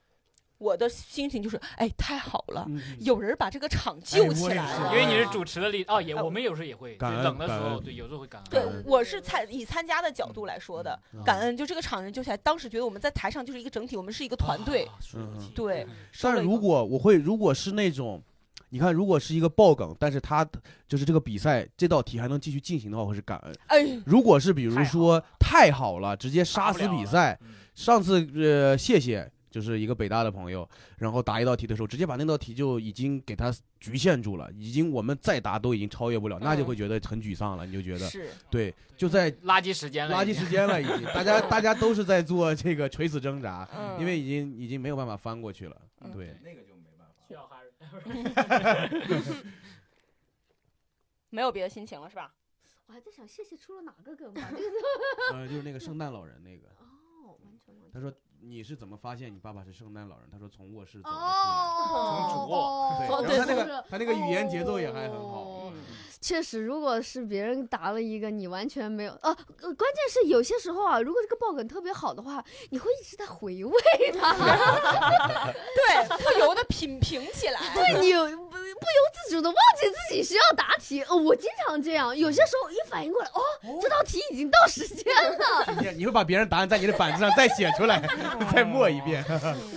S1: 我的心情就是，哎，太好了，有人把这个场救起来
S3: 嗯哎
S1: 了。
S6: 因为你是主持的力哦，也
S1: 哎
S6: 我们有时候也会，就
S3: 感恩
S6: 冷的时
S3: 感
S6: 候，
S3: 恩
S6: 对，有时候会感恩。
S1: 对
S3: 感恩，
S1: 我是参以参加的角度来说的，
S3: 嗯
S1: 感。恩就这个场人救起来。当时觉得我们在台上就是一个整体，我们是一个团队。
S6: 啊，数不清
S1: 对，收
S3: 但
S1: 了
S3: 是
S1: 一
S3: 如
S1: 个
S3: 果我会，如果是那种，你看，如果是一个爆梗，但是他就是这个比赛这道题还能继续进行的话，我会是感恩。
S1: 哎，
S3: 如果是比如说太好了，直接杀死比赛。
S6: 嗯
S3: 上次
S1: 嗯
S3: 呃，谢谢。就是一个北大的朋友，然后答一道题的时候，直接把那道题就已经给他局限住了，已经我们再答都已经超越不了，那就会觉得很沮丧了，你就觉得
S1: 嗯是
S3: 对，就在
S6: 垃圾时间了
S3: 垃
S6: 已经，
S3: 圾时间了，已经，大家大家都是在做这个垂死挣扎，
S1: 嗯
S3: 因为已经已经没有办法翻过去了。
S1: 嗯
S3: 对，
S6: 需要哈人
S1: 没有别的心情了是吧？
S4: 我还在想谢谢出了哪个梗吧？ <laughs>
S3: 呃，就是那个圣诞老人那个，
S4: 哦，完全忘记
S3: 他说你是怎么发现你爸爸是圣诞老人？他说从卧室走了出来。
S4: 哦，
S6: 从主
S4: 哦
S3: 卧
S4: 对，
S3: 对然后他那
S4: 从
S3: 个
S4: 这
S3: 他那个语言节奏也还很好
S4: 哦。确实，如果是别人答了一个你完全没有，呃，呃关键是有些时候啊，如果这个爆梗特别好的话，你会一直在回味它，
S1: <laughs> 对，不由得品评起来。
S4: 对你有不不自主的忘记自己需要答题。呃我经常这样，有些时候一反应过来，哦，这道题已经到时间了，
S3: 你你会把别人答案在你的板子上再写出来， <laughs> 再默一遍。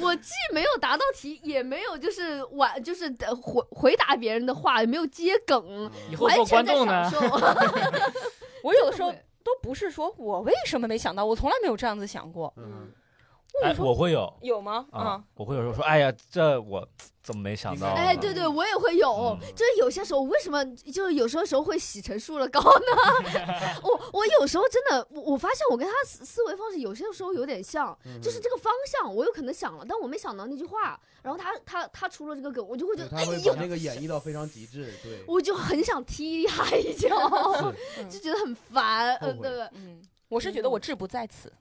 S4: 我既没有答到题，也没有就是完就是呃回回答别人的话，也没有接梗，
S6: 以后
S4: 完
S6: 做
S4: 全
S6: 观
S4: 在
S6: 众
S4: 享
S6: 呢，
S4: 受。
S1: <laughs> 我有的时候都不是说我为什么没想到，我从来没有这样子想过。
S3: 嗯，
S5: 哎
S1: 我，说
S5: 我会有
S1: 有吗？
S4: 嗯
S1: 嗯
S5: 啊，我会有时候说，哎呀，这我怎么没想到？
S4: 哎，对，对，我也会有，
S5: 嗯
S4: 就是有些时候，为什么就是有时候时候会洗成数了高呢？
S6: <laughs>
S4: 我我有时候真的，我我发现我跟他思思维方式有些时候有点像，
S3: 嗯
S4: 就是这个方向我有可能想了，但我没想到那句话，然后他他他出了这个梗，我就会觉
S3: 对
S4: 得
S3: 他
S4: 哎
S3: 会
S4: 呦
S3: 把，那个演绎到非常极致，对。
S4: 我就很想踢他一
S3: <laughs>
S4: 脚， <laughs> 就觉得很烦，
S3: 后
S4: 嗯，
S3: 悔 <laughs>
S4: 对对？
S1: 嗯，我是觉得我志不在此。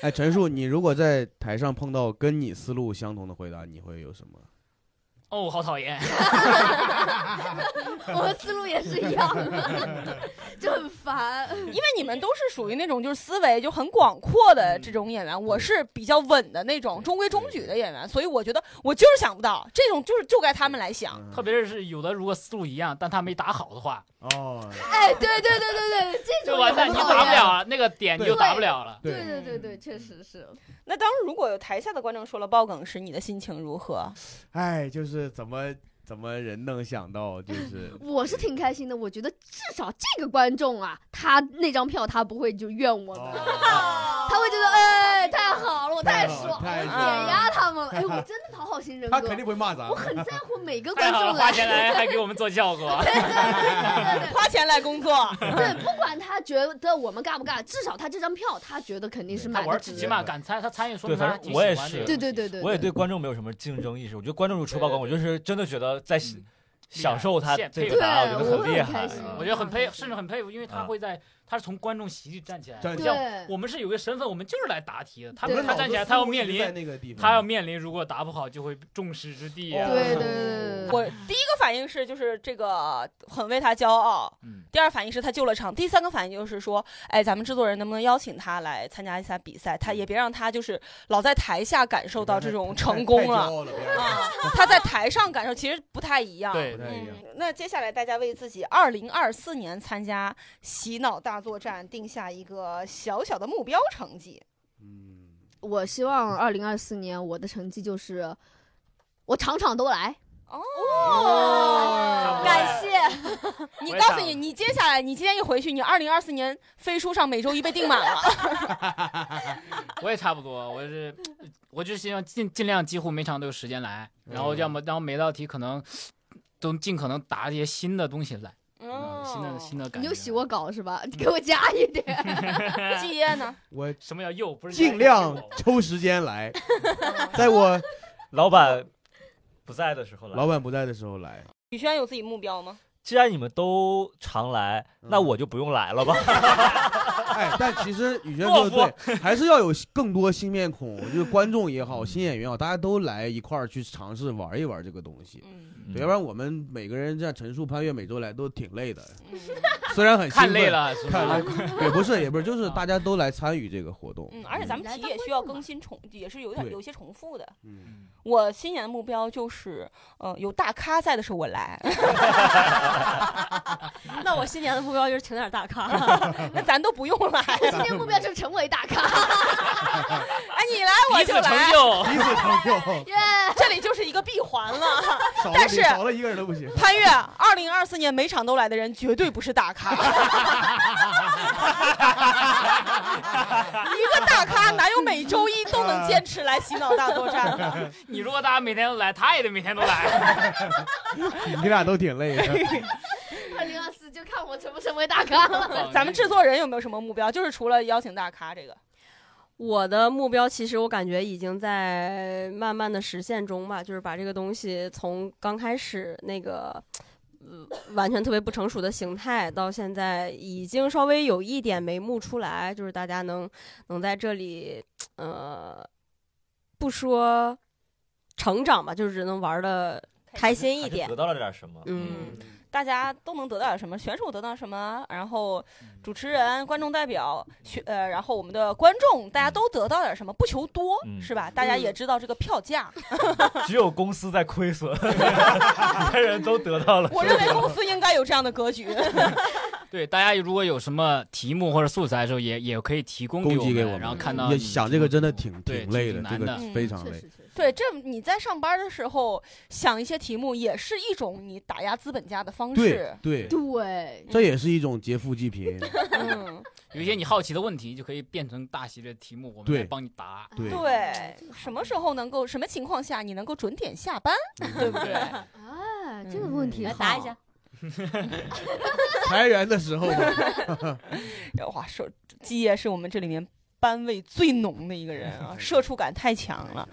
S3: 哎，陈述，你如果在台上碰到跟你思路相同的回答，你会有什么？
S6: 哦，好讨厌。 <laughs>
S4: 我的思路也是一样的， <laughs> 就
S3: <laughs>
S4: 很烦。
S1: 因为你们都是属于那种就是思维就很广阔的这种演员，我是比较稳的那种中规中矩的演员，所以我觉得我就是想不到这种就是就该他们来想。
S3: 嗯
S6: 特别是有的如果思路一样，但他没打好的话，
S3: 哦，
S4: 哎，对对对对对，这
S6: 就
S4: 种
S6: 完
S4: 也
S6: 蛋，
S4: 很
S6: 你就
S4: 讨
S6: 打不
S4: 厌
S6: 了啊那个点，你就打不了了。
S4: 对对对对，确实是。
S1: 那当如果有台下的观众说了爆梗时，你的心情如何？
S3: 哎，就是怎么怎么人能想到，就是
S4: 我是挺开心的，我觉得至少这个观众啊，他那张票他不会就怨我
S3: 哦
S4: 们，
S1: 啊
S4: 他会觉得哎太好了，我啊太爽了，
S3: 太
S4: 解
S3: 爽
S1: 了
S4: 压他们了。哎，我真的讨好型人
S3: 他
S4: 格，
S3: 肯定不会骂咱
S4: 我。很在乎每个
S6: 太
S4: 观
S6: 好了，
S4: 众
S6: <laughs> 花
S4: 来，
S6: 钱来还给我们做效 <laughs> 果，
S1: 花钱来工作，
S4: 对，不管他觉得我们尬不尬，至少他这张票他觉得肯定是
S3: 对
S6: 他
S4: 买
S6: 玩
S4: 的
S6: 儿
S4: 值
S6: 起
S4: 的。
S6: 码敢参，他参与说明
S5: 对
S6: 他
S5: 反正
S6: 挺
S5: 我也
S6: 喜欢这
S4: 对
S5: 是
S6: 个东西。
S4: 对对对，
S5: 我也对观众没有什么竞争意识，我觉得观众有出爆梗，我就是真的觉得在
S6: 嗯
S5: 享受他
S6: 现
S5: 这
S6: 配
S5: 个
S6: 合
S5: 答案，
S4: 对
S5: 我觉得
S4: 我
S5: 很厉
S4: 很开
S5: 害
S4: 心。
S5: 啊
S6: 我觉得很佩，甚至很佩服，因为他
S5: 啊
S6: 会在，他是从观众席里站起来。
S3: 站
S6: 不
S3: 起
S6: 像
S4: 来
S6: 我们是有个身份，我们就是来答题的。他
S4: 对
S6: 他站起来，他要面
S3: 在
S6: 临，
S3: 那个地方，
S6: 他要面临，如果答不好就会众矢之的呀。
S4: 对对对对
S1: 我第一个反应是就是这个很为他骄傲，
S6: <laughs> 嗯，
S1: 第二反应是他救了场，第三个反应就是说，哎，咱们制作人能不能邀请他来参加一下比赛？他也别让他就是老在台下感受到这种成功
S3: 太
S1: 了
S3: 骄傲了，别人
S1: 啊， <laughs> 他在台上感受其实不太一样。
S6: 对
S3: 不太一样。
S1: 嗯，那接下来大家为自己二零二四年参加洗脑大作战定下一个小小的目标成绩。
S3: 嗯，
S4: 我希望二零二四年我的成绩就是，我场场都来。
S1: 哦
S4: 感谢，
S1: 你
S6: 我也
S1: 告诉
S6: 想
S1: 你，你接下来你今天一回去，你二零二四年飞书上每周一被订满 <laughs> 了。
S6: 我也差不多，我是我就是希望尽尽量几乎每场都有时间来，然后
S3: 嗯
S6: 要么然后每道题可能都尽可能答一些新的东西来，嗯新的新的感
S4: 你
S6: 觉。
S4: 有洗过稿是吧？给我加一点。
S1: 季爷呢？
S3: 我
S6: 什么叫又不是
S3: 尽量抽时间来，在我
S5: 老板不在的时候
S3: 老
S5: 来，
S3: 板不在的时候来。
S1: 宇轩有自己目标吗？
S5: 既然你们都常来，
S3: 嗯
S5: 那我就不用来了吧？
S3: 哎，但其实宇轩说的对，还是要有更多新面孔，就是观众也好，新演员也好，大家都来一块儿去尝试玩一玩这个东西。
S1: 嗯，
S3: <laughs> 对要不然我们每个人这样陈述、潘越每周来都挺累的，
S1: 嗯
S3: 虽然很兴奋
S6: 看累，了，是
S3: 看
S6: 吧？
S3: 累也不是也不是，就是大家都来参与这个活动。
S1: 嗯，而且咱们
S4: 来
S1: 题
S4: 当
S1: 也
S4: 观
S1: 需要
S4: 众
S1: 更
S4: 吧
S1: 新重，也是有点
S3: 对
S1: 有些重复的。
S3: 嗯，
S1: 我新年的目标就是，呃，有大咖在的时候我来。
S2: <laughs> 那我新年的目标就是请点大咖， <laughs>
S1: 那咱都不用 <laughs> 哎来，
S4: 我今天目标就是成为大咖，
S1: 哎，你来我
S6: 彼
S1: 就
S6: 此
S1: 来
S6: 成，就，
S3: 第一次成就，
S4: 耶！
S1: 这里就是一个闭环了。
S3: 少了
S1: 但是
S3: 谁少了一个人都不行。
S1: <laughs> 潘越，二零二四年每场都来的人绝对不是大 <laughs> 咖，一个大咖哪有每周一都能坚持来洗脑大作战 <laughs> 的？
S6: <laughs> 你如果大家每天都
S1: <laughs>
S6: 来，他也得每天都来。
S3: <laughs> 你俩都挺累
S6: <laughs>
S3: 的，
S4: 二零二四就看我成不成为大咖了。
S1: 咱们制作人有没有什么目标？就是除了邀请大咖这个，
S2: 我的目标其实我感觉已经在慢慢的实现中吧，就是把这个东西从刚开始那个。呃，完全特别不成熟的形态，到现在已经稍微有一点眉目出来，就是大家能能在这里，呃，不说成长吧，就是能玩的开心一
S5: 还是
S2: 点
S5: 得，到了点什么？
S2: 嗯，
S1: 大家都能得到点什么，选手得到什么，然后
S5: 嗯
S1: 主持人、观众代表、选呃，然后我们的观众，大家都得到点什么，不求多，
S5: 嗯
S1: 是吧？大家也知道这个票价，
S5: 只有公司在亏损， <laughs> 别人都得
S1: <laughs>
S5: 到了。
S1: 我认为公司应该有这样的格局。
S6: 对，大家如果有什么题目或者素材的时候，也也可以提供
S3: 供
S6: 给我
S3: 给
S6: 们，
S3: 我们
S6: 然后看到
S3: 也
S6: 你
S3: 想
S6: 提
S3: 这个
S6: 供
S3: 真的
S6: 题
S3: 挺
S6: 目对
S3: 挺累的，这
S6: 难
S3: 个
S6: 的。
S3: 非常
S1: 嗯
S4: 确
S3: 累
S4: 实。确实。
S1: <laughs> 对，这你在上班的时候想一些题目，也是一种你打压资本家的方
S3: 对 <laughs>
S1: 式。
S3: 对，
S4: 对，
S3: 这也是一种劫富
S1: <laughs>
S3: 济贫。
S1: 嗯，
S6: 有一些你好奇的问题，就可以变成大系列题目，我们
S3: 对
S6: 来帮你
S1: <laughs>
S6: 答，
S3: 对
S1: 对，什么时候能够，什么情况下你能够准点下班？
S6: 对不对？
S4: 啊，这个
S1: 嗯
S4: 问题
S2: 来
S4: 好
S2: 答一下，
S3: 裁员的时候嘛，
S1: <laughs> 哇，说基爷是我们这里面班味最浓的一个人
S3: <laughs>
S1: 啊，社畜感太强了。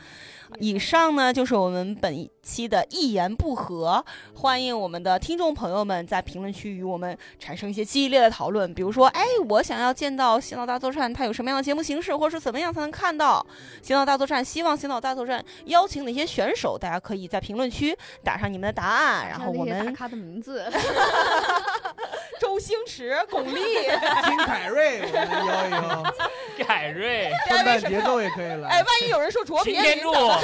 S1: 以上呢就是我们本一期的一言不合，欢迎我们的听众朋友们在评论区与我们产生一些激烈的讨论，比如说，哎，我想要见到《洗脑大作战》，它有什么样的节目形式，或者是怎么样才能看到《洗脑大作战》？希望《洗脑大作战》邀请哪些选手？大家可以在评论区打上你们的答案，然
S4: 像
S1: 后
S4: 那
S1: 我
S4: 些大
S1: 们
S4: 咖的名字，
S1: 周星驰、巩俐。
S3: 金凯瑞，我们邀一邀，
S6: 凯 <laughs> 瑞、
S1: 哎
S3: 放
S1: 为
S3: 慢
S1: 什
S3: 节
S1: 么？
S3: 奏也可以
S1: 哎，
S3: 来。
S1: 万一有人说卓
S6: 擎
S1: 别
S6: 天
S1: 林
S6: 柱
S1: 呢，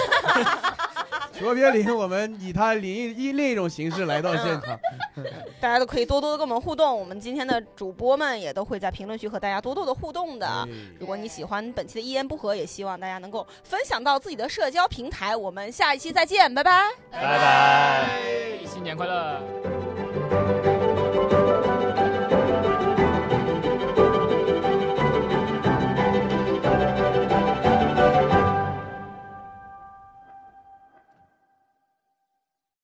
S3: 卓别林，我们以他另一一另一种形式来到
S1: 嗯
S3: 现场。
S1: 大家都可以多多的跟我们互动。我们今天的主播们也都会在评论区和大家多多的互动
S6: 嗯
S1: 的。啊
S3: 哎
S1: 如果你喜欢本期的一言不合，也希望大家能够分享到自己的社交平台。我们下一期再见，拜拜。
S5: 拜拜。
S6: 新年快乐！